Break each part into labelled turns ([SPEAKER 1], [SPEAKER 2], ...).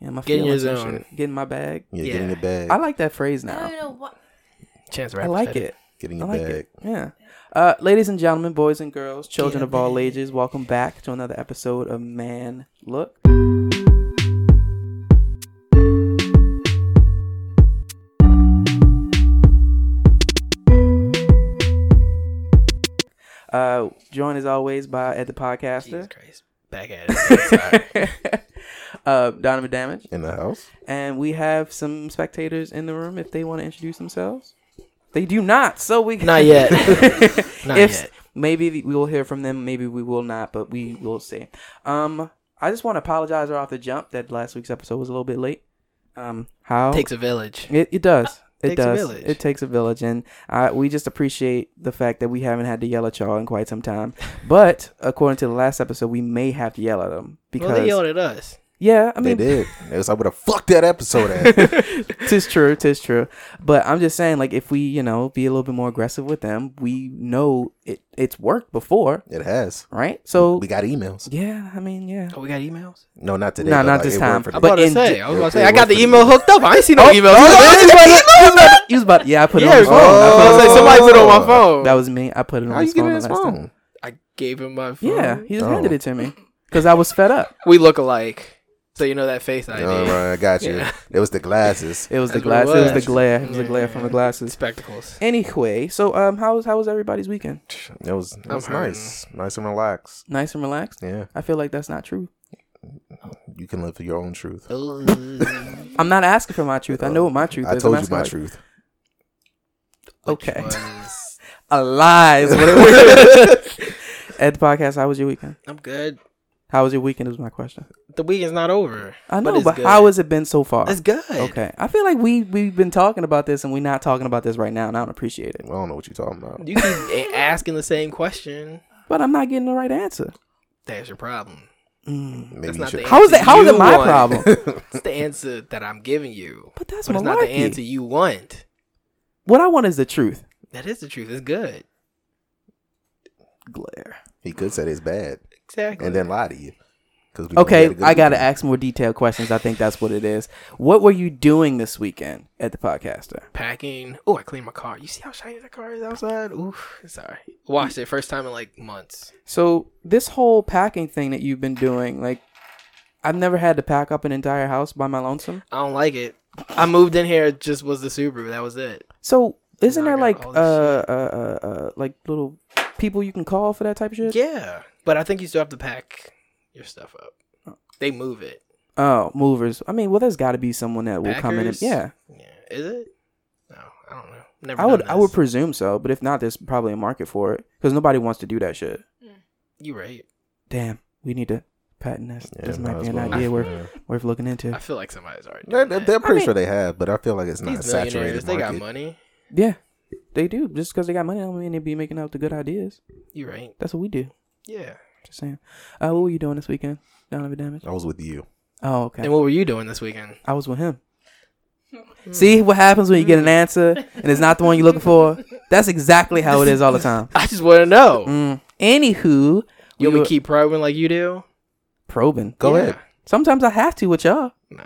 [SPEAKER 1] my
[SPEAKER 2] Get in your
[SPEAKER 1] feelings and
[SPEAKER 2] zone.
[SPEAKER 1] shit. Get in my bag.
[SPEAKER 3] Yeah, get in
[SPEAKER 2] Yeah.
[SPEAKER 3] your bag.
[SPEAKER 1] I like that phrase
[SPEAKER 4] I don't
[SPEAKER 1] now.
[SPEAKER 4] even know what.
[SPEAKER 2] Chance the
[SPEAKER 1] I
[SPEAKER 2] Rapper
[SPEAKER 1] like
[SPEAKER 2] said
[SPEAKER 1] it.
[SPEAKER 3] get in
[SPEAKER 1] I
[SPEAKER 3] your
[SPEAKER 1] like
[SPEAKER 3] bag.
[SPEAKER 1] it. Yeah. Uh, ladies and gentlemen, boys and girls, children
[SPEAKER 4] Yeah,
[SPEAKER 1] of all
[SPEAKER 4] man.
[SPEAKER 1] ages, welcome back to another episode of Man Look. Uh, joined as always by Ed the
[SPEAKER 2] Jesus
[SPEAKER 1] Podcaster,
[SPEAKER 2] Christ. Back at it. Sorry.
[SPEAKER 1] uh, Donovan Damage,
[SPEAKER 3] In the house.
[SPEAKER 1] and we have some spectators in the room if they want to introduce themselves. They do not, so we
[SPEAKER 2] Not yet. Not
[SPEAKER 1] if
[SPEAKER 2] yet.
[SPEAKER 1] maybe we will hear from them, maybe we will not, but we will see. Um, I just want to apologize right off the jump that last week's episode was a little bit late. Um, how
[SPEAKER 2] Takes a village.
[SPEAKER 1] it, it does. It
[SPEAKER 2] Takes a
[SPEAKER 1] does.
[SPEAKER 2] village.
[SPEAKER 1] It takes a village, and uh, we just appreciate the fact that we haven't had to yell at y'all in quite some time. But according to the last episode, we may have to yell at them because
[SPEAKER 2] Well, they yelled at us.
[SPEAKER 1] yeah, I mean,
[SPEAKER 3] they did. It was like, would have fucked that episode at.
[SPEAKER 2] Oh,
[SPEAKER 1] tis true, tis true. But I'm just saying, like, if we, you know, be a little bit more aggressive with them, we know it it's worked before,
[SPEAKER 3] it has.
[SPEAKER 1] right? So
[SPEAKER 3] We got emails.
[SPEAKER 1] yeah, I mean, yeah.
[SPEAKER 2] Oh, we got emails.
[SPEAKER 3] No, not today.
[SPEAKER 1] Nah,
[SPEAKER 3] but,
[SPEAKER 1] not
[SPEAKER 3] like,
[SPEAKER 1] this
[SPEAKER 3] it worked
[SPEAKER 1] time.
[SPEAKER 3] for
[SPEAKER 2] I'm
[SPEAKER 3] them.
[SPEAKER 1] But
[SPEAKER 2] about to
[SPEAKER 1] in
[SPEAKER 2] say.
[SPEAKER 1] ge-
[SPEAKER 2] I was about to
[SPEAKER 3] it
[SPEAKER 2] say. I got
[SPEAKER 3] worked
[SPEAKER 2] the
[SPEAKER 3] for
[SPEAKER 2] email hooked up. I ain't seen
[SPEAKER 1] Oh,
[SPEAKER 2] no emails.
[SPEAKER 1] He was about, yeah, I put it
[SPEAKER 2] yeah,
[SPEAKER 1] on
[SPEAKER 2] I
[SPEAKER 1] his
[SPEAKER 2] was
[SPEAKER 1] phone. I put it on
[SPEAKER 2] about to
[SPEAKER 1] his
[SPEAKER 2] say
[SPEAKER 1] phone.
[SPEAKER 2] somebody put it on
[SPEAKER 3] Oh.
[SPEAKER 2] my phone.
[SPEAKER 1] That was me. I put it on
[SPEAKER 3] How
[SPEAKER 1] his phone
[SPEAKER 3] you get
[SPEAKER 1] the
[SPEAKER 3] in his
[SPEAKER 1] last time.
[SPEAKER 3] phone?
[SPEAKER 2] I gave him my phone.
[SPEAKER 1] Yeah, he just
[SPEAKER 3] Oh.
[SPEAKER 1] handed it to me because I was fed up.
[SPEAKER 2] We look alike. So you know that face ID.
[SPEAKER 3] All right, I got you.
[SPEAKER 2] Yeah.
[SPEAKER 3] It was the glasses.
[SPEAKER 1] It was the
[SPEAKER 2] That's what it
[SPEAKER 1] glass. It was the
[SPEAKER 2] was.
[SPEAKER 1] glare. It was the
[SPEAKER 2] Yeah.
[SPEAKER 1] glare from the glasses.
[SPEAKER 2] Spectacles.
[SPEAKER 1] Anyway, so um, how was how was everybody's weekend?
[SPEAKER 3] It was, it
[SPEAKER 2] I'm
[SPEAKER 3] was nice. Nice and relaxed.
[SPEAKER 1] Nice and relaxed.
[SPEAKER 3] Yeah.
[SPEAKER 1] I feel like that's not true.
[SPEAKER 3] You can live for your own truth.
[SPEAKER 1] I'm not asking for my truth. I know what my truth
[SPEAKER 3] Uh, I
[SPEAKER 1] is. I'm
[SPEAKER 3] told you
[SPEAKER 1] asking,
[SPEAKER 3] my
[SPEAKER 1] like,
[SPEAKER 3] truth.
[SPEAKER 1] Okay.
[SPEAKER 2] Was-
[SPEAKER 1] A lie is what it was. At the podcast, how was your weekend?
[SPEAKER 2] I'm good.
[SPEAKER 1] How was your weekend? Is my question.
[SPEAKER 2] The weekend's not over.
[SPEAKER 1] I know,
[SPEAKER 2] it's
[SPEAKER 1] but,
[SPEAKER 2] good.
[SPEAKER 1] how has it been so far?
[SPEAKER 2] It's good.
[SPEAKER 1] Okay, I feel like we we've been talking about this and we're not talking about this right now, and I don't appreciate it.
[SPEAKER 3] I don't know what you're talking about.
[SPEAKER 2] You keep a- asking the same question.
[SPEAKER 1] But I'm not getting the right answer.
[SPEAKER 2] That's your problem.
[SPEAKER 1] Mm.
[SPEAKER 3] Maybe
[SPEAKER 2] That's
[SPEAKER 3] you
[SPEAKER 2] not
[SPEAKER 3] should.
[SPEAKER 2] the
[SPEAKER 1] How is that? How is
[SPEAKER 2] You
[SPEAKER 1] it my
[SPEAKER 2] won.
[SPEAKER 1] problem?
[SPEAKER 2] It's the answer that I'm giving you.
[SPEAKER 1] But that's
[SPEAKER 2] But it's
[SPEAKER 1] malarkey.
[SPEAKER 2] not the answer you want.
[SPEAKER 1] What I want is the truth.
[SPEAKER 2] That is the truth. It's good.
[SPEAKER 1] Glare.
[SPEAKER 3] He could say it's bad
[SPEAKER 2] Exactly.
[SPEAKER 3] and then lie to you. 'Cause we know he
[SPEAKER 1] Okay,
[SPEAKER 3] had a good
[SPEAKER 1] I gotta
[SPEAKER 3] weekend.
[SPEAKER 1] ask more detailed questions. I think that's what it is. What were you doing this weekend at the podcaster?
[SPEAKER 2] packing. Oh, I cleaned my car. You see how shiny the car is outside? Oof. Sorry. Washed it first time in like months.
[SPEAKER 1] So this whole packing thing that you've been doing, like, I've never had to pack up an entire house by my lonesome.
[SPEAKER 2] I don't like it. I moved in here. It just was the Subaru. That was it.
[SPEAKER 1] So isn't
[SPEAKER 2] Now I
[SPEAKER 1] there like uh,
[SPEAKER 2] got
[SPEAKER 1] uh
[SPEAKER 2] all
[SPEAKER 1] uh uh like little people you can call for that type of shit?
[SPEAKER 2] Yeah. But I think you still have to pack your stuff up. They move it.
[SPEAKER 1] Oh, movers. I mean, well, there's got to be someone that will come in. And,
[SPEAKER 2] Packers?
[SPEAKER 1] yeah,
[SPEAKER 2] Yeah. Is it? No, I don't know. Never.
[SPEAKER 1] I would.
[SPEAKER 2] done
[SPEAKER 1] I would
[SPEAKER 2] this.
[SPEAKER 1] presume so. But if not, there's probably a market for it because nobody wants to do that shit.
[SPEAKER 2] you right.
[SPEAKER 1] Damn, we need to patent this.
[SPEAKER 3] Yeah,
[SPEAKER 1] this
[SPEAKER 3] might
[SPEAKER 1] might be
[SPEAKER 3] as
[SPEAKER 1] an
[SPEAKER 3] well.
[SPEAKER 1] idea worth
[SPEAKER 3] Yeah.
[SPEAKER 1] worth looking
[SPEAKER 2] I
[SPEAKER 1] into.
[SPEAKER 2] feel like somebody's already.
[SPEAKER 3] They're,
[SPEAKER 2] Doing
[SPEAKER 3] they're,
[SPEAKER 2] that.
[SPEAKER 3] they're pretty
[SPEAKER 1] mean-
[SPEAKER 3] sure they have, but I feel like it's not a
[SPEAKER 2] These
[SPEAKER 3] saturated
[SPEAKER 2] millionaires, they got
[SPEAKER 3] market.
[SPEAKER 2] money.
[SPEAKER 1] Yeah, they do. Just because they got money, I mean, they be making out the good ideas.
[SPEAKER 2] You right?
[SPEAKER 1] That's what we do.
[SPEAKER 2] Yeah.
[SPEAKER 1] Just saying. Uh, what were you doing this weekend? Donovan Damage.
[SPEAKER 3] I was with you.
[SPEAKER 1] Oh, okay.
[SPEAKER 2] And what were you doing this weekend?
[SPEAKER 1] I was with him. See what happens when you get an answer and it's not the one you're looking for? That's exactly how it is all the time.
[SPEAKER 2] I just want to know.
[SPEAKER 3] Mm-hmm.
[SPEAKER 1] Mm. Anywho,
[SPEAKER 2] You
[SPEAKER 1] we
[SPEAKER 2] want me
[SPEAKER 1] were
[SPEAKER 2] to keep probing like you do?
[SPEAKER 1] probing.
[SPEAKER 3] Go
[SPEAKER 2] Yeah.
[SPEAKER 3] ahead.
[SPEAKER 1] Sometimes I have to with y'all.
[SPEAKER 2] No.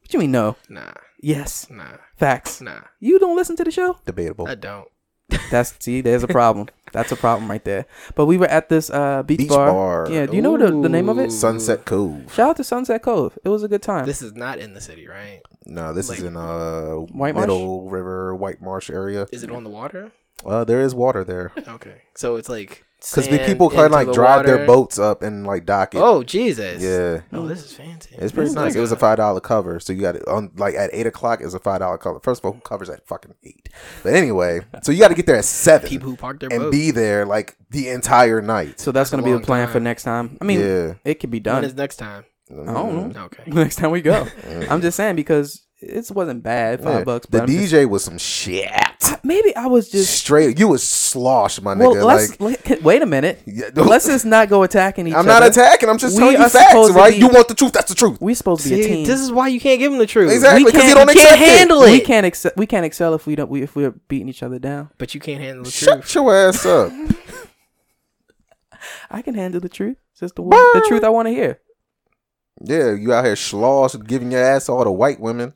[SPEAKER 1] What you mean no?
[SPEAKER 2] Nah.
[SPEAKER 1] Yes,
[SPEAKER 2] Nah.
[SPEAKER 1] facts.
[SPEAKER 2] Nah.
[SPEAKER 1] You don't listen to the show?
[SPEAKER 3] Debatable.
[SPEAKER 2] I don't.
[SPEAKER 1] That's see, there's a problem. That's a problem right there. But we were at this uh, beach,
[SPEAKER 3] Beach
[SPEAKER 1] bar.
[SPEAKER 3] bar.
[SPEAKER 1] Yeah, do you know the, the name of it?
[SPEAKER 2] Ooh.
[SPEAKER 3] Sunset Cove.
[SPEAKER 1] Shout out to Sunset Cove. It was a good time.
[SPEAKER 2] This is not in the city, right?
[SPEAKER 3] No, this is
[SPEAKER 2] Like-
[SPEAKER 3] in uh
[SPEAKER 1] White Marsh?
[SPEAKER 3] Middle River White Marsh area.
[SPEAKER 2] Is it on the water?
[SPEAKER 3] Uh, there is water there
[SPEAKER 2] Okay. So it's like
[SPEAKER 3] because
[SPEAKER 2] sand
[SPEAKER 3] people kind of
[SPEAKER 2] into
[SPEAKER 3] like
[SPEAKER 2] the
[SPEAKER 3] drive their
[SPEAKER 2] water.
[SPEAKER 3] boats up and like dock it.
[SPEAKER 2] Oh Jesus.
[SPEAKER 3] Yeah,
[SPEAKER 2] Oh, this is fancy.
[SPEAKER 3] it's pretty
[SPEAKER 1] Ooh,
[SPEAKER 3] nice. It was a
[SPEAKER 2] God.
[SPEAKER 3] five dollar cover, so you got it on like at eight o'clock is a five dollar cover. First of all, who covers at fucking eight? But anyway, so you got to get there at seven
[SPEAKER 2] People who park their
[SPEAKER 3] and
[SPEAKER 2] boat.
[SPEAKER 3] be there like the entire night.
[SPEAKER 1] so that's
[SPEAKER 2] That's a
[SPEAKER 1] gonna be the
[SPEAKER 2] long
[SPEAKER 1] plan
[SPEAKER 2] time.
[SPEAKER 1] for next time. I mean,
[SPEAKER 3] yeah,
[SPEAKER 1] it could be
[SPEAKER 2] when
[SPEAKER 1] done
[SPEAKER 2] is next time?
[SPEAKER 3] I
[SPEAKER 1] don't
[SPEAKER 2] Okay.
[SPEAKER 1] next time we go.
[SPEAKER 3] Mm.
[SPEAKER 1] I'm just saying because it wasn't bad. Five
[SPEAKER 3] Yeah.
[SPEAKER 1] bucks.
[SPEAKER 3] The
[SPEAKER 1] But I'm just-
[SPEAKER 3] DJ was some shit.
[SPEAKER 1] maybe I was just
[SPEAKER 3] Straight, you was slosh, my
[SPEAKER 1] well.
[SPEAKER 3] nigga.
[SPEAKER 1] let's
[SPEAKER 3] Like,
[SPEAKER 1] let- wait a minute.
[SPEAKER 3] yeah,
[SPEAKER 1] let's just not go attacking each
[SPEAKER 3] I'm
[SPEAKER 1] other.
[SPEAKER 3] not attacking. I'm just
[SPEAKER 1] We
[SPEAKER 3] telling
[SPEAKER 1] are
[SPEAKER 3] you facts,
[SPEAKER 1] supposed to
[SPEAKER 3] right?
[SPEAKER 1] be-
[SPEAKER 3] You want the truth? That's the truth.
[SPEAKER 1] We're supposed to be a
[SPEAKER 2] See,
[SPEAKER 1] team.
[SPEAKER 2] this is why you can't give them the truth.
[SPEAKER 3] Exactly,
[SPEAKER 1] We
[SPEAKER 3] because you
[SPEAKER 1] can't-
[SPEAKER 3] don't
[SPEAKER 1] we
[SPEAKER 3] accept it.
[SPEAKER 2] handle
[SPEAKER 1] We
[SPEAKER 2] it.
[SPEAKER 1] can't excel. We can't excel if we don't. We, if we're beating each other down.
[SPEAKER 2] But you can't handle the truth.
[SPEAKER 3] Shut your ass up.
[SPEAKER 1] I can handle the truth. It's just the, one, the truth I want to hear.
[SPEAKER 3] Yeah, you out here schloss giving your ass all to white women.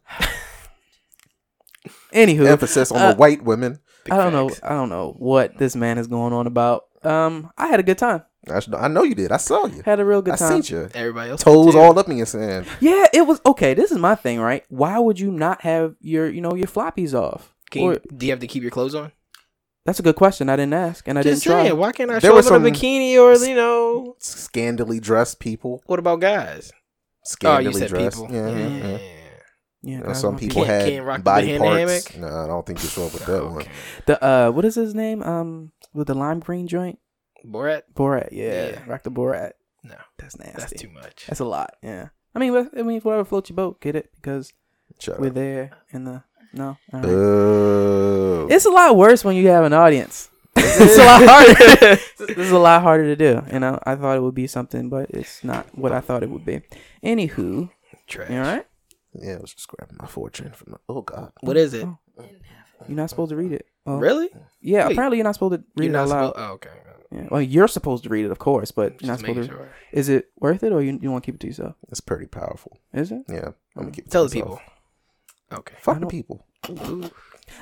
[SPEAKER 1] Anywho,
[SPEAKER 3] Emphasis on
[SPEAKER 1] Uh,
[SPEAKER 3] the white women.
[SPEAKER 2] Big
[SPEAKER 1] I don't
[SPEAKER 2] facts.
[SPEAKER 1] know. I don't know what this man is going on about. Um, I had a good time.
[SPEAKER 3] I, sh- I know you did. I saw you.
[SPEAKER 1] Had a real
[SPEAKER 3] I
[SPEAKER 1] good time.
[SPEAKER 3] seen you.
[SPEAKER 2] Everybody else
[SPEAKER 3] Toes
[SPEAKER 2] did.
[SPEAKER 3] all up in your sand.
[SPEAKER 1] Yeah, it was okay. This is my thing, right? Why would you not have your, you know, your floppies off?
[SPEAKER 2] Can you,
[SPEAKER 1] Or-
[SPEAKER 2] do you have to keep your clothes on?
[SPEAKER 1] that's a good question. I didn't ask, and I
[SPEAKER 2] Just
[SPEAKER 1] didn't try.
[SPEAKER 2] saying, why can't I
[SPEAKER 3] There
[SPEAKER 2] show
[SPEAKER 3] was
[SPEAKER 2] up in a
[SPEAKER 3] some-
[SPEAKER 2] bikini or you know?
[SPEAKER 3] Scandally dressed people.
[SPEAKER 2] What about guys? Oh,
[SPEAKER 3] Scandally
[SPEAKER 2] you said
[SPEAKER 3] dressed.
[SPEAKER 2] people. Mm-hmm.
[SPEAKER 3] Yeah, yeah, yeah.
[SPEAKER 1] Yeah,
[SPEAKER 3] You know,
[SPEAKER 1] guys
[SPEAKER 3] some
[SPEAKER 1] want
[SPEAKER 3] people
[SPEAKER 2] Can't-
[SPEAKER 3] had
[SPEAKER 2] can't rock the
[SPEAKER 3] body
[SPEAKER 2] banana
[SPEAKER 3] parts.
[SPEAKER 2] hammock?
[SPEAKER 3] No, I don't think you're wrong with that one.
[SPEAKER 2] Okay.
[SPEAKER 1] The uh, what is his name? Um, with the lime green joint,
[SPEAKER 2] Borat,
[SPEAKER 1] Borat. Yeah,
[SPEAKER 2] Yeah.
[SPEAKER 1] rock the Borat.
[SPEAKER 2] No,
[SPEAKER 1] that's nasty.
[SPEAKER 2] that's
[SPEAKER 1] That's,
[SPEAKER 2] too much.
[SPEAKER 1] a lot. Yeah, I mean, but- I mean, whatever floats your boat, get it because
[SPEAKER 3] Shut
[SPEAKER 1] we're
[SPEAKER 3] up.
[SPEAKER 1] there in the no. All
[SPEAKER 3] Uh,
[SPEAKER 1] right.
[SPEAKER 3] Boo.
[SPEAKER 1] It's a lot worse when you have an audience. it's a lot harder. this is a lot harder to do. You know, I thought it would be something, but it's not what I thought it would be. Anywho,
[SPEAKER 2] Trash.
[SPEAKER 1] you all right?
[SPEAKER 3] Yeah, I was just grabbing my fortune from the. Oh God.
[SPEAKER 2] What is it?
[SPEAKER 1] Oh. You're not supposed to read it. Oh.
[SPEAKER 2] Really?
[SPEAKER 1] Yeah,
[SPEAKER 2] Wait.
[SPEAKER 1] apparently you're not supposed to read
[SPEAKER 2] You're
[SPEAKER 1] it out
[SPEAKER 2] not
[SPEAKER 1] loud.
[SPEAKER 2] supposed. Oh, okay.
[SPEAKER 1] Yeah. Well, you're supposed to read it, of course, but
[SPEAKER 2] Just
[SPEAKER 1] you're not supposed to.
[SPEAKER 2] making sure.
[SPEAKER 1] Is it worth it, or you you want to keep it to yourself?
[SPEAKER 3] It's pretty powerful.
[SPEAKER 1] Is it?
[SPEAKER 3] Yeah, I'm gonna keep. it to
[SPEAKER 2] Tell the
[SPEAKER 3] myself.
[SPEAKER 2] people. Okay.
[SPEAKER 1] I
[SPEAKER 3] Fuck the
[SPEAKER 1] don't-
[SPEAKER 3] people.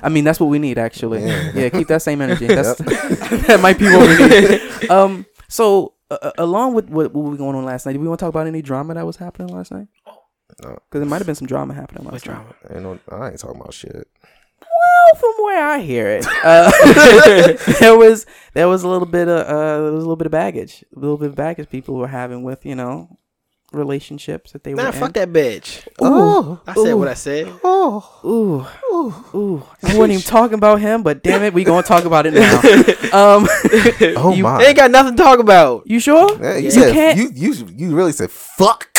[SPEAKER 1] I mean, that's what we need, actually. Yeah,
[SPEAKER 3] Yeah.
[SPEAKER 1] keep that same energy. That's
[SPEAKER 3] Yep.
[SPEAKER 1] that might be what we need. Um. So, uh, uh, along with what, what was going on last night, do we want to talk about any drama that was happening last night?
[SPEAKER 3] No.
[SPEAKER 1] Because there might have been some drama happening last
[SPEAKER 2] What's
[SPEAKER 1] night.
[SPEAKER 2] drama?
[SPEAKER 3] Ain't no, I ain't talking about shit.
[SPEAKER 1] Well, from where I hear it, uh, there was there was a little bit of uh, there was a little bit of baggage, a little bit of baggage people were having with you know relationships that they were
[SPEAKER 2] Nah,
[SPEAKER 1] in.
[SPEAKER 2] fuck that bitch.
[SPEAKER 3] Oh,
[SPEAKER 2] I said
[SPEAKER 1] Ooh.
[SPEAKER 2] what I said.
[SPEAKER 3] oh,
[SPEAKER 1] Ooh,
[SPEAKER 3] oh,
[SPEAKER 1] ooh! I wasn't even talking about him, but damn it, we gonna talk about it now. Um,
[SPEAKER 3] oh
[SPEAKER 1] You-
[SPEAKER 3] my!
[SPEAKER 2] Ain't got nothing to talk about.
[SPEAKER 1] you sure?
[SPEAKER 3] Yeah, you,
[SPEAKER 1] you
[SPEAKER 3] said,
[SPEAKER 1] can't-
[SPEAKER 3] You, you you really said fuck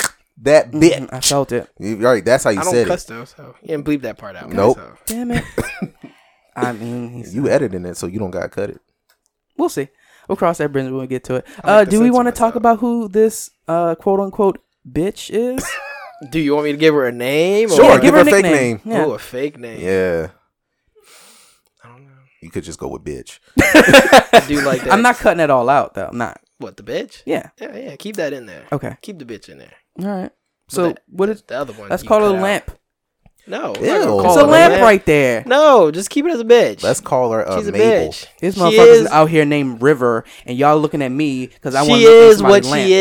[SPEAKER 3] that bitch.
[SPEAKER 1] Mm, I felt it.
[SPEAKER 3] You, all right, that's how you
[SPEAKER 2] I
[SPEAKER 3] said
[SPEAKER 2] don't cuss though, so you didn't bleep that part out.
[SPEAKER 3] Nope.
[SPEAKER 2] So.
[SPEAKER 1] Damn it. I mean,
[SPEAKER 3] it.
[SPEAKER 1] he's,
[SPEAKER 3] You editing it, so you don't gotta cut it.
[SPEAKER 1] we'll see. We'll cross that bridge when we get to it.
[SPEAKER 3] I like
[SPEAKER 1] Uh,
[SPEAKER 3] the
[SPEAKER 1] do we
[SPEAKER 3] sense of
[SPEAKER 1] want to talk
[SPEAKER 3] myself.
[SPEAKER 1] about who this uh, quote unquote bitch is?
[SPEAKER 2] Do you want me to give her a name?
[SPEAKER 3] Sure,
[SPEAKER 2] Or
[SPEAKER 1] yeah, give her a
[SPEAKER 3] fake
[SPEAKER 1] nickname.
[SPEAKER 3] name.
[SPEAKER 1] Yeah.
[SPEAKER 2] Ooh, a fake name. Oh,
[SPEAKER 3] Yeah,
[SPEAKER 2] I don't know.
[SPEAKER 3] you could just go with bitch.
[SPEAKER 2] I do like that.
[SPEAKER 1] I'm not cutting it all out though. I'm not.
[SPEAKER 2] What the bitch?
[SPEAKER 1] Yeah.
[SPEAKER 2] Yeah, yeah. Keep that in there.
[SPEAKER 1] Okay.
[SPEAKER 2] Keep the bitch in there.
[SPEAKER 1] All right. So
[SPEAKER 2] that-
[SPEAKER 1] what is?
[SPEAKER 2] The other one.
[SPEAKER 1] Let's
[SPEAKER 2] you
[SPEAKER 1] call it
[SPEAKER 2] cut
[SPEAKER 1] a
[SPEAKER 2] out.
[SPEAKER 1] lamp.
[SPEAKER 2] No,
[SPEAKER 3] Ew. It's
[SPEAKER 1] It's
[SPEAKER 3] Call
[SPEAKER 1] a
[SPEAKER 3] it a
[SPEAKER 1] lamp right there.
[SPEAKER 2] No, just keep it as a bitch.
[SPEAKER 3] Let's call her uh,
[SPEAKER 2] She's a
[SPEAKER 3] Mabel.
[SPEAKER 2] bitch.
[SPEAKER 1] This
[SPEAKER 2] She
[SPEAKER 1] motherfucker's
[SPEAKER 2] is-
[SPEAKER 1] out here named River, and y'all looking at me because I want
[SPEAKER 2] She
[SPEAKER 1] to look at
[SPEAKER 2] is what
[SPEAKER 1] somebody's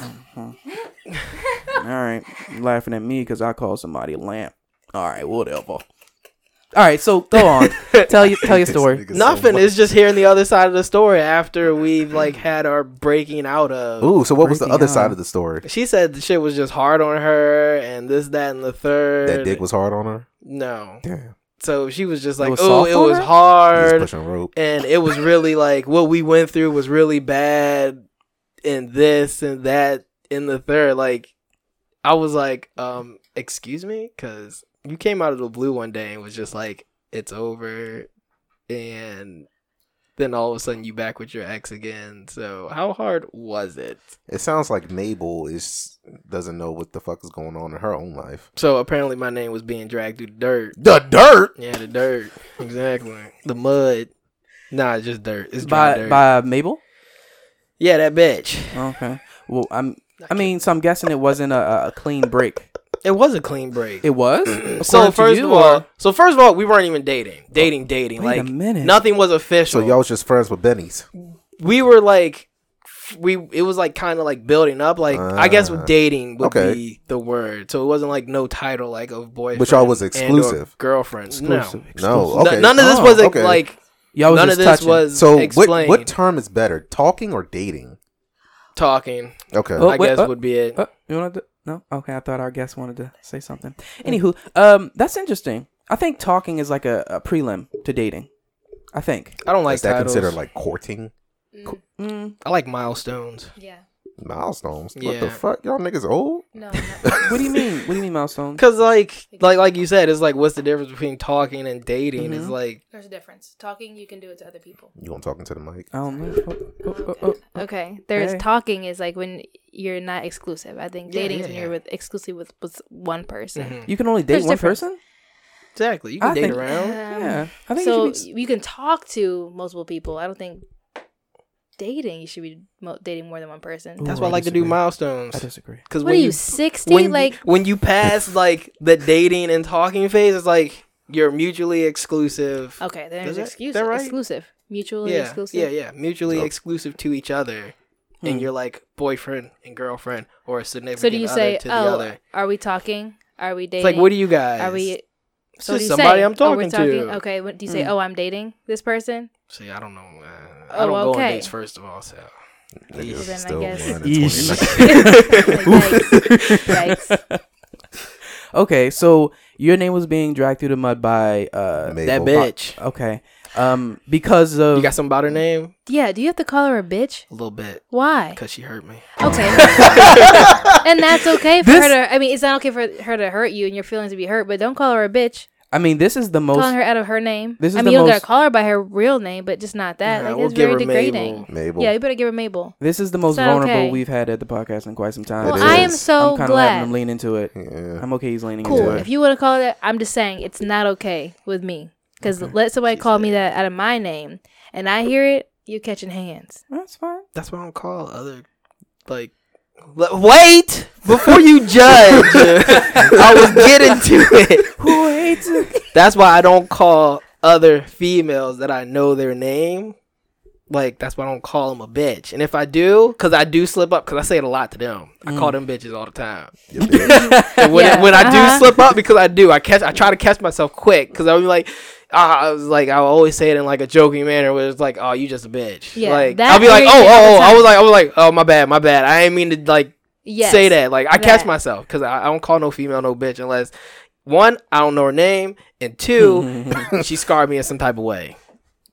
[SPEAKER 1] lamp.
[SPEAKER 2] she is.
[SPEAKER 1] All right, laughing at me because I called somebody lamp. All right, whatever. All right, so go on. tell you tell your story.
[SPEAKER 3] This nigga so
[SPEAKER 2] Nothing.
[SPEAKER 3] much.
[SPEAKER 2] It's just hearing the other side of the story after we've like had our breaking out of.
[SPEAKER 3] Ooh, so what was the
[SPEAKER 1] Freaking
[SPEAKER 3] other
[SPEAKER 1] out.
[SPEAKER 3] side of the story?
[SPEAKER 2] She said the shit was just hard on her and this, that, and the third.
[SPEAKER 3] That dick was hard on her.
[SPEAKER 2] no.
[SPEAKER 3] Damn,
[SPEAKER 2] So she was just like,
[SPEAKER 1] was
[SPEAKER 2] "Oh,
[SPEAKER 1] soft
[SPEAKER 2] it
[SPEAKER 1] on
[SPEAKER 2] was
[SPEAKER 1] her?"
[SPEAKER 3] he was
[SPEAKER 2] hard,
[SPEAKER 3] pushing rope.
[SPEAKER 2] and it was really like what we went through was really bad, and this and that and the third. Like, I was like, um, "Excuse me," because you came out of the blue one day and was just like, "It's over," and then all of a sudden you back with your ex again. So how hard was it?
[SPEAKER 3] It sounds like Mabel is doesn't know what the fuck is going on in her own life.
[SPEAKER 2] So apparently my name was being dragged through the dirt.
[SPEAKER 3] The dirt.
[SPEAKER 2] Yeah, the dirt. Exactly. The mud. Nah, it's just dirt. It's dry
[SPEAKER 1] By
[SPEAKER 2] dirt.
[SPEAKER 1] by Mabel.
[SPEAKER 2] Yeah, that bitch.
[SPEAKER 1] Okay. Well, I'm. I mean, so I'm guessing it wasn't a, a clean break.
[SPEAKER 2] It was a clean break.
[SPEAKER 1] It was.
[SPEAKER 2] so
[SPEAKER 1] According to
[SPEAKER 2] first
[SPEAKER 1] you,
[SPEAKER 2] of
[SPEAKER 1] or-
[SPEAKER 2] all, so first of all, we weren't even dating. Dating, dating.
[SPEAKER 1] wait a
[SPEAKER 2] like
[SPEAKER 1] minute.
[SPEAKER 2] nothing was
[SPEAKER 3] So
[SPEAKER 2] official.
[SPEAKER 3] y'all was just friends with Benny's.
[SPEAKER 2] we were like we it was like kind of like building up like I guess
[SPEAKER 3] Ah.
[SPEAKER 2] dating would
[SPEAKER 3] Okay.
[SPEAKER 2] be the word. So it wasn't like no title like of boyfriend.
[SPEAKER 3] But y'all was
[SPEAKER 2] and or
[SPEAKER 3] exclusive.
[SPEAKER 2] girlfriend.
[SPEAKER 1] exclusive.
[SPEAKER 3] No,
[SPEAKER 2] No.
[SPEAKER 3] okay.
[SPEAKER 2] N- none of this
[SPEAKER 1] Oh,
[SPEAKER 2] was like-
[SPEAKER 3] okay.
[SPEAKER 2] like
[SPEAKER 1] Y'all was
[SPEAKER 2] none of
[SPEAKER 1] just
[SPEAKER 2] this
[SPEAKER 1] touching.
[SPEAKER 2] was
[SPEAKER 3] So what
[SPEAKER 2] explained.
[SPEAKER 3] what term is better, talking or dating?
[SPEAKER 2] talking
[SPEAKER 3] Okay.
[SPEAKER 1] Oh,
[SPEAKER 2] I
[SPEAKER 1] wait,
[SPEAKER 2] guess
[SPEAKER 1] uh,
[SPEAKER 2] would be it.
[SPEAKER 1] Uh, you wanted to? No. Okay. I thought our guest wanted to say something. Anywho, um, that's interesting. I think talking is like a, a prelim to dating. I think.
[SPEAKER 2] I don't like
[SPEAKER 3] is that
[SPEAKER 2] titles.
[SPEAKER 3] considered like courting
[SPEAKER 4] Mm,
[SPEAKER 1] Mm,
[SPEAKER 2] I like milestones.
[SPEAKER 4] yeah.
[SPEAKER 3] milestones? What the
[SPEAKER 2] Yeah.
[SPEAKER 3] fuck? Y'all niggas old?
[SPEAKER 4] No. Not,
[SPEAKER 1] what do you mean? What do you mean milestone?
[SPEAKER 2] Cause like like like you said, it's like what's the difference between talking and dating? It's
[SPEAKER 1] Mhm.
[SPEAKER 2] like
[SPEAKER 4] there's a difference. Talking, you can do it to other people.
[SPEAKER 3] You don't talking to the mic?
[SPEAKER 1] I don't know. Oh, oh, oh, oh.
[SPEAKER 4] Okay. There's
[SPEAKER 1] Hey.
[SPEAKER 4] talking is like when you're not exclusive. I think
[SPEAKER 2] Yeah,
[SPEAKER 4] dating
[SPEAKER 2] yeah,
[SPEAKER 4] is when
[SPEAKER 2] yeah. Mm-hmm.
[SPEAKER 4] you're with exclusive with, with one person.
[SPEAKER 1] You can only date
[SPEAKER 4] There's
[SPEAKER 1] one
[SPEAKER 4] difference.
[SPEAKER 1] person.
[SPEAKER 2] exactly. You can
[SPEAKER 1] Mm-hmm. I
[SPEAKER 2] date
[SPEAKER 1] think-
[SPEAKER 2] around.
[SPEAKER 4] Um,
[SPEAKER 1] Yeah. I think.
[SPEAKER 4] so
[SPEAKER 1] it should be...
[SPEAKER 4] you can talk to multiple people. I don't think dating, you should be mo- dating more than one person.
[SPEAKER 1] Ooh.
[SPEAKER 2] That's why I
[SPEAKER 1] I
[SPEAKER 2] like to do
[SPEAKER 1] disagree.
[SPEAKER 2] milestones.
[SPEAKER 1] I disagree.
[SPEAKER 2] Because
[SPEAKER 4] What are
[SPEAKER 2] when
[SPEAKER 4] you
[SPEAKER 2] you
[SPEAKER 4] sixty?
[SPEAKER 2] when
[SPEAKER 4] Like
[SPEAKER 2] you, when you pass like the dating and talking phase, it's like you're mutually exclusive.
[SPEAKER 4] okay, then
[SPEAKER 2] Is
[SPEAKER 4] there's
[SPEAKER 2] that-
[SPEAKER 4] exclusive,
[SPEAKER 2] that right?
[SPEAKER 4] exclusive, mutually
[SPEAKER 2] yeah,
[SPEAKER 4] exclusive.
[SPEAKER 2] yeah, yeah, mutually
[SPEAKER 3] So-
[SPEAKER 2] exclusive to each other,
[SPEAKER 1] Hmm.
[SPEAKER 2] and you're like boyfriend and girlfriend or a significant
[SPEAKER 4] So do you
[SPEAKER 2] other
[SPEAKER 4] say,
[SPEAKER 2] to the
[SPEAKER 4] oh,
[SPEAKER 2] other.
[SPEAKER 4] are we talking? Are we
[SPEAKER 2] It's
[SPEAKER 4] dating?
[SPEAKER 2] like, what do you guys?
[SPEAKER 4] Are we?
[SPEAKER 2] It's
[SPEAKER 4] So do
[SPEAKER 2] just
[SPEAKER 4] you
[SPEAKER 2] somebody
[SPEAKER 4] say,
[SPEAKER 2] I'm
[SPEAKER 4] oh, we're
[SPEAKER 2] talking, to.
[SPEAKER 4] Okay, what, do you say?
[SPEAKER 1] Mm.
[SPEAKER 4] Oh, I'm dating this person.
[SPEAKER 2] See, I don't know. Uh, I
[SPEAKER 4] Oh,
[SPEAKER 2] don't go on
[SPEAKER 4] okay.
[SPEAKER 2] dates first of all. So
[SPEAKER 3] Niggas
[SPEAKER 4] then I
[SPEAKER 3] still
[SPEAKER 4] guess-
[SPEAKER 3] one in
[SPEAKER 1] Yeesh.
[SPEAKER 3] 2019.
[SPEAKER 4] Like, yikes. Yikes.
[SPEAKER 1] Okay, so your name was being dragged through the mud by uh
[SPEAKER 3] Mabel.
[SPEAKER 2] that
[SPEAKER 3] Well,
[SPEAKER 2] bitch.
[SPEAKER 1] okay. Um because of
[SPEAKER 2] You got something about her name?
[SPEAKER 4] Yeah. Do you have to call her a bitch?
[SPEAKER 2] A little bit,
[SPEAKER 4] Why?
[SPEAKER 2] cause she hurt me.
[SPEAKER 4] Okay. and that's okay for
[SPEAKER 1] This-
[SPEAKER 4] her to. I mean, it's not okay for her to hurt you and your feelings to be hurt, but don't call her a bitch.
[SPEAKER 1] I mean this is the
[SPEAKER 4] Calling
[SPEAKER 1] most
[SPEAKER 4] her out of her name.
[SPEAKER 1] This is
[SPEAKER 4] I
[SPEAKER 1] the
[SPEAKER 4] mean, you don't
[SPEAKER 1] most-
[SPEAKER 4] gotta call her by her real name, but just not that.
[SPEAKER 2] Nah,
[SPEAKER 4] like,
[SPEAKER 2] we'll
[SPEAKER 4] that's
[SPEAKER 2] give
[SPEAKER 4] very
[SPEAKER 2] her Mabel.
[SPEAKER 4] degrading.
[SPEAKER 3] Mabel.
[SPEAKER 4] Yeah, you better give her Mabel.
[SPEAKER 1] this is the most
[SPEAKER 4] not
[SPEAKER 1] vulnerable
[SPEAKER 4] okay.
[SPEAKER 1] we've had at the podcast in quite some time.
[SPEAKER 4] Well,
[SPEAKER 3] It
[SPEAKER 4] I am
[SPEAKER 3] is.
[SPEAKER 1] I'm
[SPEAKER 4] so
[SPEAKER 1] kinda
[SPEAKER 4] glad.
[SPEAKER 1] letting him lean into it.
[SPEAKER 3] Yeah.
[SPEAKER 1] I'm okay he's leaning
[SPEAKER 4] cool.
[SPEAKER 1] into it.
[SPEAKER 4] If you want to call it that, I'm just saying it's not okay with me. Because let somebody call me that out of my name and I hear it, you're catching hands.
[SPEAKER 1] That's fine.
[SPEAKER 2] That's why I don't call other like. le- wait before you judge. I was getting to it.
[SPEAKER 1] Who hates it?
[SPEAKER 2] That's why I don't call other females that I know their name. Like that's why I don't call them a bitch. And if I do, cause I do slip up, cause I say it a lot to them. I call them bitches all the time.
[SPEAKER 3] Your bitch.
[SPEAKER 2] And when,
[SPEAKER 4] Mm. Yeah,
[SPEAKER 2] when I do
[SPEAKER 4] uh-huh.
[SPEAKER 2] slip up, because I do, I catch, I try to catch myself quick, because I was like, ah, I was like, I always say it in like a joking manner, where it's like, oh, you just a bitch.
[SPEAKER 4] Yeah,
[SPEAKER 2] like
[SPEAKER 4] that
[SPEAKER 2] I'll be like, oh,
[SPEAKER 4] irritates me all
[SPEAKER 2] oh,
[SPEAKER 4] the
[SPEAKER 2] oh, I
[SPEAKER 4] time.
[SPEAKER 2] was like, I was like, oh, my bad, my bad. I ain't mean to like
[SPEAKER 4] Yes.
[SPEAKER 2] say that. Like I catch
[SPEAKER 4] that.
[SPEAKER 2] myself, because I, I don't call no female no bitch unless one, I don't know her name, and two,
[SPEAKER 1] Mm-hmm.
[SPEAKER 2] she scarred me in some type of way.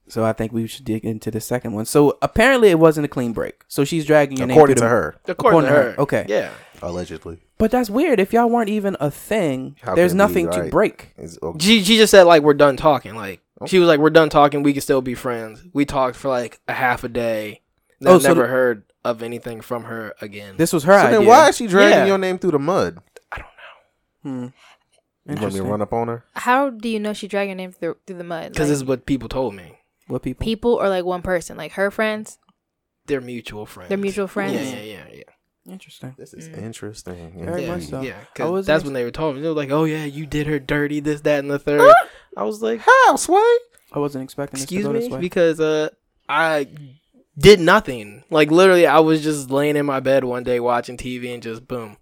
[SPEAKER 1] So I think we should dig into the second one. So apparently it wasn't a clean break. So she's dragging your
[SPEAKER 3] According
[SPEAKER 1] name through
[SPEAKER 3] to
[SPEAKER 1] the-
[SPEAKER 3] her,
[SPEAKER 2] According, to her.
[SPEAKER 1] Okay.
[SPEAKER 2] Yeah.
[SPEAKER 3] allegedly.
[SPEAKER 1] But that's weird. If y'all weren't even a thing,
[SPEAKER 3] How
[SPEAKER 1] there's
[SPEAKER 3] could it be,
[SPEAKER 1] nothing to
[SPEAKER 3] right?
[SPEAKER 1] break.
[SPEAKER 3] Is- oh,
[SPEAKER 2] She she just said like we're done talking. Like she was like we're done talking. We can still be friends. We talked for like a half a day. Then
[SPEAKER 1] Oh,
[SPEAKER 2] I've
[SPEAKER 1] so
[SPEAKER 2] never
[SPEAKER 1] th-
[SPEAKER 2] heard of anything from her again.
[SPEAKER 1] This was her
[SPEAKER 3] So
[SPEAKER 1] idea.
[SPEAKER 3] then why is she dragging
[SPEAKER 2] Yeah.
[SPEAKER 3] your name through the mud?
[SPEAKER 1] Hmm.
[SPEAKER 3] You want me to
[SPEAKER 1] Interesting.
[SPEAKER 3] run up on her?
[SPEAKER 4] How do you know she dragged your name through, through the mud?
[SPEAKER 2] because
[SPEAKER 4] like,
[SPEAKER 2] it's what people told me.
[SPEAKER 1] What people?
[SPEAKER 4] people or like one person? Like her friends?
[SPEAKER 2] They're mutual friends.
[SPEAKER 4] Their mutual friends?
[SPEAKER 2] Yeah, yeah, yeah, yeah.
[SPEAKER 1] Interesting.
[SPEAKER 3] This is
[SPEAKER 4] Mm.
[SPEAKER 3] interesting.
[SPEAKER 1] Very
[SPEAKER 2] yeah,
[SPEAKER 1] much so.
[SPEAKER 2] yeah,
[SPEAKER 1] I
[SPEAKER 2] 'cause
[SPEAKER 1] wasn't
[SPEAKER 2] that's
[SPEAKER 1] ex-
[SPEAKER 2] when they were talking. They were like, "Oh yeah, you did her dirty, this, that, and the third. I was like,
[SPEAKER 3] How, Sway?
[SPEAKER 1] I wasn't expecting
[SPEAKER 2] "Excuse
[SPEAKER 1] this to go
[SPEAKER 2] me,"
[SPEAKER 1] this way.
[SPEAKER 2] because uh, I did nothing. Like literally, I was just laying in my bed one day watching TV and just boom,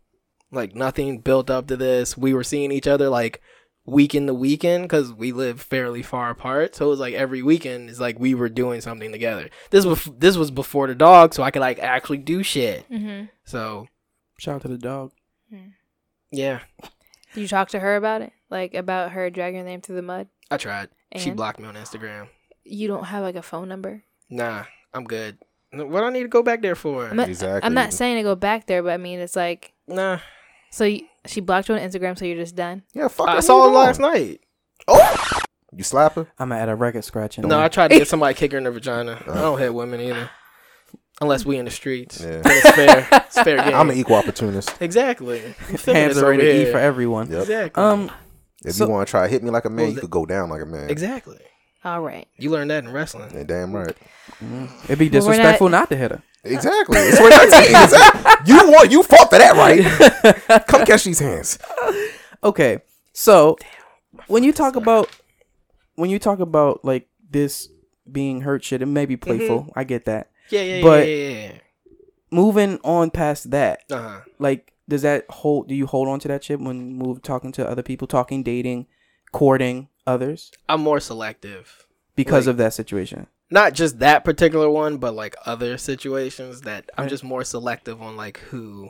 [SPEAKER 2] like nothing built up to this. We were seeing each other like weekend to weekend because we live fairly far apart. So it was like every weekend is like we were doing something together. This was this was before the dog, so I could like actually do shit.
[SPEAKER 4] Mm-hmm.
[SPEAKER 2] So
[SPEAKER 1] Shout out to the dog.
[SPEAKER 2] yeah,
[SPEAKER 4] Did you talk to her about it? Like about her dragging your name through the mud?
[SPEAKER 2] I tried. She
[SPEAKER 4] And?
[SPEAKER 2] blocked me on Instagram.
[SPEAKER 4] You don't have like a phone number?
[SPEAKER 2] Nah, I'm good. What I need to go back there for?
[SPEAKER 4] I'm not,
[SPEAKER 3] Exactly.
[SPEAKER 4] I'm not saying to go back there, but I mean, it's like,
[SPEAKER 2] nah,
[SPEAKER 4] so you, she blocked you on Instagram, so you're just done?
[SPEAKER 3] Yeah, fuck.
[SPEAKER 2] I
[SPEAKER 3] her,
[SPEAKER 2] saw her
[SPEAKER 3] move on.
[SPEAKER 2] last night.
[SPEAKER 3] Oh, you slap her?
[SPEAKER 1] I'm at a record scratching.
[SPEAKER 2] No, I tried to get somebody to kick her in the vagina.
[SPEAKER 1] Uh.
[SPEAKER 2] I don't hit women either, unless we in the streets.
[SPEAKER 3] Yeah.
[SPEAKER 2] It's fair. It's fair game.
[SPEAKER 3] I'm an equal opportunist.
[SPEAKER 2] exactly.
[SPEAKER 1] hands
[SPEAKER 2] Feminist
[SPEAKER 1] are
[SPEAKER 2] over
[SPEAKER 1] rated E
[SPEAKER 2] here.
[SPEAKER 1] for everyone.
[SPEAKER 3] Yep.
[SPEAKER 2] Exactly.
[SPEAKER 1] Um,
[SPEAKER 3] If
[SPEAKER 1] So-
[SPEAKER 3] you want to try to hit me like a man,
[SPEAKER 2] was
[SPEAKER 3] you
[SPEAKER 2] it?
[SPEAKER 3] could go down like a man.
[SPEAKER 2] exactly.
[SPEAKER 4] All right.
[SPEAKER 2] You learned that in wrestling.
[SPEAKER 3] Yeah, damn right.
[SPEAKER 1] it'd be
[SPEAKER 4] Well, we're not-
[SPEAKER 1] disrespecful not, to hit her.
[SPEAKER 3] Exactly. It's 2019. Exactly. You want you fought for that right? Come catch these hands.
[SPEAKER 1] Okay, so when you talk about when you talk about like this being hurt shit, it may be playful.
[SPEAKER 4] Mm-hmm.
[SPEAKER 1] I get that.
[SPEAKER 2] Yeah, yeah, yeah,
[SPEAKER 1] But-
[SPEAKER 2] yeah, yeah,
[SPEAKER 1] Moving on past that,
[SPEAKER 2] yeah. Uh-huh.
[SPEAKER 1] like does that hold? Do you hold on to that shit when you move talking to other people, talking, dating, courting others
[SPEAKER 2] I'm more selective.
[SPEAKER 1] because
[SPEAKER 2] Like-
[SPEAKER 1] of that situation?
[SPEAKER 2] Not just that particular one, but like other situations that I'm just more selective on, like who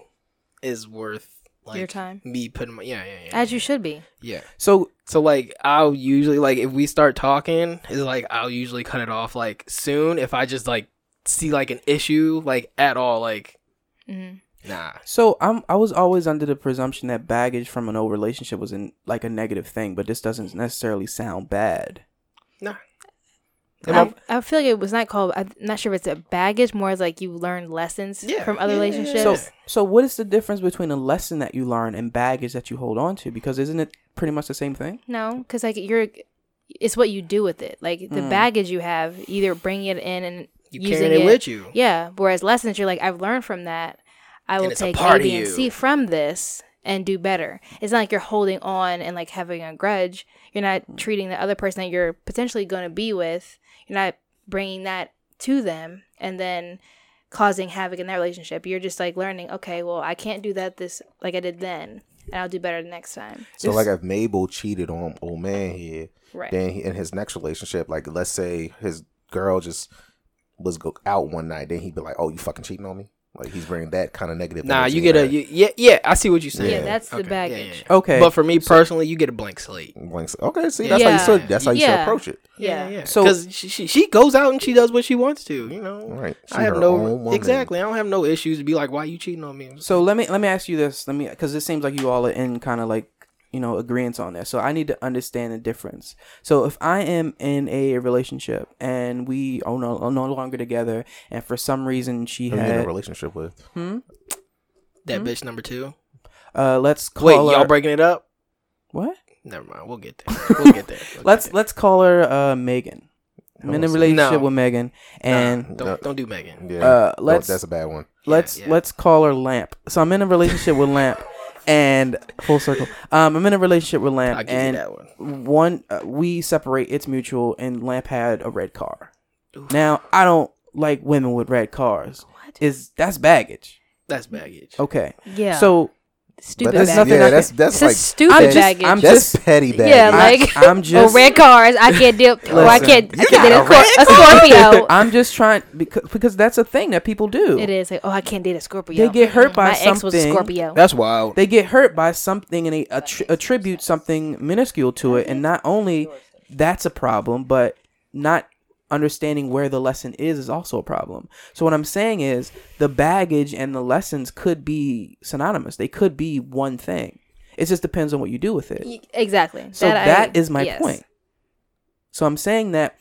[SPEAKER 2] is worth like
[SPEAKER 4] Your time.
[SPEAKER 2] Me putting my yeah, yeah, yeah.
[SPEAKER 4] As you should be.
[SPEAKER 2] yeah.
[SPEAKER 1] So
[SPEAKER 2] So like I'll usually like if we start talking, is like I'll usually cut it off like soon if I just like see like an issue like at all like
[SPEAKER 4] Mm-hmm.
[SPEAKER 2] nah.
[SPEAKER 1] So I'm I was always under the presumption that baggage from an old relationship was in, like a negative thing, but this doesn't necessarily sound bad.
[SPEAKER 2] Am
[SPEAKER 4] I, I feel like it was not called, I'm not sure if it's a baggage, more as like you learned lessons
[SPEAKER 2] Yeah,
[SPEAKER 4] from other
[SPEAKER 2] yeah, yeah, yeah.
[SPEAKER 4] relationships.
[SPEAKER 1] So so what is the difference between a lesson that you learn and baggage that you hold on to? Because isn't it pretty much the same thing?
[SPEAKER 4] No, because like you're, it's what you do with it. Like the
[SPEAKER 1] Mm.
[SPEAKER 4] baggage you have, either bring it in and
[SPEAKER 2] you
[SPEAKER 4] using
[SPEAKER 2] carrying it,
[SPEAKER 4] it.
[SPEAKER 2] with you.
[SPEAKER 4] Yeah. Whereas lessons, you're like, I've learned from that. I will
[SPEAKER 2] it's a
[SPEAKER 4] take A,
[SPEAKER 2] part of
[SPEAKER 4] B,
[SPEAKER 2] you.
[SPEAKER 4] and C from this and do better. It's not like you're holding on and like having a grudge. You're not treating the other person that you're potentially going to be with. You're not bringing that to them and then causing havoc in that relationship. You're just like learning, okay, well, I can't do that this like I did then, and I'll do better the next time.
[SPEAKER 3] So
[SPEAKER 1] It's-
[SPEAKER 3] like if Mabel cheated on old man here,
[SPEAKER 4] Right.
[SPEAKER 3] then he, in his next relationship, like let's say his girl just was go out one night, then he'd be like, "Oh, you fucking cheating on me!" Like he's bringing that kind of negative.
[SPEAKER 2] Nah,
[SPEAKER 3] energy
[SPEAKER 2] you get
[SPEAKER 3] in
[SPEAKER 2] a
[SPEAKER 3] her.
[SPEAKER 2] you, yeah yeah. I see what you're
[SPEAKER 4] yeah,
[SPEAKER 2] saying.
[SPEAKER 4] that's the
[SPEAKER 2] Okay, yeah,
[SPEAKER 4] baggage.
[SPEAKER 2] yeah, yeah.
[SPEAKER 1] Okay.
[SPEAKER 2] But for me personally, you get a blank slate.
[SPEAKER 3] Blinks- Okay, see, that's how you
[SPEAKER 4] Yeah.
[SPEAKER 3] should. That's how you should
[SPEAKER 4] Yeah.
[SPEAKER 3] approach it.
[SPEAKER 4] Yeah.
[SPEAKER 1] So-
[SPEAKER 2] because she, she she goes out and she does what she wants to. You know,
[SPEAKER 3] Right. She
[SPEAKER 2] I have
[SPEAKER 3] her
[SPEAKER 2] no
[SPEAKER 3] own woman.
[SPEAKER 2] exactly. I don't have no issues to be like, why you cheating on me?
[SPEAKER 1] So let me let me ask you this. Let me because it seems like you all are in kind of like you know agreements on this. So I need to understand the difference. So if I am in a relationship and we are no, are no longer together, and for some reason she
[SPEAKER 3] Who you in a
[SPEAKER 1] had,
[SPEAKER 3] relationship with?
[SPEAKER 1] hmm?
[SPEAKER 2] that
[SPEAKER 4] Mm-hmm.
[SPEAKER 2] bitch number two.
[SPEAKER 1] uh, let's call
[SPEAKER 2] Wait,
[SPEAKER 1] her,
[SPEAKER 2] y'all breaking it up?
[SPEAKER 1] what?
[SPEAKER 2] Never mind. We'll get there. We'll get there. We'll
[SPEAKER 1] Let's
[SPEAKER 2] get
[SPEAKER 1] let's call her uh, Megan. I'm in a
[SPEAKER 3] No.
[SPEAKER 1] relationship
[SPEAKER 2] No.
[SPEAKER 1] with Megan,
[SPEAKER 2] there.
[SPEAKER 1] and
[SPEAKER 2] Nah, don't don't do Megan.
[SPEAKER 3] Yeah.
[SPEAKER 1] Uh,
[SPEAKER 3] No,
[SPEAKER 1] let's-
[SPEAKER 3] that's a bad one.
[SPEAKER 1] let's
[SPEAKER 2] yeah.
[SPEAKER 1] let's call her Lamp. So I'm in a relationship with Lamp, and full circle. Um, I'm in a relationship with Lamp,
[SPEAKER 2] I'll give
[SPEAKER 1] and
[SPEAKER 2] you that one.
[SPEAKER 1] one uh, we separate it's mutual and lamp had a red car
[SPEAKER 2] Oof.
[SPEAKER 1] now i don't like women with red cars
[SPEAKER 4] What?
[SPEAKER 1] is that's baggage
[SPEAKER 2] That's baggage.
[SPEAKER 1] okay
[SPEAKER 4] yeah.
[SPEAKER 1] so
[SPEAKER 3] But
[SPEAKER 4] stupid
[SPEAKER 1] baggage.
[SPEAKER 3] that's yeah,
[SPEAKER 1] Nothing I
[SPEAKER 3] that's
[SPEAKER 1] can-
[SPEAKER 3] that's
[SPEAKER 4] It's
[SPEAKER 3] like
[SPEAKER 4] just stupid
[SPEAKER 1] I'm
[SPEAKER 3] petty-
[SPEAKER 1] just-
[SPEAKER 4] baggage.
[SPEAKER 1] I'm
[SPEAKER 3] that's
[SPEAKER 1] just-
[SPEAKER 3] petty baggage.
[SPEAKER 4] Yeah, like-
[SPEAKER 1] I, am
[SPEAKER 4] Well,
[SPEAKER 1] just
[SPEAKER 4] red cars, I can't deal. Well, I
[SPEAKER 1] Listen,
[SPEAKER 4] can't. I
[SPEAKER 3] you
[SPEAKER 4] can't date
[SPEAKER 3] got
[SPEAKER 4] a,
[SPEAKER 3] a
[SPEAKER 4] cor- a Scorpio.
[SPEAKER 1] i'm just trying because, because that's a thing that people do
[SPEAKER 4] it is like, oh, I can't date a Scorpio.
[SPEAKER 1] They get hurt by
[SPEAKER 4] My ex was a
[SPEAKER 1] something.
[SPEAKER 4] Scorpio.
[SPEAKER 2] That's wild.
[SPEAKER 1] they get hurt by something and they attr- attribute something minuscule to it and not only that's a problem but not understanding where the lesson is is also a problem so what i'm saying is the baggage and the lessons could be synonymous they could be one thing it just depends on what you do with it
[SPEAKER 4] Y- exactly.
[SPEAKER 1] so
[SPEAKER 4] I-
[SPEAKER 1] that is my
[SPEAKER 4] yes.
[SPEAKER 1] point. So I'm saying that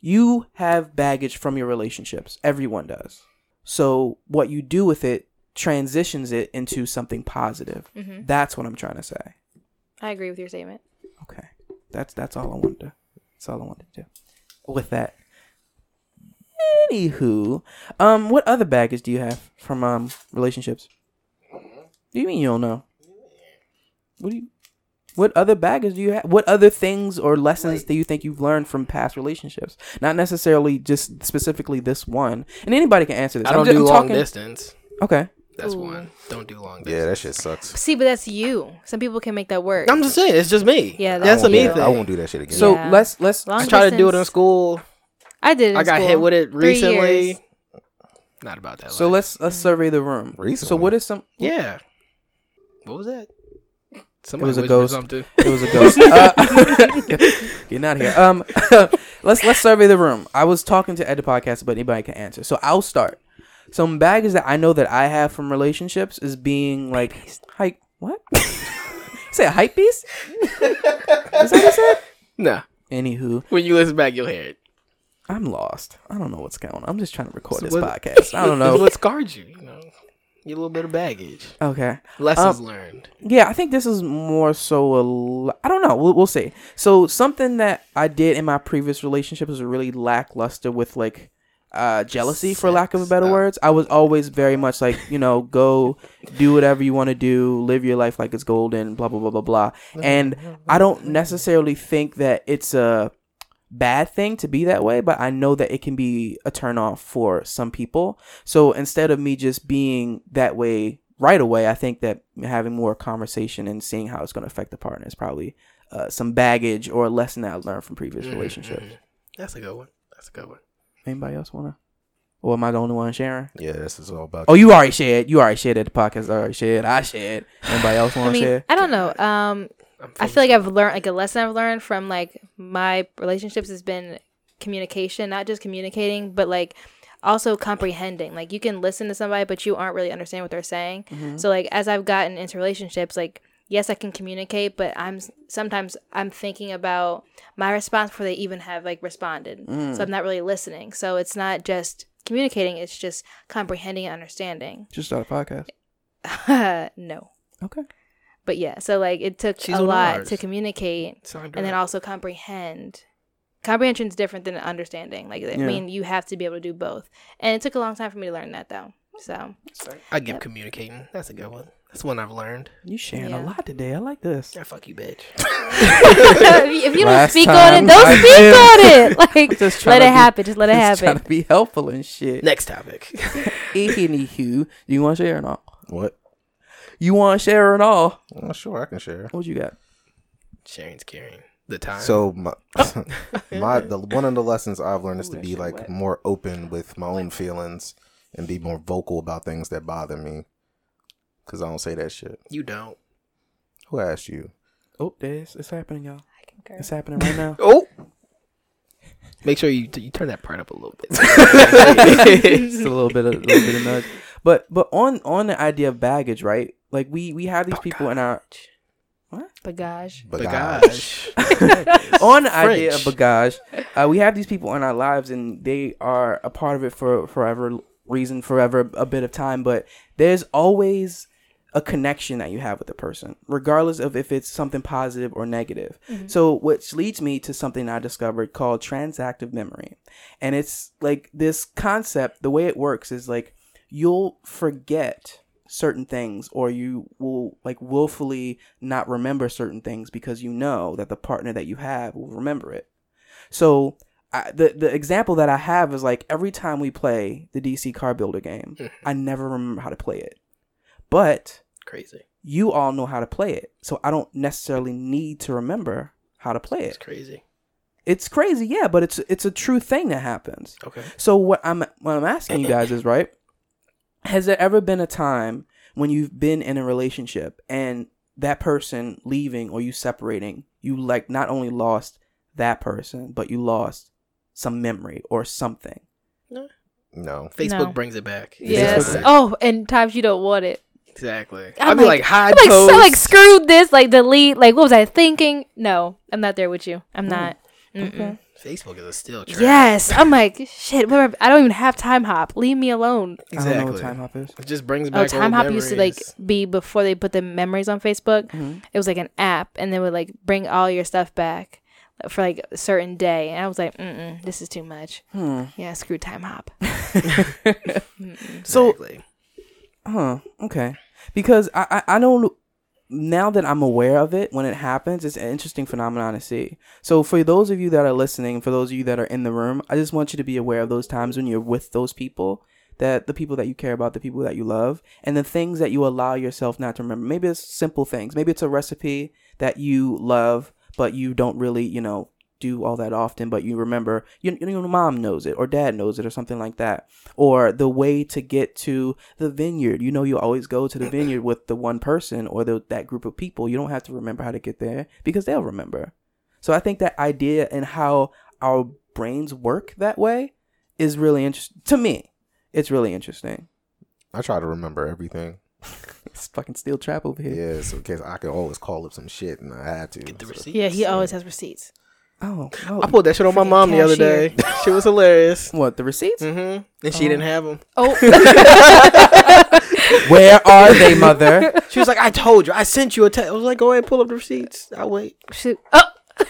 [SPEAKER 1] you have baggage from your relationships. Everyone does. So what you do with it transitions it into something positive.
[SPEAKER 4] Mhm.
[SPEAKER 1] That's what I'm trying to say.
[SPEAKER 4] I agree with your statement.
[SPEAKER 1] Okay. That's that's all I wanted to that's all I wanted to do. With that. Anywho, um, what other baggage do you have from um relationships?
[SPEAKER 2] Mm-hmm.
[SPEAKER 1] What do you mean you don't know? What do you what other baggage do you have? What other things or lessons do you think you've learned from past relationships? Not necessarily just specifically this one. And anybody can answer this.
[SPEAKER 2] I don't
[SPEAKER 1] ju-
[SPEAKER 2] do long
[SPEAKER 1] talking-
[SPEAKER 2] distance.
[SPEAKER 1] Okay.
[SPEAKER 2] That's
[SPEAKER 4] Ooh.
[SPEAKER 2] one. Don't do long distance.
[SPEAKER 3] yeah, that shit sucks.
[SPEAKER 4] See, but that's you. Some people can make that work.
[SPEAKER 2] I'm just saying, it's just me.
[SPEAKER 4] Yeah,
[SPEAKER 2] that's
[SPEAKER 4] that's
[SPEAKER 2] a
[SPEAKER 3] I
[SPEAKER 2] me
[SPEAKER 3] won't do
[SPEAKER 2] thing.
[SPEAKER 3] that- I
[SPEAKER 2] I,
[SPEAKER 3] won't do that shit again.
[SPEAKER 1] So
[SPEAKER 4] Yeah.
[SPEAKER 1] let's let's
[SPEAKER 4] Long
[SPEAKER 2] tried to do it in
[SPEAKER 4] distance-
[SPEAKER 2] school.
[SPEAKER 4] I did. It
[SPEAKER 2] I got hit with it recently. Not about that.
[SPEAKER 1] so
[SPEAKER 2] life.
[SPEAKER 1] let's let's survey the room. So
[SPEAKER 3] Recently.
[SPEAKER 1] what is some
[SPEAKER 2] Yeah. What was that? Somebody
[SPEAKER 1] was a
[SPEAKER 2] whispered
[SPEAKER 1] ghost.
[SPEAKER 2] Something.
[SPEAKER 1] It was a ghost. uh, getting out of here. Um, let's let's survey the room. I was talking to Ed the podcast, but anybody can answer. So I'll start. Some baggage that I know that I have from relationships is being like hype. What? You say a hype beast? is that what I said?
[SPEAKER 2] Nah.
[SPEAKER 1] Anywho,
[SPEAKER 2] When you listen back, you'll hear it.
[SPEAKER 1] I'm lost. I don't know what's going on. I'm just trying to record
[SPEAKER 2] So
[SPEAKER 1] this
[SPEAKER 2] what-
[SPEAKER 1] podcast. I don't
[SPEAKER 2] It's
[SPEAKER 1] know.
[SPEAKER 2] what scarred you. You know, your little bit of baggage,
[SPEAKER 1] Okay.
[SPEAKER 2] lessons
[SPEAKER 1] Um,
[SPEAKER 2] learned.
[SPEAKER 1] Yeah, I think this is more so a. l- I don't know. We'll, we'll see. So something that I did in my previous relationship was really lackluster with like uh jealousy for lack of
[SPEAKER 2] Sex.
[SPEAKER 1] better
[SPEAKER 2] Oh.
[SPEAKER 1] words i was always very much like you know go do whatever you want to do live your life like it's golden blah blah blah blah blah and i don't necessarily think that it's a bad thing to be that way but i know that it can be a turn off for some people so instead of me just being that way right away i think that having more conversation and seeing how it's going to affect the partner is probably uh, some baggage or a lesson that i learned from previous
[SPEAKER 2] Mhm,
[SPEAKER 1] relationships
[SPEAKER 2] mhm. That's a good one. That's a good one.
[SPEAKER 1] anybody else want to or am i the only one sharing
[SPEAKER 3] yeah, this is all about.
[SPEAKER 1] Oh, you already shared. You already shared at the podcast. I already shared. I shared. Anybody else
[SPEAKER 4] I
[SPEAKER 1] want to
[SPEAKER 4] mean,
[SPEAKER 1] share?
[SPEAKER 4] I don't know. Um,
[SPEAKER 2] I'm
[SPEAKER 4] I feel like I've learned like a lesson I've learned from like my relationships has been communication, not just communicating, but like also comprehending. Like you can listen to somebody, but you aren't really understanding what they're saying.
[SPEAKER 1] Mm-hmm.
[SPEAKER 4] So like as I've gotten into relationships, like yes, I can communicate, but I'm s- sometimes I'm thinking about my response before they even have like responded.
[SPEAKER 2] Mm.
[SPEAKER 4] So I'm not really listening. So it's not just communicating; it's just comprehending and understanding.
[SPEAKER 1] Just start a podcast.
[SPEAKER 4] no,
[SPEAKER 1] Okay.
[SPEAKER 4] but yeah. So like it took
[SPEAKER 2] She's
[SPEAKER 4] a
[SPEAKER 2] on
[SPEAKER 4] lot
[SPEAKER 2] ours.
[SPEAKER 4] to communicate
[SPEAKER 2] Sound
[SPEAKER 4] and then
[SPEAKER 2] right.
[SPEAKER 4] also comprehend comprehension is different than understanding. Like, I
[SPEAKER 1] Yeah.
[SPEAKER 4] mean, you have to be able to do both. And it took a long time for me to learn that, though. So,
[SPEAKER 2] I give communicating. That's a good one. That's one I've learned.
[SPEAKER 1] You sharing a
[SPEAKER 4] Yeah.
[SPEAKER 1] lot today. I like this.
[SPEAKER 2] Yeah, fuck you, bitch.
[SPEAKER 4] if you- if you don't
[SPEAKER 1] Last
[SPEAKER 4] speak on
[SPEAKER 1] time
[SPEAKER 4] it, don't
[SPEAKER 1] I
[SPEAKER 4] speak
[SPEAKER 1] did.
[SPEAKER 4] on it. Like,
[SPEAKER 1] Just trying
[SPEAKER 4] let it
[SPEAKER 1] to be-
[SPEAKER 4] happen. Just let it
[SPEAKER 1] Just trying
[SPEAKER 4] happen.
[SPEAKER 1] to be helpful and shit.
[SPEAKER 2] Next topic.
[SPEAKER 1] Anywho, you want to share or not?
[SPEAKER 3] What?
[SPEAKER 1] You want to share or not?
[SPEAKER 3] Well, sure, I can share.
[SPEAKER 1] What you got?
[SPEAKER 2] Sharing's caring. The time.
[SPEAKER 3] So my, my the one of the lessons I've learned is
[SPEAKER 1] Oh. Ooh,
[SPEAKER 3] to
[SPEAKER 1] that
[SPEAKER 3] be
[SPEAKER 1] shit
[SPEAKER 3] like
[SPEAKER 1] wet.
[SPEAKER 3] more open with my own feelings and be more vocal about things that bother me. Cause I don't say that shit.
[SPEAKER 2] you don't.
[SPEAKER 3] Who asked you?
[SPEAKER 1] Oh, there's it's happening, y'all. It's happening right now.
[SPEAKER 2] Oh. Make sure you you turn that part up a little bit.
[SPEAKER 1] Just a little bit of a little bit of nudge. But but on on the idea of baggage, right? Like we we have these people in our
[SPEAKER 4] Bagage.
[SPEAKER 3] But
[SPEAKER 2] Gosh.
[SPEAKER 1] on the idea of
[SPEAKER 2] French.
[SPEAKER 1] bagage, uh, we have these people in our lives, and they are a part of it for forever reason, forever a bit of time. But there's always a connection that you have with the person, regardless of if it's something positive or negative. So, which leads me to something I discovered called transactive memory, and it's like this concept. The way it works is like you'll forget certain things or you will like willfully not remember certain things because you know that the partner that you have will remember it so I, the the example that i have is like every time we play the dc car builder game i never remember how to play it but
[SPEAKER 2] crazy.
[SPEAKER 1] you all know how to play it so i don't necessarily need to remember how to play
[SPEAKER 2] It's
[SPEAKER 1] it
[SPEAKER 2] crazy.
[SPEAKER 1] it's crazy yeah but it's it's a true thing that happens
[SPEAKER 2] Okay.
[SPEAKER 1] so what I'm what I'm asking you guys is right. Has there ever been a time when you've been in a relationship and that person leaving or you separating, you like not only lost that person, but you lost some memory or something?
[SPEAKER 3] No.
[SPEAKER 2] Facebook
[SPEAKER 4] No.
[SPEAKER 2] brings it back.
[SPEAKER 4] Yes.
[SPEAKER 2] Exactly.
[SPEAKER 4] Oh, and times you don't want it.
[SPEAKER 2] Exactly.
[SPEAKER 4] I'm
[SPEAKER 2] I'll be
[SPEAKER 4] like-
[SPEAKER 2] like, hide
[SPEAKER 4] I'm like, so,
[SPEAKER 2] posts.
[SPEAKER 4] like screwed this, like delete, like what was I thinking? No, I'm not there with you. I'm
[SPEAKER 1] Mm.
[SPEAKER 4] not. Mm-mm.
[SPEAKER 1] Okay.
[SPEAKER 2] Facebook is a still trap.
[SPEAKER 4] Yes, I'm like shit. Whatever. I don't even have time hop. Leave me alone.
[SPEAKER 2] Exactly.
[SPEAKER 1] I don't know what time hop is.
[SPEAKER 2] It just brings
[SPEAKER 4] Oh,
[SPEAKER 2] back.
[SPEAKER 4] time
[SPEAKER 2] old
[SPEAKER 4] hop used to like
[SPEAKER 2] memories.
[SPEAKER 4] be before they put the memories on Facebook.
[SPEAKER 1] Mhm.
[SPEAKER 4] It was like an app, and they would like bring all your stuff back for like a certain day. And I was like, Mm-mm, this is too much.
[SPEAKER 1] Hmm.
[SPEAKER 4] Yeah, screw time hop.
[SPEAKER 1] So
[SPEAKER 2] Exactly.
[SPEAKER 1] Huh. Okay. Because I, I I don't now that I'm aware of it when it happens, it's an interesting phenomenon to see. So for those of you that are listening, for those of you that are in the room, I just want you to be aware of those times when you're with those people that the people that you care about, the people that you love, and the things that you allow yourself not to remember. Maybe it's simple things. Maybe it's a recipe that you love, but you don't really, you know, do all that often, but you remember your, your mom knows it or dad knows it or something like that. Or the way to get to the vineyard. You know, you always go to the vineyard with the one person or the, that group of people. You don't have to remember how to get there because they'll remember. So I think that idea and how our brains work that way is really interesting. To me, it's really interesting.
[SPEAKER 3] I try to remember everything.
[SPEAKER 1] It's fucking steel trap over here.
[SPEAKER 3] Yeah, so in case I could always call up some shit and I had to.
[SPEAKER 2] Get the
[SPEAKER 3] So-
[SPEAKER 2] receipt.
[SPEAKER 4] Yeah, he always has receipts.
[SPEAKER 1] Oh,
[SPEAKER 2] I
[SPEAKER 1] no.
[SPEAKER 2] pulled that shit on my
[SPEAKER 4] Freaking
[SPEAKER 2] mom the other
[SPEAKER 4] cashier.
[SPEAKER 2] day. shit was hilarious.
[SPEAKER 1] what the receipts?
[SPEAKER 2] hmm And she didn't have them.
[SPEAKER 4] Oh.
[SPEAKER 1] Where are they, mother?
[SPEAKER 2] She was like, "I told you, I sent you a text." I was like, "Go ahead, and pull up the receipts. I'll wait."
[SPEAKER 4] Shoot. Oh.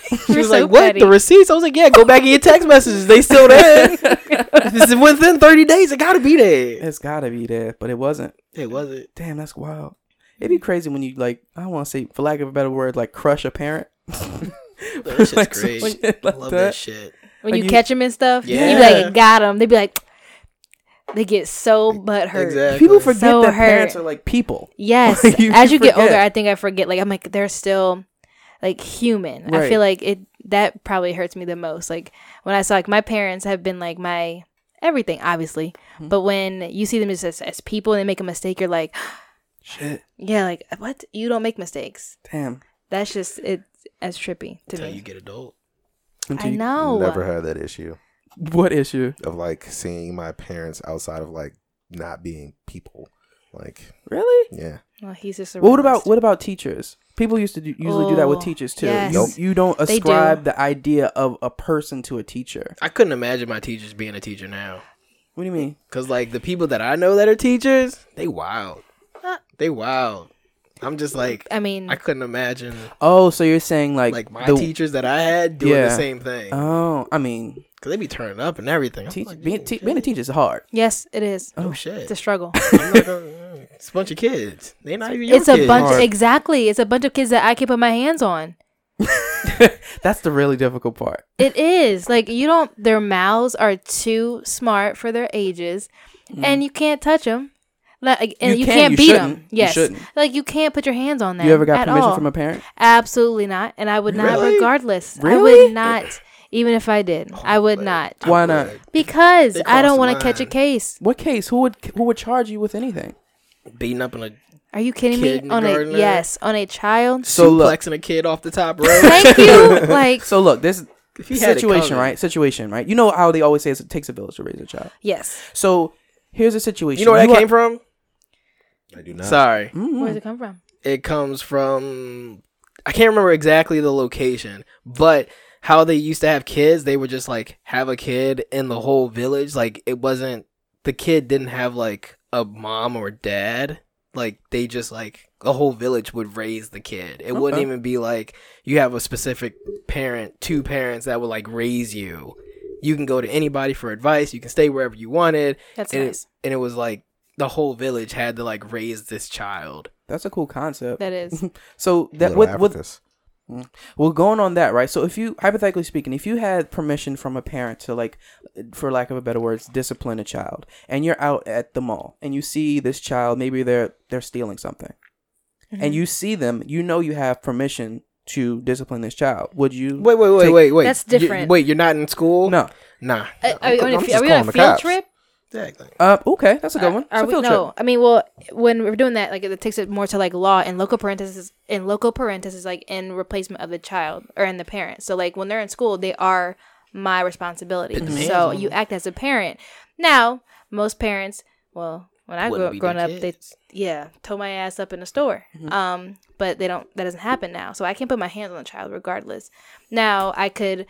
[SPEAKER 2] She
[SPEAKER 4] You're
[SPEAKER 2] was
[SPEAKER 4] so
[SPEAKER 2] like, "What?
[SPEAKER 4] petty.
[SPEAKER 2] The receipts?" I was like, "Yeah, go back in your text messages. They still there. this is within thirty days. It gotta be there."
[SPEAKER 1] it's gotta be there, but it wasn't.
[SPEAKER 2] It wasn't.
[SPEAKER 1] Damn, that's wild. It'd
[SPEAKER 4] Mm.
[SPEAKER 1] be crazy when you like. I don't want to say, for lack of a better word, like crush a parent. Like
[SPEAKER 2] That shit's
[SPEAKER 1] some
[SPEAKER 2] great.
[SPEAKER 1] shit
[SPEAKER 2] I
[SPEAKER 1] like
[SPEAKER 2] love
[SPEAKER 1] that.
[SPEAKER 2] that shit.
[SPEAKER 4] when
[SPEAKER 1] Like
[SPEAKER 4] you,
[SPEAKER 1] you-
[SPEAKER 4] catch them and stuff, you be
[SPEAKER 2] Yeah.
[SPEAKER 4] like, got them. They be like, they get so butthurt.
[SPEAKER 2] Exactly.
[SPEAKER 1] People forget
[SPEAKER 4] So
[SPEAKER 1] that parents
[SPEAKER 4] hurt.
[SPEAKER 1] are like people.
[SPEAKER 4] Yes.
[SPEAKER 1] Like, you-
[SPEAKER 4] As
[SPEAKER 1] you
[SPEAKER 4] you get older,
[SPEAKER 1] forget.
[SPEAKER 4] I think I forget. Like, I'm like, they're still like human. I
[SPEAKER 1] Right.
[SPEAKER 4] feel like it, that probably hurts me the most. Like, when I saw, like, my parents have been like my everything, obviously. But when you see them as, as, as people and they make a mistake, you're like,
[SPEAKER 1] Shit.
[SPEAKER 4] yeah, like, what? You don't make mistakes.
[SPEAKER 1] Damn.
[SPEAKER 4] That's just, it's as trippy to
[SPEAKER 2] Until
[SPEAKER 4] me.
[SPEAKER 2] you get adult.
[SPEAKER 1] Until
[SPEAKER 4] I
[SPEAKER 1] you-
[SPEAKER 4] know.
[SPEAKER 3] Never had that issue
[SPEAKER 1] What issue?
[SPEAKER 3] of like seeing my parents outside of like not being people. Like,
[SPEAKER 1] Really?
[SPEAKER 3] yeah.
[SPEAKER 4] Well, he's just a
[SPEAKER 1] Well, what about
[SPEAKER 4] realist.
[SPEAKER 1] what about teachers? People used to do, usually do that with
[SPEAKER 4] Oh,
[SPEAKER 1] teachers too.
[SPEAKER 4] yes.
[SPEAKER 1] You,
[SPEAKER 4] Nope.
[SPEAKER 1] you don't
[SPEAKER 4] They do.
[SPEAKER 1] ascribe the idea of a person to a teacher.
[SPEAKER 2] I couldn't imagine my teachers being a teacher now.
[SPEAKER 1] What do you mean?
[SPEAKER 2] Cause like the people that I know that are teachers, they wild.
[SPEAKER 4] Huh.
[SPEAKER 2] They wild. I'm just like
[SPEAKER 4] Uh, I mean,
[SPEAKER 2] I couldn't imagine
[SPEAKER 1] Oh, so you're saying like,
[SPEAKER 2] like, my
[SPEAKER 1] the-
[SPEAKER 2] teachers that I had doing
[SPEAKER 1] Yeah.
[SPEAKER 2] the same thing because
[SPEAKER 1] Oh, I mean,
[SPEAKER 2] they be turning up and everything. I'm
[SPEAKER 1] teach,
[SPEAKER 2] like,
[SPEAKER 1] being,
[SPEAKER 2] "Ooh,
[SPEAKER 1] te-
[SPEAKER 2] shit."
[SPEAKER 1] being a teacher is hard.
[SPEAKER 4] yes, it is.
[SPEAKER 2] oh
[SPEAKER 4] It's a
[SPEAKER 2] shit,
[SPEAKER 4] struggle.
[SPEAKER 2] I'm not gonna- it's a bunch of kids. They not even your
[SPEAKER 4] it's a
[SPEAKER 2] kids.
[SPEAKER 4] bunch
[SPEAKER 1] Hard.
[SPEAKER 4] exactly. It's a bunch of kids that I can put my hands on.
[SPEAKER 1] That's the really difficult part.
[SPEAKER 4] It is like you don't. Their mouths are too smart for their ages, and you can't touch them. Like, and you,
[SPEAKER 1] can,
[SPEAKER 4] can't
[SPEAKER 1] Mm. you
[SPEAKER 4] beat
[SPEAKER 1] shouldn't,
[SPEAKER 4] them.
[SPEAKER 1] you
[SPEAKER 4] Yes,
[SPEAKER 1] shouldn't.
[SPEAKER 4] like you can't put your hands on them.
[SPEAKER 1] You ever got
[SPEAKER 4] at
[SPEAKER 1] permission
[SPEAKER 4] all.
[SPEAKER 1] from a parent?
[SPEAKER 4] Absolutely not, and I would not.
[SPEAKER 2] Really?
[SPEAKER 4] Regardless, I
[SPEAKER 1] Really?
[SPEAKER 4] would not. Even if I did, I would not
[SPEAKER 1] Why not?
[SPEAKER 4] because
[SPEAKER 2] They
[SPEAKER 4] I don't
[SPEAKER 2] crossed
[SPEAKER 4] want
[SPEAKER 2] the
[SPEAKER 4] to catch a
[SPEAKER 2] line.
[SPEAKER 4] case.
[SPEAKER 1] What case? Who would who would charge you with anything?
[SPEAKER 2] Beating up on a
[SPEAKER 4] Are you kidding me? On a
[SPEAKER 2] Kindergartner.
[SPEAKER 4] yes, on a child.
[SPEAKER 1] So look,
[SPEAKER 2] suplexing a kid off the top rope.
[SPEAKER 4] Thank you. Like
[SPEAKER 1] so look. This
[SPEAKER 2] If he had it
[SPEAKER 1] situation,
[SPEAKER 2] coming.
[SPEAKER 1] right? Situation, right? You know how they always say it's- it takes a village to raise a child.
[SPEAKER 4] yes.
[SPEAKER 1] So here's a situation.
[SPEAKER 2] You know where that came from?
[SPEAKER 3] I do not.
[SPEAKER 2] Sorry,
[SPEAKER 1] Mm-hmm.
[SPEAKER 4] Where does it come from?
[SPEAKER 2] it comes from I can't remember exactly the location, but how they used to have kids, they would just like have a kid in the whole village. Like it wasn't the kid didn't have like a mom or dad. Like they just like a whole village would raise the kid. It wouldn't
[SPEAKER 1] Okay.
[SPEAKER 2] even be like you have a specific parent, two parents that would like raise you. You can go to anybody for advice. You can stay wherever you wanted.
[SPEAKER 4] That's
[SPEAKER 2] and,
[SPEAKER 4] nice.
[SPEAKER 2] it, and it was like the whole village had to like raise this child.
[SPEAKER 1] That's a cool concept.
[SPEAKER 4] That is.
[SPEAKER 1] So that
[SPEAKER 3] Little
[SPEAKER 1] with, with
[SPEAKER 3] Africans.
[SPEAKER 1] well going on that right. So if you hypothetically speaking, if you had permission from a parent to like, for lack of a better words, discipline a child, and you're out at the mall and you see this child, maybe they're they're stealing something,
[SPEAKER 2] Mm-hmm.
[SPEAKER 1] and you see them, you know you have permission to discipline this child. Would you?
[SPEAKER 2] Wait, wait, wait,
[SPEAKER 1] Take-
[SPEAKER 2] wait, wait.
[SPEAKER 4] That's
[SPEAKER 2] You-
[SPEAKER 4] different.
[SPEAKER 2] wait, you're not in school?
[SPEAKER 1] No.
[SPEAKER 2] Nah.
[SPEAKER 4] Uh, are, we on a
[SPEAKER 3] I'm
[SPEAKER 4] fe-
[SPEAKER 3] just
[SPEAKER 4] are we on
[SPEAKER 3] calling
[SPEAKER 4] a
[SPEAKER 3] the
[SPEAKER 4] field
[SPEAKER 3] cops.
[SPEAKER 4] trip?
[SPEAKER 2] Exactly.
[SPEAKER 1] Uh, okay, that's a good one. It's
[SPEAKER 4] Are
[SPEAKER 1] a
[SPEAKER 4] we,
[SPEAKER 1] field
[SPEAKER 4] no,
[SPEAKER 1] trip.
[SPEAKER 4] I mean, well, when we're doing that, like it takes it more to like law and local parenthesis and local parenthesis, like in replacement of the child or in the parent. So like when they're in school, they are my responsibility.
[SPEAKER 2] demands
[SPEAKER 4] So
[SPEAKER 2] on
[SPEAKER 4] you act as a parent. Now most parents, well, when I
[SPEAKER 2] Wouldn't
[SPEAKER 4] grew up,
[SPEAKER 2] be
[SPEAKER 4] growing
[SPEAKER 2] their
[SPEAKER 4] up, they
[SPEAKER 2] kids.
[SPEAKER 4] yeah, tow my ass up in the store. Um, but they don't. That doesn't happen now. So I can't put my hands on the child regardless. Now I could.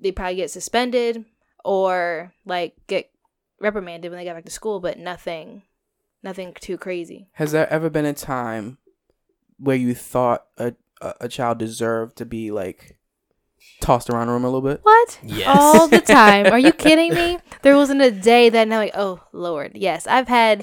[SPEAKER 4] They probably get suspended or like get reprimanded when they got back to school, but nothing, nothing too crazy.
[SPEAKER 1] Has there ever been a time where you thought a a, a child deserved to be like tossed around the room a little bit?
[SPEAKER 4] What?
[SPEAKER 2] Yes.
[SPEAKER 4] All the time. Are you kidding me? There wasn't a day that now like, oh Lord, yes, I've had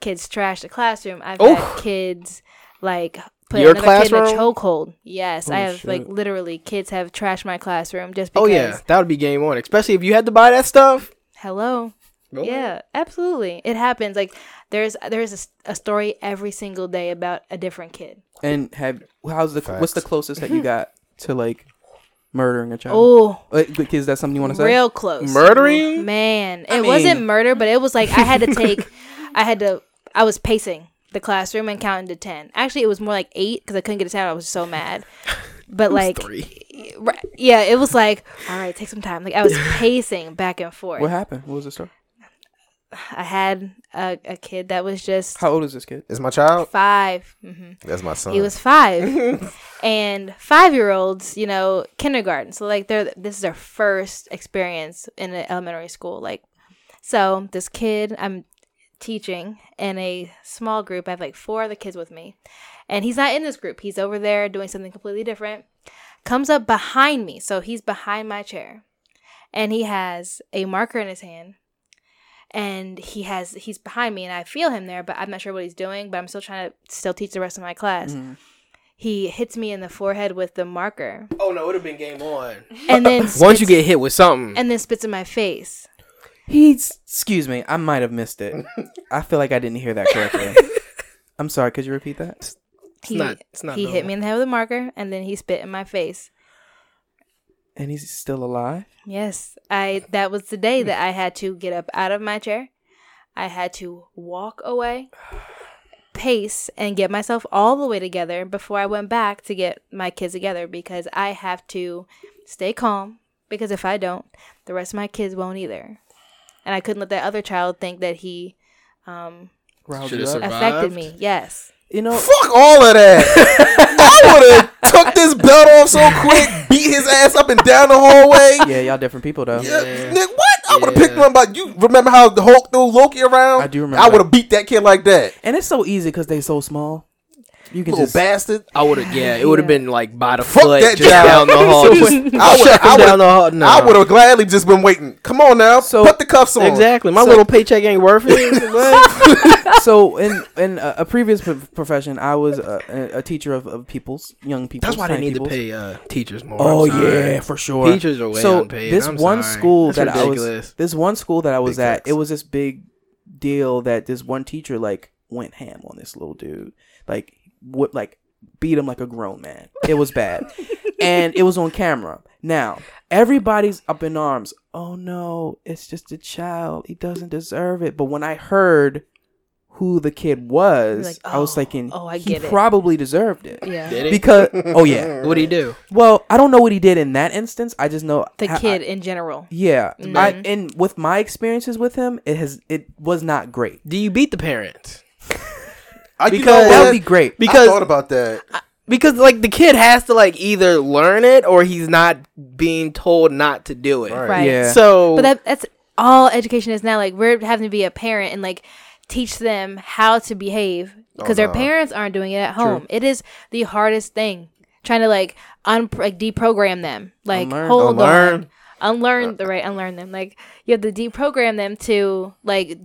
[SPEAKER 4] kids trash the classroom. I've
[SPEAKER 2] Oof.
[SPEAKER 4] had kids like put
[SPEAKER 2] Your
[SPEAKER 4] another kid in
[SPEAKER 2] classroom?
[SPEAKER 4] a chokehold. Yes, I
[SPEAKER 1] Holy
[SPEAKER 4] have like
[SPEAKER 1] shit.
[SPEAKER 4] literally kids have trashed my classroom just because.
[SPEAKER 2] Oh yeah, that would be game one. Especially if you had to buy that stuff.
[SPEAKER 4] Hello.
[SPEAKER 2] Oh.
[SPEAKER 4] Yeah, absolutely. It happens. Like there's there's a s- a, story every single day about a different kid.
[SPEAKER 1] And have how's the what's the
[SPEAKER 3] Facts.
[SPEAKER 1] closest that you got to like murdering a child?
[SPEAKER 4] Oh,
[SPEAKER 1] Uh, Is that something you want to say?
[SPEAKER 4] real close.
[SPEAKER 2] Murdering?
[SPEAKER 4] Man, it
[SPEAKER 1] I
[SPEAKER 4] wasn't
[SPEAKER 1] mean-
[SPEAKER 4] murder, but it was like I had to take, I had to, I was pacing the classroom and counting to 10. Actually, it was more like eight because I couldn't get it out. I was so mad. But like,
[SPEAKER 2] Three.
[SPEAKER 4] ri- yeah, it was like, all right, take some time. Like I was pacing back and forth.
[SPEAKER 1] What happened? What was the story?
[SPEAKER 4] I had a, a kid that was just
[SPEAKER 1] How old is this kid?
[SPEAKER 3] It's my child.
[SPEAKER 4] 5 Mm-hmm.
[SPEAKER 3] That's my son.
[SPEAKER 4] He was five, and five-year-olds, you know, kindergarten. So like, they're this is their first experience in an elementary school. Like, so this kid, I'm teaching in a small group. I have like four other kids with me, and he's not in this group. He's over there doing something completely different. Comes up behind me, so he's behind my chair, and he has a marker in his hand. And he has he's behind me, and I feel him there, but I'm not sure what he's doing. But I'm still trying to still teach the rest of my class
[SPEAKER 1] Mhm.
[SPEAKER 4] he hits me in the forehead with the marker
[SPEAKER 2] Oh no, it would have been game one.
[SPEAKER 4] and then
[SPEAKER 2] Once
[SPEAKER 4] spits-
[SPEAKER 2] you get hit with something.
[SPEAKER 4] and then spits in my face
[SPEAKER 1] He's excuse me, I might have missed it. I feel like I didn't hear that correctly. I'm sorry. Could you repeat that?
[SPEAKER 4] he,
[SPEAKER 2] not- it's not
[SPEAKER 4] he hit
[SPEAKER 2] normal.
[SPEAKER 4] me in the head with a marker and then he spit in my face
[SPEAKER 1] And he's still alive.
[SPEAKER 4] yes i that was the day that i had to get up out of my chair i had to walk away pace and get myself all the way together before i went back to get my kids together because i have to stay calm because if i don't the rest of my kids won't either and i couldn't let that other child think that he um
[SPEAKER 1] Riled
[SPEAKER 2] Should've
[SPEAKER 1] you up?
[SPEAKER 2] survived.
[SPEAKER 4] affected me. Yes.
[SPEAKER 1] You know,
[SPEAKER 3] Fuck all of that. I would have took this belt off so quick, beat his ass up and down the hallway.
[SPEAKER 1] yeah, y'all different people though.
[SPEAKER 3] Yeah, nigga, what? I would have picked
[SPEAKER 2] Yeah.
[SPEAKER 3] one, but you remember how the Hulk threw Loki around?
[SPEAKER 1] I do remember
[SPEAKER 3] I
[SPEAKER 1] that.
[SPEAKER 3] would have beat that kid like that.
[SPEAKER 1] And it's so easy because they so small. You can
[SPEAKER 3] Little
[SPEAKER 1] just
[SPEAKER 3] bastard.
[SPEAKER 2] I would have. Yeah, it would have been like by the
[SPEAKER 3] Fuck
[SPEAKER 2] foot,
[SPEAKER 3] that
[SPEAKER 2] just
[SPEAKER 3] guy.
[SPEAKER 2] down the hall.
[SPEAKER 3] I would've- I
[SPEAKER 2] Chuck him
[SPEAKER 3] would've-
[SPEAKER 2] down the hall. No.
[SPEAKER 3] I would have gladly just been waiting. Come on now,
[SPEAKER 1] So-
[SPEAKER 3] put the cuffs on.
[SPEAKER 2] Exactly. My
[SPEAKER 1] So-
[SPEAKER 2] little paycheck ain't worth it. What?
[SPEAKER 1] so in in a, a previous p- profession, I was a, a- a teacher of, of people's young people.
[SPEAKER 2] That's why they need to pay uh, teachers more.
[SPEAKER 1] Oh
[SPEAKER 2] I'm sorry.
[SPEAKER 1] yeah, for sure.
[SPEAKER 2] Teachers are way
[SPEAKER 1] so
[SPEAKER 2] unpaid.
[SPEAKER 1] this
[SPEAKER 2] I'm
[SPEAKER 1] one
[SPEAKER 2] sorry.
[SPEAKER 1] school
[SPEAKER 2] That's
[SPEAKER 1] that I was
[SPEAKER 2] ridiculous.
[SPEAKER 1] this one school that I was
[SPEAKER 3] Big
[SPEAKER 1] at,
[SPEAKER 3] facts.
[SPEAKER 1] it was this big deal that this one teacher like went ham on this little dude, like would like beat him like a grown man. It was bad, and it was on camera. Now everybody's up in arms. Oh no, it's just a child. He doesn't deserve it. But when I heard who the kid was,
[SPEAKER 4] like,
[SPEAKER 1] I was
[SPEAKER 4] oh,
[SPEAKER 1] thinking,
[SPEAKER 4] oh, I
[SPEAKER 1] he
[SPEAKER 4] get it."
[SPEAKER 1] probably deserved it
[SPEAKER 4] Yeah.
[SPEAKER 2] Did he?
[SPEAKER 1] because oh yeah.
[SPEAKER 2] What'd he do?
[SPEAKER 1] Well, I don't know what he did in that instance. I just know
[SPEAKER 4] The
[SPEAKER 1] I- I-
[SPEAKER 4] kid Mm-hmm. in general.
[SPEAKER 1] yeah,
[SPEAKER 4] The
[SPEAKER 1] I,
[SPEAKER 4] man.
[SPEAKER 1] and with my experiences with him, it has it was not great.
[SPEAKER 2] Do you beat the parents?
[SPEAKER 3] I, you
[SPEAKER 2] Because-
[SPEAKER 3] know
[SPEAKER 1] That
[SPEAKER 3] what?
[SPEAKER 1] would be great.
[SPEAKER 3] I
[SPEAKER 2] Because
[SPEAKER 3] thought about that.
[SPEAKER 2] because like the kid has to like either learn it or he's not being told not to do it.
[SPEAKER 3] Right.
[SPEAKER 4] Right.
[SPEAKER 1] Yeah.
[SPEAKER 2] So
[SPEAKER 4] But that, that's all education is now. Like we're having to be a parent and like teach them how to behave because their
[SPEAKER 3] no.
[SPEAKER 4] parents aren't doing it at home. It is the hardest thing trying to like un like deprogram them. Like
[SPEAKER 1] Unlearn.
[SPEAKER 4] hold
[SPEAKER 2] Unlearn.
[SPEAKER 4] on, unlearn the right, unlearn them. Like you have to deprogram them to like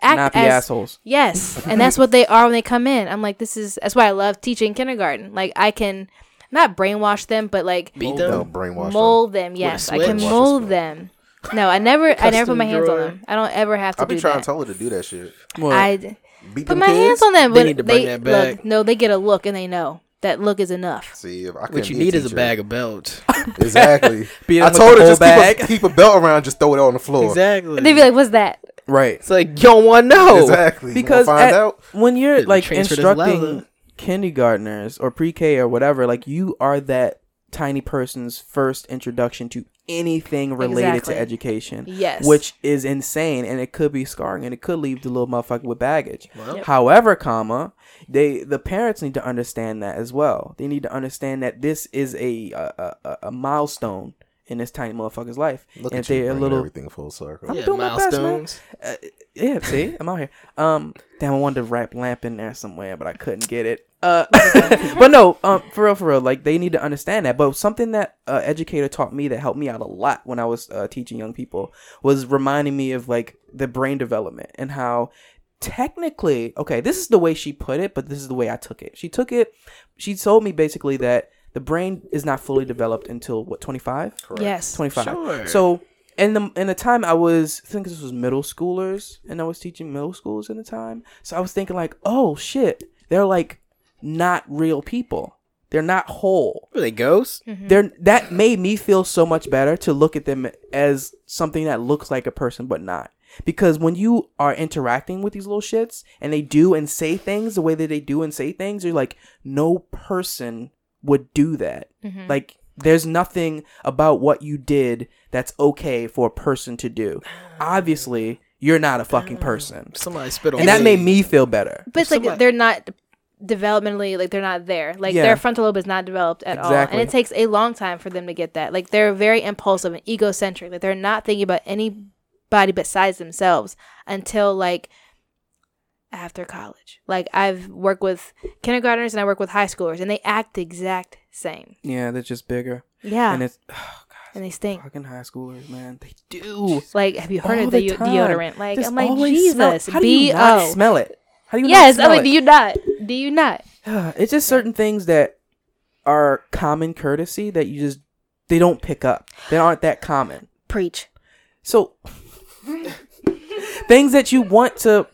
[SPEAKER 4] act
[SPEAKER 1] not be
[SPEAKER 4] as
[SPEAKER 1] assholes.
[SPEAKER 4] Yes, and that's what they are when they come in. I'm like, this is that's why I love teaching kindergarten. Like I can not brainwash them, but like
[SPEAKER 2] beat
[SPEAKER 3] No,
[SPEAKER 2] them.
[SPEAKER 3] brainwash them.
[SPEAKER 4] mold them. Yes, I
[SPEAKER 2] switch?
[SPEAKER 4] can
[SPEAKER 3] Brainwash a
[SPEAKER 4] mold
[SPEAKER 3] switch.
[SPEAKER 4] them. No, I never, I never put
[SPEAKER 2] Custom
[SPEAKER 4] my hands
[SPEAKER 2] drawer.
[SPEAKER 4] on them. I don't ever have to
[SPEAKER 3] I've
[SPEAKER 4] do
[SPEAKER 3] been trying
[SPEAKER 4] that.
[SPEAKER 3] to tell her to do that shit.
[SPEAKER 1] Well,
[SPEAKER 4] I d-
[SPEAKER 3] Beat
[SPEAKER 4] put
[SPEAKER 3] them
[SPEAKER 4] my
[SPEAKER 3] kids.
[SPEAKER 4] hands on them,
[SPEAKER 2] They
[SPEAKER 4] but
[SPEAKER 2] need to bring
[SPEAKER 4] they
[SPEAKER 2] that back.
[SPEAKER 4] look. No, they get a look and they know that look is enough.
[SPEAKER 3] See, if I couldn't
[SPEAKER 2] What you
[SPEAKER 3] be
[SPEAKER 2] need is a
[SPEAKER 3] teacher.
[SPEAKER 2] bag of belts.
[SPEAKER 3] Exactly.
[SPEAKER 1] Beat
[SPEAKER 3] I
[SPEAKER 1] them with
[SPEAKER 3] told
[SPEAKER 1] the
[SPEAKER 3] her
[SPEAKER 1] whole
[SPEAKER 3] just keep a,
[SPEAKER 1] bag.
[SPEAKER 3] keep a belt around, just throw it on the floor.
[SPEAKER 2] exactly.
[SPEAKER 4] They'd be like, "What's that?"
[SPEAKER 1] right.
[SPEAKER 2] it's like you don't want to know.
[SPEAKER 3] Exactly.
[SPEAKER 1] Because
[SPEAKER 3] Because find
[SPEAKER 1] at-
[SPEAKER 3] out.
[SPEAKER 1] When you're
[SPEAKER 2] The
[SPEAKER 1] like
[SPEAKER 2] transfer doesn't allow
[SPEAKER 1] instructing
[SPEAKER 2] that.
[SPEAKER 1] kindergartners or pre-K or whatever, like you are that tiny person's first introduction to anything related
[SPEAKER 4] Exactly.
[SPEAKER 1] to education,
[SPEAKER 4] Yes,
[SPEAKER 1] which is insane, and it could be scarring, and it could leave the little motherfucker with baggage.
[SPEAKER 2] Well,
[SPEAKER 4] Yep.
[SPEAKER 1] However, comma, they the parents need to understand that as well. They need to understand that this is a a, a, a milestone in this tiny motherfucker's life.
[SPEAKER 3] Look
[SPEAKER 1] and
[SPEAKER 3] at you
[SPEAKER 1] they're a
[SPEAKER 3] bringing
[SPEAKER 1] little,
[SPEAKER 3] everything full circle.
[SPEAKER 1] I'm
[SPEAKER 2] yeah,
[SPEAKER 1] doing my best, man.
[SPEAKER 2] milestones.
[SPEAKER 1] uh, yeah. See, I'm out here. Um, damn, I wanted to wrap lamp in there somewhere, but I couldn't get it. Uh, but no, um, for real, for real, like they need to understand that. But something that uh, educator taught me that helped me out a lot when I was uh, teaching young people was reminding me of like the brain development and how technically, okay, this is the way she put it, but this is the way I took it. She took it. She told me basically that the brain is not fully developed until what 25
[SPEAKER 4] yes,
[SPEAKER 1] 25
[SPEAKER 2] Sure.
[SPEAKER 1] so in the in the time i was I think this was middle schoolers and i was teaching middle schools in the time so i was thinking like oh shit they're like not real people they're not whole
[SPEAKER 2] Were they ghosts?
[SPEAKER 1] they're that made me feel so much better to look at them as something that looks like a person but not because when you are interacting with these little shits and they do and say things the way that they do and say things you're like no person would do that
[SPEAKER 4] Mhm.
[SPEAKER 1] like there's nothing about what you did that's okay for a person to do obviously you're not a fucking person
[SPEAKER 2] Somebody spit on
[SPEAKER 1] and that
[SPEAKER 2] me.
[SPEAKER 1] made me feel better
[SPEAKER 4] but it's like
[SPEAKER 2] somebody-
[SPEAKER 4] they're not developmentally like they're not there like
[SPEAKER 1] Yeah.
[SPEAKER 4] their frontal lobe is not developed at all and
[SPEAKER 1] Exactly.
[SPEAKER 4] it takes a long time for them to get that like they're very impulsive and egocentric like they're not thinking about anybody besides themselves until like after college like i've worked with kindergartners and i work with high schoolers and they act the exact same
[SPEAKER 1] yeah they're just bigger
[SPEAKER 4] yeah
[SPEAKER 1] and
[SPEAKER 4] and,
[SPEAKER 1] it's oh god
[SPEAKER 4] they stink
[SPEAKER 1] fucking high schoolers man they do
[SPEAKER 4] like have you heard
[SPEAKER 1] All
[SPEAKER 4] of the,
[SPEAKER 1] the
[SPEAKER 4] de-
[SPEAKER 1] time.
[SPEAKER 4] deodorant like
[SPEAKER 1] Just
[SPEAKER 4] i'm like
[SPEAKER 1] always smell-
[SPEAKER 4] jesus
[SPEAKER 1] How do you not
[SPEAKER 4] b-o
[SPEAKER 1] smell it? How do you
[SPEAKER 4] yes
[SPEAKER 1] not
[SPEAKER 4] i'm
[SPEAKER 1] smell
[SPEAKER 4] like do you not do you not
[SPEAKER 1] it? It's just certain things that are common courtesy that you just they don't pick up. They aren't that common.
[SPEAKER 4] preach
[SPEAKER 1] So things that you want to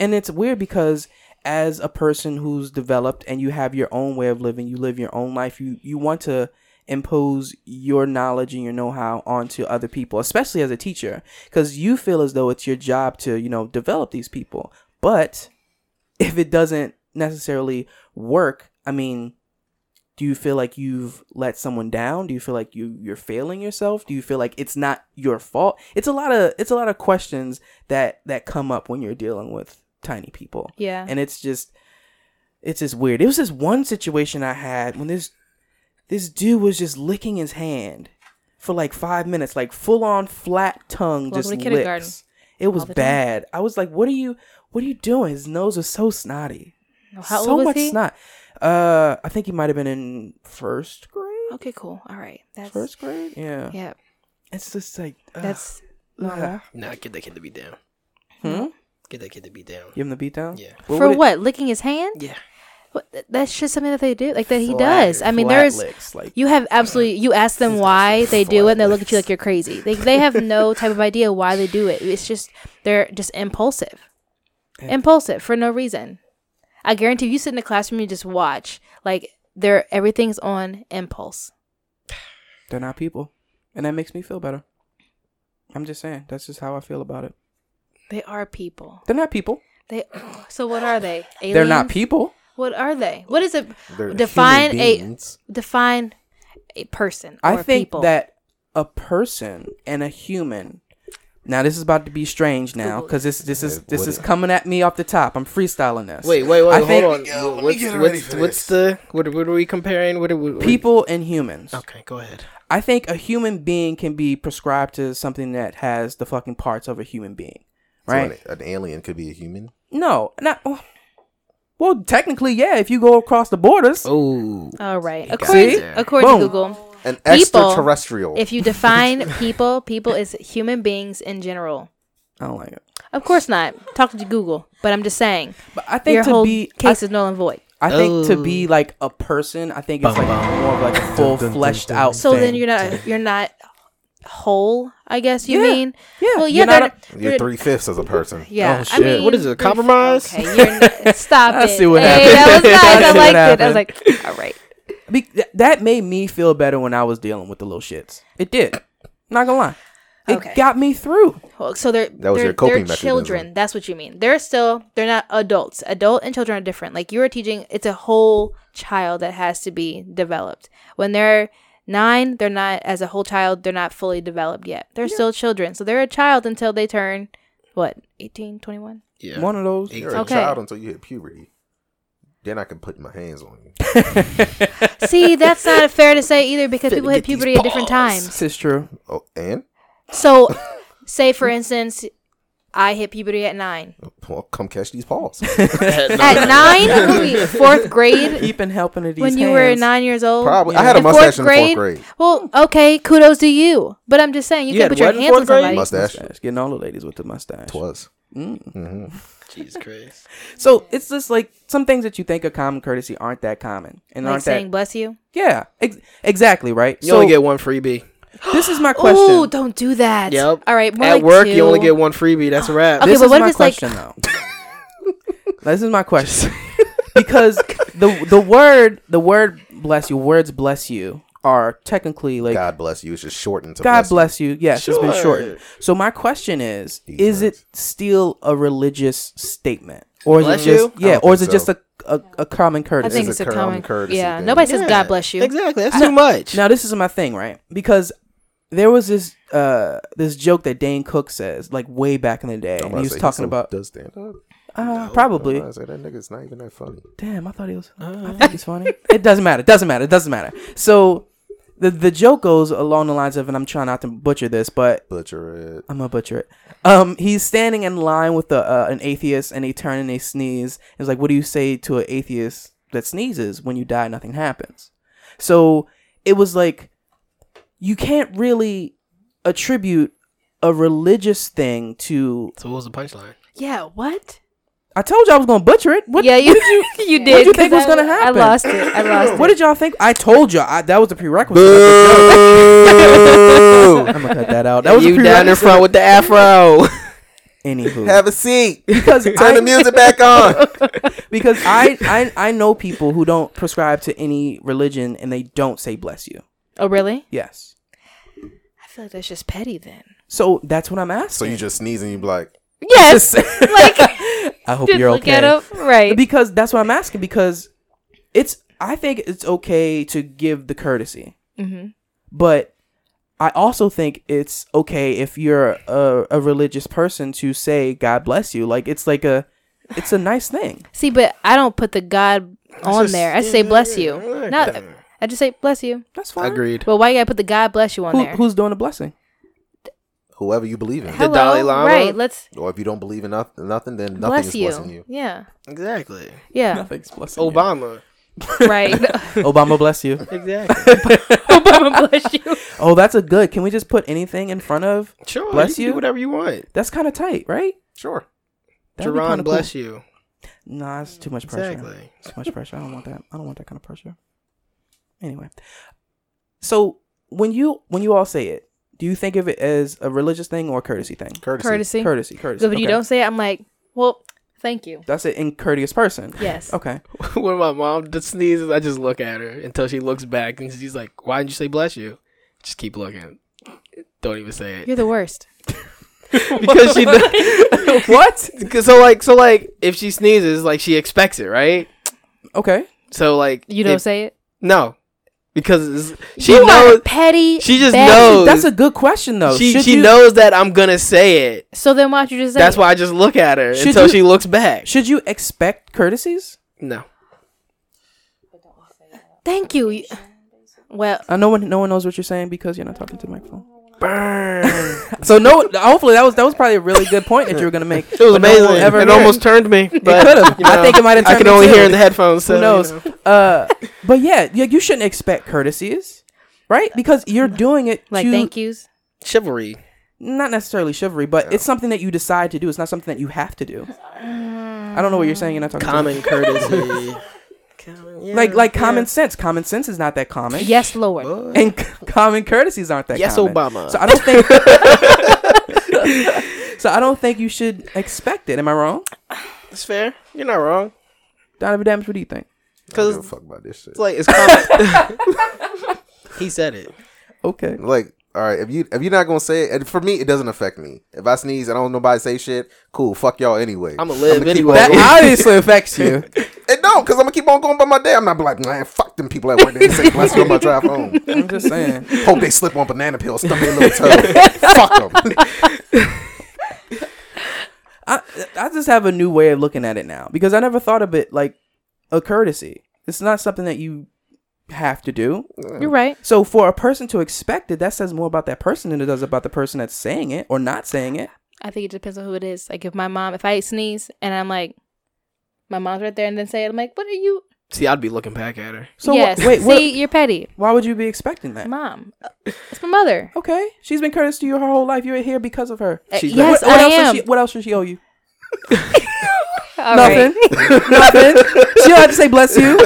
[SPEAKER 1] and it's weird because as a person who's developed and you have your own way of living, you live your own life, you you want to impose your knowledge and your know-how onto other people, especially as a teacher, cuz you feel as though it's your job to, you know, develop these people. But if it doesn't necessarily work, I mean, do you feel like you've let someone down? Do you feel like you you're failing yourself? Do you feel like it's not your fault? It's a lot of it's a lot of questions that that come up when you're dealing with tiny people.
[SPEAKER 4] yeah
[SPEAKER 1] And it's just it's just weird. It was this one situation I had when this this dude was just licking his hand for like five minutes, like full on flat tongue,
[SPEAKER 4] Welcome
[SPEAKER 1] just
[SPEAKER 4] to kindergarten.
[SPEAKER 1] licks. It was
[SPEAKER 4] All the time.
[SPEAKER 1] bad. I was like, "What are you? What are you doing?" His nose was so snotty,
[SPEAKER 4] Oh, How
[SPEAKER 1] so
[SPEAKER 4] old was
[SPEAKER 1] much
[SPEAKER 4] he?
[SPEAKER 1] snot. Uh, I think he might have been in first grade.
[SPEAKER 4] Okay, cool. All right. That's
[SPEAKER 1] First grade, yeah.
[SPEAKER 4] yeah.
[SPEAKER 1] It's just like ugh,
[SPEAKER 4] That's normal.
[SPEAKER 1] ugh.
[SPEAKER 2] Nah, get that kid to be down.
[SPEAKER 1] Hmm?
[SPEAKER 2] Get that kid to be down.
[SPEAKER 1] Give him the beat down.
[SPEAKER 2] Yeah.
[SPEAKER 4] For
[SPEAKER 1] would it-
[SPEAKER 4] what? Licking his hand?
[SPEAKER 2] Yeah.
[SPEAKER 4] What, th- that's just something that they do, like that he
[SPEAKER 1] Flat-
[SPEAKER 4] does. I mean,
[SPEAKER 1] flat
[SPEAKER 4] there's
[SPEAKER 1] licks, like
[SPEAKER 4] you have absolutely you ask them why they do it, and they look at you like you're crazy. They they have no type of idea why they do it. It's just they're just impulsive,
[SPEAKER 1] Yeah.
[SPEAKER 4] impulsive for no reason. I guarantee if you sit in the classroom and just watch, like they're everything's on impulse.
[SPEAKER 1] they're not people, and that makes me feel better. I'm just saying that's just how I feel about it.
[SPEAKER 4] They are people.
[SPEAKER 1] They're not people.
[SPEAKER 4] They so what are they? Aliens?
[SPEAKER 1] They're not people.
[SPEAKER 4] What are they? What is it?
[SPEAKER 3] They're human
[SPEAKER 4] Define a-
[SPEAKER 3] beings.
[SPEAKER 4] Define a person.
[SPEAKER 1] I
[SPEAKER 4] or
[SPEAKER 1] think
[SPEAKER 4] people.
[SPEAKER 1] that a person and a human. Now this is about to be strange now because this this is
[SPEAKER 3] It
[SPEAKER 1] this
[SPEAKER 3] would-
[SPEAKER 1] is coming at me off the top. I'm freestyling this.
[SPEAKER 2] Wait, wait,
[SPEAKER 1] I
[SPEAKER 2] wait.
[SPEAKER 1] think-
[SPEAKER 2] hold on.
[SPEAKER 3] Yo, let me
[SPEAKER 2] what's
[SPEAKER 3] get ready
[SPEAKER 2] what's,
[SPEAKER 3] for
[SPEAKER 2] what's the
[SPEAKER 3] this.
[SPEAKER 2] what, what are we comparing? What are we, what-
[SPEAKER 1] People and humans.
[SPEAKER 2] Okay, go ahead.
[SPEAKER 1] I think a human being can be prescribed to something that has the fucking parts of a human being,
[SPEAKER 3] So
[SPEAKER 1] right?
[SPEAKER 3] an- an alien could be a human.
[SPEAKER 1] No, not. Well, technically, yeah. If you go across the borders,
[SPEAKER 2] Oh,
[SPEAKER 4] All right.
[SPEAKER 2] got
[SPEAKER 4] According,
[SPEAKER 2] it.
[SPEAKER 4] according to
[SPEAKER 1] Boom.
[SPEAKER 4] Google,
[SPEAKER 3] An
[SPEAKER 4] People,
[SPEAKER 3] extraterrestrial.
[SPEAKER 4] if you define people, people is human beings in general.
[SPEAKER 1] I don't like it.
[SPEAKER 4] Of course not. Talk to Google. But I'm just saying,
[SPEAKER 1] But I
[SPEAKER 4] your
[SPEAKER 1] think
[SPEAKER 4] whole
[SPEAKER 1] to be, I,
[SPEAKER 4] case is null and void.
[SPEAKER 1] I think to
[SPEAKER 2] Oh.
[SPEAKER 1] be like a person, I think it's
[SPEAKER 2] Bum,
[SPEAKER 1] like more of like a full
[SPEAKER 3] dun, dun,
[SPEAKER 1] fleshed
[SPEAKER 3] dun.
[SPEAKER 1] out.
[SPEAKER 4] So then
[SPEAKER 1] thing.
[SPEAKER 4] you're not you're not whole. I guess you
[SPEAKER 1] Yeah.
[SPEAKER 4] mean.
[SPEAKER 1] yeah,
[SPEAKER 4] Well, yeah,
[SPEAKER 1] you're not.
[SPEAKER 4] that-
[SPEAKER 1] a-
[SPEAKER 3] You're three fifths as a person.
[SPEAKER 4] Yeah.
[SPEAKER 2] Oh, shit. What is it, a compromise?
[SPEAKER 4] Okay, you're not, stop
[SPEAKER 1] I
[SPEAKER 4] it.
[SPEAKER 1] see what
[SPEAKER 4] hey,
[SPEAKER 1] happened.
[SPEAKER 4] that was
[SPEAKER 1] I
[SPEAKER 4] nice.
[SPEAKER 1] see
[SPEAKER 4] I,
[SPEAKER 1] what
[SPEAKER 4] liked it. I
[SPEAKER 1] happened.
[SPEAKER 4] was like, all right.
[SPEAKER 1] be, th- that made me feel better when I was dealing with the little shits. It did. Not gonna lie, it
[SPEAKER 4] Okay.
[SPEAKER 1] got me through.
[SPEAKER 4] Well, so they're
[SPEAKER 3] That was
[SPEAKER 4] they're,
[SPEAKER 3] your coping
[SPEAKER 4] they're
[SPEAKER 3] mechanism.
[SPEAKER 4] children. That's what you mean. They're still they're not adults. Adult and children are different. Like you are teaching, it's a whole child that has to be developed. When they're nine, they're not as a whole child. They're not fully developed yet. They're still children. So they're a child until they turn what 18, 21?
[SPEAKER 2] yeah.
[SPEAKER 1] One of those.
[SPEAKER 3] You're
[SPEAKER 4] Okay.
[SPEAKER 3] a child until you hit puberty. Then I can put my hands on you.
[SPEAKER 4] See, that's not fair to say either because people hit
[SPEAKER 2] get these
[SPEAKER 4] puberty at different
[SPEAKER 2] balls.
[SPEAKER 4] times.
[SPEAKER 1] This is true.
[SPEAKER 3] Oh, and
[SPEAKER 4] So, say for instance, I hit puberty at nine.
[SPEAKER 3] well, come catch these paws.
[SPEAKER 4] At nine, Wait, fourth grade.
[SPEAKER 1] Keeping helping of these.
[SPEAKER 4] when you were
[SPEAKER 1] hands.
[SPEAKER 4] nine years old.
[SPEAKER 3] Probably. I had a
[SPEAKER 4] Oh, In fourth
[SPEAKER 3] mustache in the fourth grade.
[SPEAKER 4] Well, okay, kudos to you. But I'm just saying, you,
[SPEAKER 2] You
[SPEAKER 4] can
[SPEAKER 2] had
[SPEAKER 4] put your
[SPEAKER 2] what in
[SPEAKER 4] hands on
[SPEAKER 2] fourth grade?
[SPEAKER 4] somebody.
[SPEAKER 3] Mustache.
[SPEAKER 1] mustache, getting all the ladies with the mustache.
[SPEAKER 3] Twas.
[SPEAKER 2] Jesus Christ.
[SPEAKER 1] So it's just like some things that you think are common courtesy aren't that common, and
[SPEAKER 4] Like
[SPEAKER 1] aren't
[SPEAKER 4] saying,
[SPEAKER 1] that
[SPEAKER 4] bless you.
[SPEAKER 1] yeah ex- exactly right.
[SPEAKER 2] You
[SPEAKER 1] so
[SPEAKER 2] only get one freebie.
[SPEAKER 1] this is my question.
[SPEAKER 4] Oh, don't do that.
[SPEAKER 2] Yep.
[SPEAKER 4] All right. More
[SPEAKER 2] At
[SPEAKER 4] like
[SPEAKER 2] work,
[SPEAKER 4] two.
[SPEAKER 2] you only get one freebie. That's a wrap.
[SPEAKER 4] Okay,
[SPEAKER 1] this
[SPEAKER 4] but
[SPEAKER 1] is
[SPEAKER 4] what if
[SPEAKER 1] my
[SPEAKER 4] it's like-
[SPEAKER 1] question though. this is my question because the the word the word bless you words bless you are technically like
[SPEAKER 3] God bless you. It's just shortened to
[SPEAKER 1] God
[SPEAKER 3] bless.
[SPEAKER 1] bless, you. Yes, it's been
[SPEAKER 2] Sure.
[SPEAKER 1] shortened. So my question is:
[SPEAKER 3] These
[SPEAKER 1] Is it still a religious statement, or is
[SPEAKER 2] Bless
[SPEAKER 1] it just
[SPEAKER 2] you?
[SPEAKER 3] I
[SPEAKER 1] yeah,
[SPEAKER 3] don't
[SPEAKER 1] or is it
[SPEAKER 3] think
[SPEAKER 1] just
[SPEAKER 3] so.
[SPEAKER 1] a, a, a common
[SPEAKER 4] I
[SPEAKER 1] courtesy?
[SPEAKER 4] think
[SPEAKER 3] This
[SPEAKER 4] it's
[SPEAKER 3] is
[SPEAKER 4] a
[SPEAKER 3] a common
[SPEAKER 4] common.
[SPEAKER 3] courtesy
[SPEAKER 4] Yeah.
[SPEAKER 3] thing.
[SPEAKER 4] Nobody
[SPEAKER 2] Yeah,
[SPEAKER 4] says God bless you.
[SPEAKER 2] Exactly. That's too much.
[SPEAKER 1] now this is my thing, right? Because there was this uh this joke that Dane Cook says like way back in the day,
[SPEAKER 3] I'm
[SPEAKER 1] and
[SPEAKER 3] about
[SPEAKER 1] he
[SPEAKER 3] to
[SPEAKER 1] was
[SPEAKER 3] say,
[SPEAKER 1] talking
[SPEAKER 3] so
[SPEAKER 1] about
[SPEAKER 3] does stand up.
[SPEAKER 1] uh, probably.
[SPEAKER 3] I'm about to say, that nigga's not even that funny.
[SPEAKER 1] Damn, I thought he was. I think he's funny. it doesn't matter. It doesn't matter. It doesn't matter. So. The, the joke goes along the lines of, and I'm trying not to butcher this, but
[SPEAKER 3] Butcher it.
[SPEAKER 1] I'm gonna butcher it. Um, he's standing in line with a, uh, an atheist, and they turn and they sneeze. It's like, what do you say to an atheist that sneezes? When you die, nothing happens. So it was like, you can't really attribute a religious thing to.
[SPEAKER 2] So what was the punchline?
[SPEAKER 4] Yeah. What?
[SPEAKER 1] I told you I was gonna butcher it. What,
[SPEAKER 4] yeah, you
[SPEAKER 1] what did you?
[SPEAKER 4] you did.
[SPEAKER 1] you
[SPEAKER 4] 'cause
[SPEAKER 1] think was
[SPEAKER 4] I-
[SPEAKER 1] gonna
[SPEAKER 4] I
[SPEAKER 1] happen?
[SPEAKER 4] lost it. I lost
[SPEAKER 1] What
[SPEAKER 4] it.
[SPEAKER 1] did y'all think? I told you I, that was a prerequisite.
[SPEAKER 3] Boo!
[SPEAKER 1] I'm gonna cut that out. That was a
[SPEAKER 2] you down in
[SPEAKER 1] prerequisite.
[SPEAKER 2] front with the afro.
[SPEAKER 1] Anywho,
[SPEAKER 3] Have a seat.
[SPEAKER 1] because
[SPEAKER 3] Turn
[SPEAKER 1] I-
[SPEAKER 3] the music back on.
[SPEAKER 1] because I, I I know people who don't prescribe to any religion and they don't say bless you.
[SPEAKER 4] Oh, really?
[SPEAKER 1] Yes.
[SPEAKER 4] I feel like that's just petty then.
[SPEAKER 1] So that's what I'm asking.
[SPEAKER 3] So you just sneeze and you be like,
[SPEAKER 4] Yes. like
[SPEAKER 1] I hope
[SPEAKER 4] just
[SPEAKER 1] you're
[SPEAKER 4] look
[SPEAKER 1] okay.
[SPEAKER 4] at him. Right.
[SPEAKER 1] Because that's what I'm asking because it's I think it's okay to give the courtesy.
[SPEAKER 4] hmm
[SPEAKER 1] But I also think it's okay if you're a, a religious person to say God bless you. Like it's like a it's a nice thing.
[SPEAKER 4] See, but I don't put the God on
[SPEAKER 2] just-
[SPEAKER 4] there. I say bless
[SPEAKER 2] yeah,
[SPEAKER 4] you.
[SPEAKER 2] I like
[SPEAKER 4] Not.
[SPEAKER 2] that.
[SPEAKER 4] That. I just say bless you.
[SPEAKER 1] That's fine.
[SPEAKER 2] Agreed.
[SPEAKER 4] Well, why you gotta put the God bless you on
[SPEAKER 1] Who,
[SPEAKER 4] there?
[SPEAKER 1] who's doing the blessing?
[SPEAKER 3] Whoever you believe in,
[SPEAKER 2] The Dalai Lama?
[SPEAKER 4] Right. Let's
[SPEAKER 3] or if you don't believe in noth- nothing, then nothing
[SPEAKER 4] bless
[SPEAKER 3] is
[SPEAKER 4] you.
[SPEAKER 3] blessing you.
[SPEAKER 4] Yeah.
[SPEAKER 2] Exactly.
[SPEAKER 4] Yeah.
[SPEAKER 1] Nothing's blessing. you.
[SPEAKER 2] Obama.
[SPEAKER 4] right.
[SPEAKER 1] Obama bless you.
[SPEAKER 2] Exactly.
[SPEAKER 4] Obama bless you.
[SPEAKER 1] Oh, that's a good. Can we just put anything in front of?
[SPEAKER 2] Sure.
[SPEAKER 1] Bless
[SPEAKER 2] you. Can
[SPEAKER 1] you.
[SPEAKER 2] do whatever you want.
[SPEAKER 1] That's kind of tight, right?
[SPEAKER 3] Sure.
[SPEAKER 1] That'd be
[SPEAKER 2] Jerron,
[SPEAKER 1] kinda
[SPEAKER 2] bless
[SPEAKER 1] cool.
[SPEAKER 2] you.
[SPEAKER 1] Nah, it's too much pressure.
[SPEAKER 2] Exactly.
[SPEAKER 1] Too much pressure. I don't want that. I don't want that kind of pressure. Anyway, so when you when you all say it, do you think of it as a religious thing or a courtesy thing?
[SPEAKER 3] Courtesy.
[SPEAKER 4] Courtesy.
[SPEAKER 1] Courtesy, courtesy.
[SPEAKER 4] So if you
[SPEAKER 1] Okay.
[SPEAKER 4] don't say it, I'm like, well, thank you.
[SPEAKER 1] That's an incourteous person.
[SPEAKER 4] Yes.
[SPEAKER 1] Okay.
[SPEAKER 2] when my mom just sneezes, I just look at her until she looks back and she's like, "Why didn't you say bless you?" Just keep looking. Don't even say it
[SPEAKER 4] You're the worst.
[SPEAKER 2] because she does. what? So like, so like, if she sneezes, like she expects it, right?
[SPEAKER 1] Okay.
[SPEAKER 2] So like,
[SPEAKER 4] You don't
[SPEAKER 2] if-
[SPEAKER 4] say it.
[SPEAKER 2] no because it's, she
[SPEAKER 4] you
[SPEAKER 2] knows
[SPEAKER 4] are petty.
[SPEAKER 2] she just
[SPEAKER 4] bad-
[SPEAKER 2] knows.
[SPEAKER 1] That's a good question though.
[SPEAKER 2] she
[SPEAKER 1] Should
[SPEAKER 2] she
[SPEAKER 1] you-
[SPEAKER 2] knows that I'm gonna say it.
[SPEAKER 4] So then why don't you just say
[SPEAKER 2] That's
[SPEAKER 4] it?
[SPEAKER 2] why I just look at her
[SPEAKER 1] Should
[SPEAKER 2] until
[SPEAKER 1] you-
[SPEAKER 2] she looks back.
[SPEAKER 1] Should you expect courtesies?
[SPEAKER 2] No,
[SPEAKER 4] Thank you. You- Well,
[SPEAKER 1] I no one no one knows what you're saying because you're not talking to the microphone.
[SPEAKER 2] burn.
[SPEAKER 1] So no, hopefully that was that was probably a really good point that you were gonna make.
[SPEAKER 2] It was
[SPEAKER 1] but no one
[SPEAKER 2] amazing.
[SPEAKER 1] will ever
[SPEAKER 2] it
[SPEAKER 1] hear
[SPEAKER 2] almost turned me. But,
[SPEAKER 1] could've.
[SPEAKER 2] you
[SPEAKER 1] I think it might have
[SPEAKER 2] I
[SPEAKER 1] turned
[SPEAKER 2] could
[SPEAKER 1] me
[SPEAKER 2] only
[SPEAKER 1] too.
[SPEAKER 2] hear in the headphones. So,
[SPEAKER 1] Who knows?
[SPEAKER 2] you know.
[SPEAKER 1] Uh, but yeah, yeah, you shouldn't expect courtesies, right? Because you're doing it
[SPEAKER 4] like
[SPEAKER 1] to-
[SPEAKER 4] thank yous.
[SPEAKER 2] Chivalry.
[SPEAKER 1] not necessarily chivalry, but it's something that you decide to do. It's not something that you have to do. I don't know what you're saying. You're not talking to me.
[SPEAKER 2] Common courtesy. Common- yeah,
[SPEAKER 1] like like
[SPEAKER 2] yeah.
[SPEAKER 1] common sense. Common sense is not that common.
[SPEAKER 4] Yes, Lord.
[SPEAKER 2] Boy.
[SPEAKER 1] and c- common courtesies aren't that.
[SPEAKER 2] Yes, oh,
[SPEAKER 1] common.
[SPEAKER 2] Obama.
[SPEAKER 1] So I don't think. so I don't think you should expect it. Am I wrong?
[SPEAKER 2] It's fair. You're not wrong.
[SPEAKER 1] Donovan Adams, what do you think?
[SPEAKER 3] I don't
[SPEAKER 2] Because
[SPEAKER 3] give a fuck about this shit.
[SPEAKER 2] it's like it's common. he said it.
[SPEAKER 1] Okay.
[SPEAKER 3] Like, all right, if you if you're not gonna say it, and for me, it doesn't affect me. If I sneeze, I don't nobody say shit. Cool, fuck y'all anyway.
[SPEAKER 2] I'ma live
[SPEAKER 3] keep
[SPEAKER 2] anyway.
[SPEAKER 3] on
[SPEAKER 1] That
[SPEAKER 3] going.
[SPEAKER 1] obviously affects you.
[SPEAKER 3] And no, because I'm gonna keep on going by my day. I'm not be like, man, fuck them people at work. They say bless you on my drive home.
[SPEAKER 1] I'm just saying.
[SPEAKER 3] Hope they slip on banana peel, stump their little toe. fuck them.
[SPEAKER 1] I I just have a new way of looking at it now because I never thought of it like a courtesy. It's not something that you have to do.
[SPEAKER 4] You're right.
[SPEAKER 1] So for a person to expect it, that says more about that person than it does about the person that's saying it or not saying it.
[SPEAKER 4] I think it depends on who it is. Like if my mom, if I sneeze and I'm like, my mom's right there, and then say it, I'm like, what are you?
[SPEAKER 2] See, I'd be looking back at her.
[SPEAKER 1] So wh-
[SPEAKER 4] yes.
[SPEAKER 1] wait,
[SPEAKER 4] See,
[SPEAKER 1] what-
[SPEAKER 4] you're petty,
[SPEAKER 1] why would you be expecting that?
[SPEAKER 4] mom. It's my mother.
[SPEAKER 1] Okay, she's been courteous to you her whole life. You're here because of her.
[SPEAKER 4] Uh,
[SPEAKER 2] She's like,
[SPEAKER 4] yes,
[SPEAKER 1] what, what
[SPEAKER 4] I
[SPEAKER 1] else does
[SPEAKER 4] am.
[SPEAKER 1] She, what else should she owe you?
[SPEAKER 4] All right.
[SPEAKER 1] Nothing. Nothing. She don't have to say bless you.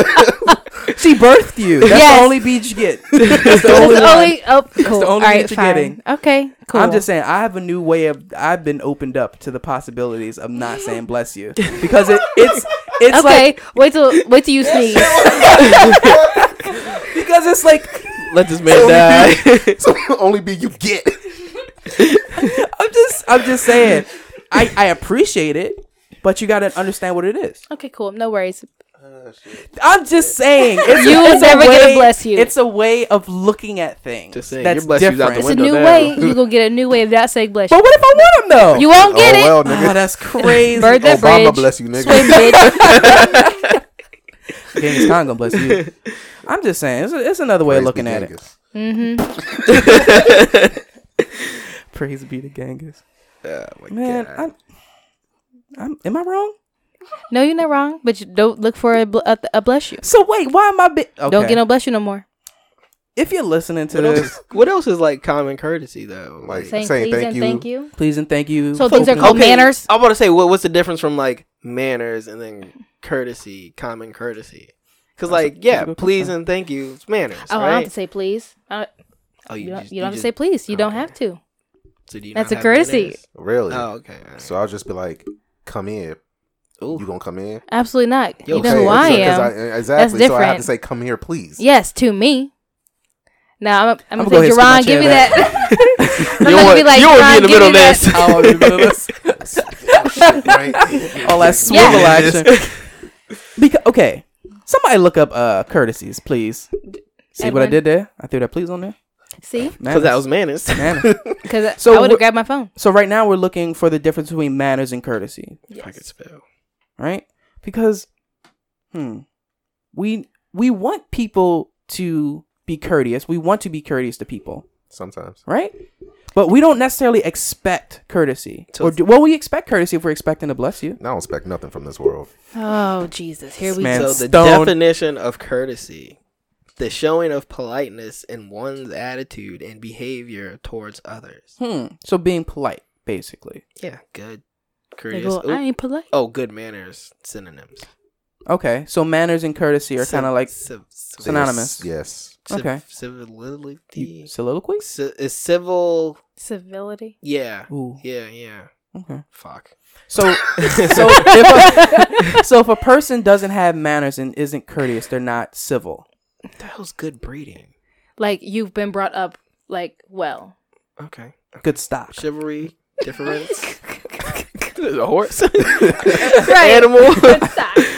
[SPEAKER 1] she birthed you. That's
[SPEAKER 4] Yes.
[SPEAKER 1] the only beat you get. That's the only
[SPEAKER 4] That's the
[SPEAKER 1] one.
[SPEAKER 4] only. Oh, cool.
[SPEAKER 1] the only
[SPEAKER 4] All
[SPEAKER 1] one
[SPEAKER 4] right,
[SPEAKER 1] you're
[SPEAKER 4] fine.
[SPEAKER 1] getting.
[SPEAKER 4] Okay, cool.
[SPEAKER 1] I'm just saying, I have a new way of. I've been opened up to the possibilities of not saying "bless you" because it, it's it's
[SPEAKER 4] okay,
[SPEAKER 1] like
[SPEAKER 4] wait till wait till you sneeze.
[SPEAKER 1] because it's like
[SPEAKER 2] Let this man die.
[SPEAKER 3] So only be you get.
[SPEAKER 1] I'm just I'm just saying, I I appreciate it, but you got to understand what it is.
[SPEAKER 4] okay, cool. No worries.
[SPEAKER 1] I'm just saying, it's,
[SPEAKER 4] You
[SPEAKER 1] it's
[SPEAKER 4] will never get a
[SPEAKER 1] way-
[SPEAKER 4] bless you.
[SPEAKER 1] It's a way of looking at things.
[SPEAKER 2] Just saying,
[SPEAKER 1] that's
[SPEAKER 2] your bless you's out the
[SPEAKER 1] different.
[SPEAKER 4] It's a
[SPEAKER 2] Window
[SPEAKER 4] new
[SPEAKER 2] down.
[SPEAKER 4] way. You gonna get a new way of not saying bless
[SPEAKER 1] But
[SPEAKER 4] you.
[SPEAKER 1] what if I want them though?
[SPEAKER 4] You won't get
[SPEAKER 3] oh well,
[SPEAKER 4] it.
[SPEAKER 1] oh,
[SPEAKER 3] nigga.
[SPEAKER 1] that's crazy.
[SPEAKER 4] Bird that
[SPEAKER 3] Obama
[SPEAKER 4] bridge.
[SPEAKER 3] bless you, nigga.
[SPEAKER 4] Swim, bitch.
[SPEAKER 1] Genghis Khan gonna bless you. I'm just saying, it's, it's another way of looking at it.
[SPEAKER 4] Mm-hmm.
[SPEAKER 1] Praise be to Genghis.
[SPEAKER 2] Oh
[SPEAKER 1] Man, I'm, I'm, am I wrong?
[SPEAKER 4] no, you're not wrong. But you don't look for a, bl- a, a bless you.
[SPEAKER 1] So wait, why am I? Bi- okay.
[SPEAKER 4] Don't get no bless you no more.
[SPEAKER 1] If you're listening to
[SPEAKER 2] what,
[SPEAKER 1] this,
[SPEAKER 2] else, what else is like common courtesy though?
[SPEAKER 3] Like,
[SPEAKER 4] Saying
[SPEAKER 3] saying
[SPEAKER 4] please
[SPEAKER 3] thank
[SPEAKER 4] and
[SPEAKER 3] you.
[SPEAKER 4] thank you.
[SPEAKER 1] please and thank you.
[SPEAKER 4] So things are
[SPEAKER 1] Open-
[SPEAKER 4] called manners.
[SPEAKER 2] I want to say, what what's the difference from like manners and then courtesy, common courtesy? Because like,
[SPEAKER 1] a
[SPEAKER 2] yeah,
[SPEAKER 1] good
[SPEAKER 2] please
[SPEAKER 1] question.
[SPEAKER 2] and thank you, it's manners,
[SPEAKER 4] Oh, I don't have to
[SPEAKER 2] right?
[SPEAKER 4] say please. I don't-
[SPEAKER 2] Oh,
[SPEAKER 4] you don't,
[SPEAKER 2] just-
[SPEAKER 4] you don't have to
[SPEAKER 2] just-
[SPEAKER 4] say please. You don't
[SPEAKER 2] okay.
[SPEAKER 4] have to.
[SPEAKER 2] So do you
[SPEAKER 4] That's
[SPEAKER 2] not
[SPEAKER 4] a
[SPEAKER 2] have
[SPEAKER 4] courtesy.
[SPEAKER 2] manners?
[SPEAKER 3] Really?
[SPEAKER 2] Oh, okay.
[SPEAKER 3] So I'll just be like, come here.
[SPEAKER 2] Ooh.
[SPEAKER 3] You gonna come in?
[SPEAKER 4] Absolutely not.
[SPEAKER 2] Yo,
[SPEAKER 4] you know
[SPEAKER 2] say
[SPEAKER 4] who
[SPEAKER 2] it,
[SPEAKER 4] I
[SPEAKER 2] so-
[SPEAKER 4] am.
[SPEAKER 3] exactly. So I have to
[SPEAKER 4] different.
[SPEAKER 3] say, come here, please.
[SPEAKER 4] yes, to me. Now I'm, I'm,
[SPEAKER 1] I'ma
[SPEAKER 4] gonna
[SPEAKER 1] go
[SPEAKER 4] say,
[SPEAKER 1] ahead and sit
[SPEAKER 4] Jerron, give
[SPEAKER 1] my
[SPEAKER 4] me
[SPEAKER 1] chair
[SPEAKER 4] that. I'm
[SPEAKER 2] You
[SPEAKER 4] gonna
[SPEAKER 2] want-
[SPEAKER 4] be like,
[SPEAKER 2] you wanna be
[SPEAKER 4] Jerron,
[SPEAKER 2] in the
[SPEAKER 4] give me
[SPEAKER 2] middle of
[SPEAKER 4] that.
[SPEAKER 2] this.
[SPEAKER 1] Oh, you feel this?
[SPEAKER 3] Right?
[SPEAKER 1] all that swivel
[SPEAKER 4] Yeah.
[SPEAKER 1] action. Because okay, somebody look up uh courtesies, please. See what I
[SPEAKER 4] Edwin.
[SPEAKER 1] did there? I threw that please on there.
[SPEAKER 4] See,
[SPEAKER 2] Because that
[SPEAKER 1] Manners.
[SPEAKER 2] was manners.
[SPEAKER 1] manners.
[SPEAKER 4] because
[SPEAKER 1] So
[SPEAKER 4] I would
[SPEAKER 1] what-
[SPEAKER 4] have grabbed my phone.
[SPEAKER 1] so right now we're looking for the difference between manners and courtesy.
[SPEAKER 2] If I could spell.
[SPEAKER 1] right? Because hmm, we we want people to be courteous. We want to be courteous to people,
[SPEAKER 3] Sometimes.
[SPEAKER 1] right? But we don't necessarily expect courtesy.
[SPEAKER 2] So
[SPEAKER 1] Or
[SPEAKER 2] it's-
[SPEAKER 1] do, well, we expect courtesy if we're expecting to bless you.
[SPEAKER 3] I don't expect nothing from this world.
[SPEAKER 4] Oh Jesus, here we
[SPEAKER 1] Man,
[SPEAKER 4] go.
[SPEAKER 2] so
[SPEAKER 1] And
[SPEAKER 2] the
[SPEAKER 1] stone.
[SPEAKER 2] definition of courtesy, the showing of politeness in one's attitude and behavior towards others.
[SPEAKER 1] Hmm. So being polite, basically.
[SPEAKER 2] Yeah, good,
[SPEAKER 4] Like,
[SPEAKER 2] courteous.
[SPEAKER 4] well,
[SPEAKER 2] Ooh.
[SPEAKER 4] I ain't polite.
[SPEAKER 2] oh, good manners synonyms.
[SPEAKER 1] Okay. So manners and courtesy are
[SPEAKER 2] Civ-
[SPEAKER 1] kind of like
[SPEAKER 2] civ- civ-
[SPEAKER 1] synonymous.
[SPEAKER 3] Yes.
[SPEAKER 2] civ-
[SPEAKER 1] okay.
[SPEAKER 2] Civility.
[SPEAKER 1] you- soliloquies.
[SPEAKER 2] Ci- is civil.
[SPEAKER 4] Civility.
[SPEAKER 2] Yeah.
[SPEAKER 1] Ooh.
[SPEAKER 2] Yeah. Yeah.
[SPEAKER 1] Okay.
[SPEAKER 2] Fuck.
[SPEAKER 1] So so if a, so if a person doesn't have manners and isn't courteous, they're not civil.
[SPEAKER 2] That was good breeding.
[SPEAKER 4] Like you've been brought up like well.
[SPEAKER 2] Okay.
[SPEAKER 1] Good stock.
[SPEAKER 2] Chivalry difference. a horse.
[SPEAKER 4] Animal.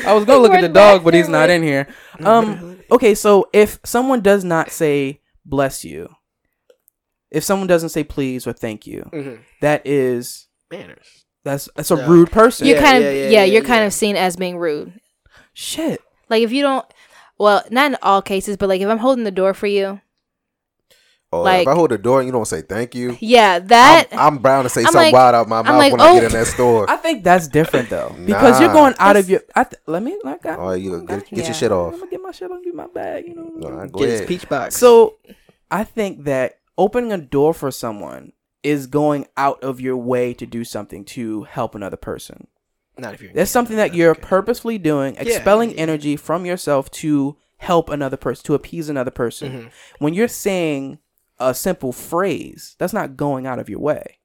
[SPEAKER 1] I was gonna look at the dog, but he's not in here. Um. Okay. So if someone does not say bless you, if someone doesn't say please or thank you,
[SPEAKER 2] Mhm.
[SPEAKER 1] that is
[SPEAKER 2] Manners.
[SPEAKER 1] that's that's a
[SPEAKER 2] Yeah.
[SPEAKER 1] rude person.
[SPEAKER 4] You're
[SPEAKER 2] Yeah,
[SPEAKER 4] kind of
[SPEAKER 2] yeah,
[SPEAKER 4] yeah,
[SPEAKER 2] yeah, yeah,
[SPEAKER 4] you're kind
[SPEAKER 2] yeah.
[SPEAKER 4] of seen as being rude.
[SPEAKER 1] Shit.
[SPEAKER 4] Like if you don't well, not in all cases, but like if I'm holding the door for you.
[SPEAKER 3] Oh,
[SPEAKER 4] Like-
[SPEAKER 3] if I hold the door and you don't say thank you,
[SPEAKER 4] Yeah,
[SPEAKER 3] I'm,
[SPEAKER 4] that
[SPEAKER 3] I'm bound to say
[SPEAKER 4] I'm
[SPEAKER 3] something
[SPEAKER 4] like-
[SPEAKER 3] wild out my mouth
[SPEAKER 4] like,
[SPEAKER 3] when I
[SPEAKER 4] oh.
[SPEAKER 3] get in that store.
[SPEAKER 1] I think that's different though, because you're
[SPEAKER 3] Nah.
[SPEAKER 1] going out
[SPEAKER 4] It's-
[SPEAKER 1] of your. I th- let me. Like, I,
[SPEAKER 3] oh, you get, get
[SPEAKER 4] Yeah.
[SPEAKER 3] your shit
[SPEAKER 1] I'm
[SPEAKER 3] off.
[SPEAKER 1] gonna get my shit. I'm gonna get my bag. You know. what I mean?
[SPEAKER 3] All right, go
[SPEAKER 2] Get his
[SPEAKER 3] ahead.
[SPEAKER 2] peach box.
[SPEAKER 1] So I think that opening a door for someone is going out of your way to do something to help another person.
[SPEAKER 2] not if you're.
[SPEAKER 1] That's something that
[SPEAKER 2] That's
[SPEAKER 1] you're
[SPEAKER 2] okay.
[SPEAKER 1] purposefully doing,
[SPEAKER 2] yeah,
[SPEAKER 1] expelling
[SPEAKER 2] yeah.
[SPEAKER 1] energy from yourself to help another person, to appease another person.
[SPEAKER 2] Mhm.
[SPEAKER 1] When you're saying a simple phrase, that's not going out of your way.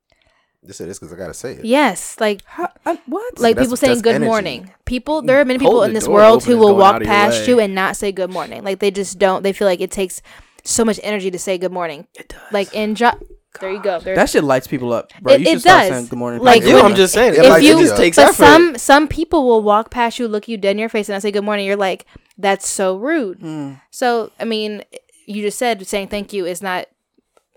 [SPEAKER 3] Just say this because I gotta say it.
[SPEAKER 4] yes, like
[SPEAKER 1] How, I, what?
[SPEAKER 4] like
[SPEAKER 3] that's-
[SPEAKER 4] people saying
[SPEAKER 3] that's
[SPEAKER 4] good
[SPEAKER 3] energy.
[SPEAKER 4] morning. People, there are many
[SPEAKER 2] Hold
[SPEAKER 4] people
[SPEAKER 2] the
[SPEAKER 4] in this
[SPEAKER 2] door
[SPEAKER 4] world
[SPEAKER 2] open
[SPEAKER 4] who
[SPEAKER 2] is
[SPEAKER 4] will
[SPEAKER 2] going
[SPEAKER 4] walk
[SPEAKER 2] out of your
[SPEAKER 4] past
[SPEAKER 2] way.
[SPEAKER 4] you and not say good morning. Like they just don't. They feel like it takes so much energy to say good morning.
[SPEAKER 2] It does.
[SPEAKER 4] Like in job, there you go. There,
[SPEAKER 1] that shit lights people up, bro.
[SPEAKER 4] It-
[SPEAKER 1] you
[SPEAKER 4] it
[SPEAKER 1] should start
[SPEAKER 4] does.
[SPEAKER 1] saying good morning. to
[SPEAKER 4] Like,
[SPEAKER 1] people.
[SPEAKER 4] you-
[SPEAKER 2] I'm just saying. It,
[SPEAKER 3] if
[SPEAKER 2] like,
[SPEAKER 3] you-
[SPEAKER 2] it just takes
[SPEAKER 4] but
[SPEAKER 2] effort.
[SPEAKER 4] some some people will walk past you, look you dead in your face, and I say good morning. You're like, that's so rude.
[SPEAKER 2] Hmm.
[SPEAKER 1] Mm.
[SPEAKER 4] So I mean, you just said saying thank you is not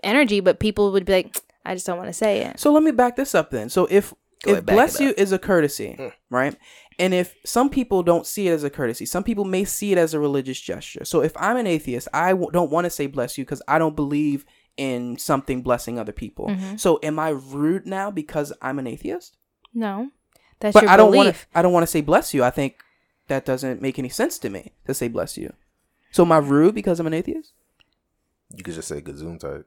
[SPEAKER 4] energy, but people would be like, I just don't want to say it.
[SPEAKER 1] So let me back this up then. So if
[SPEAKER 2] Go
[SPEAKER 1] if
[SPEAKER 2] ahead, back
[SPEAKER 1] bless
[SPEAKER 2] it
[SPEAKER 1] you
[SPEAKER 2] up.
[SPEAKER 1] is a courtesy,
[SPEAKER 4] Hmm.
[SPEAKER 1] right? And if some people don't see it as a courtesy, some people may see it as a religious gesture. So if I'm an atheist, I w- don't want to say bless you because I don't believe in something blessing other people.
[SPEAKER 4] Mm-hmm.
[SPEAKER 1] So am I rude now because I'm an atheist?
[SPEAKER 4] No, that's
[SPEAKER 1] but
[SPEAKER 4] your
[SPEAKER 1] I don't want
[SPEAKER 4] belief.
[SPEAKER 1] to. I don't want to say bless you. I think that doesn't make any sense to me to say bless you. So am I rude because I'm an atheist?
[SPEAKER 3] You could just say good Zoom type.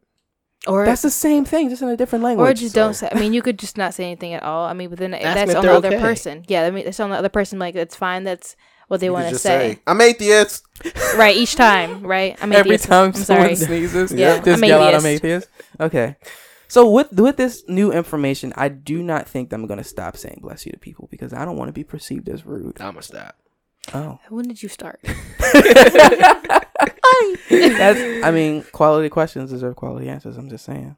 [SPEAKER 4] Or
[SPEAKER 1] That's the same thing, just in a different language.
[SPEAKER 4] Or just don't say. I mean, you could just not say anything at all. I mean, but then that's,
[SPEAKER 2] if
[SPEAKER 4] on the
[SPEAKER 2] they're
[SPEAKER 4] other
[SPEAKER 2] okay.
[SPEAKER 4] person. Yeah, I mean, it's on the other person. Like, that's fine. That's what they
[SPEAKER 3] You
[SPEAKER 4] want
[SPEAKER 3] could
[SPEAKER 4] to
[SPEAKER 3] just
[SPEAKER 4] say.
[SPEAKER 3] I'm atheist.
[SPEAKER 4] Right, each time. Right. I mean,
[SPEAKER 1] every
[SPEAKER 4] yes,
[SPEAKER 1] time
[SPEAKER 4] I'm
[SPEAKER 1] someone
[SPEAKER 4] sorry.
[SPEAKER 1] sneezes,
[SPEAKER 4] Yeah,
[SPEAKER 1] just
[SPEAKER 4] I'm
[SPEAKER 1] yell out I'm atheist.
[SPEAKER 4] atheist.
[SPEAKER 1] Okay. So with with this new information, I do not think that I'm gonna stop saying bless you to people because I don't want to be perceived as rude.
[SPEAKER 2] I'm gonna stop.
[SPEAKER 1] Oh.
[SPEAKER 4] When did you start?
[SPEAKER 1] That's I mean, quality questions deserve quality answers, I'm just saying.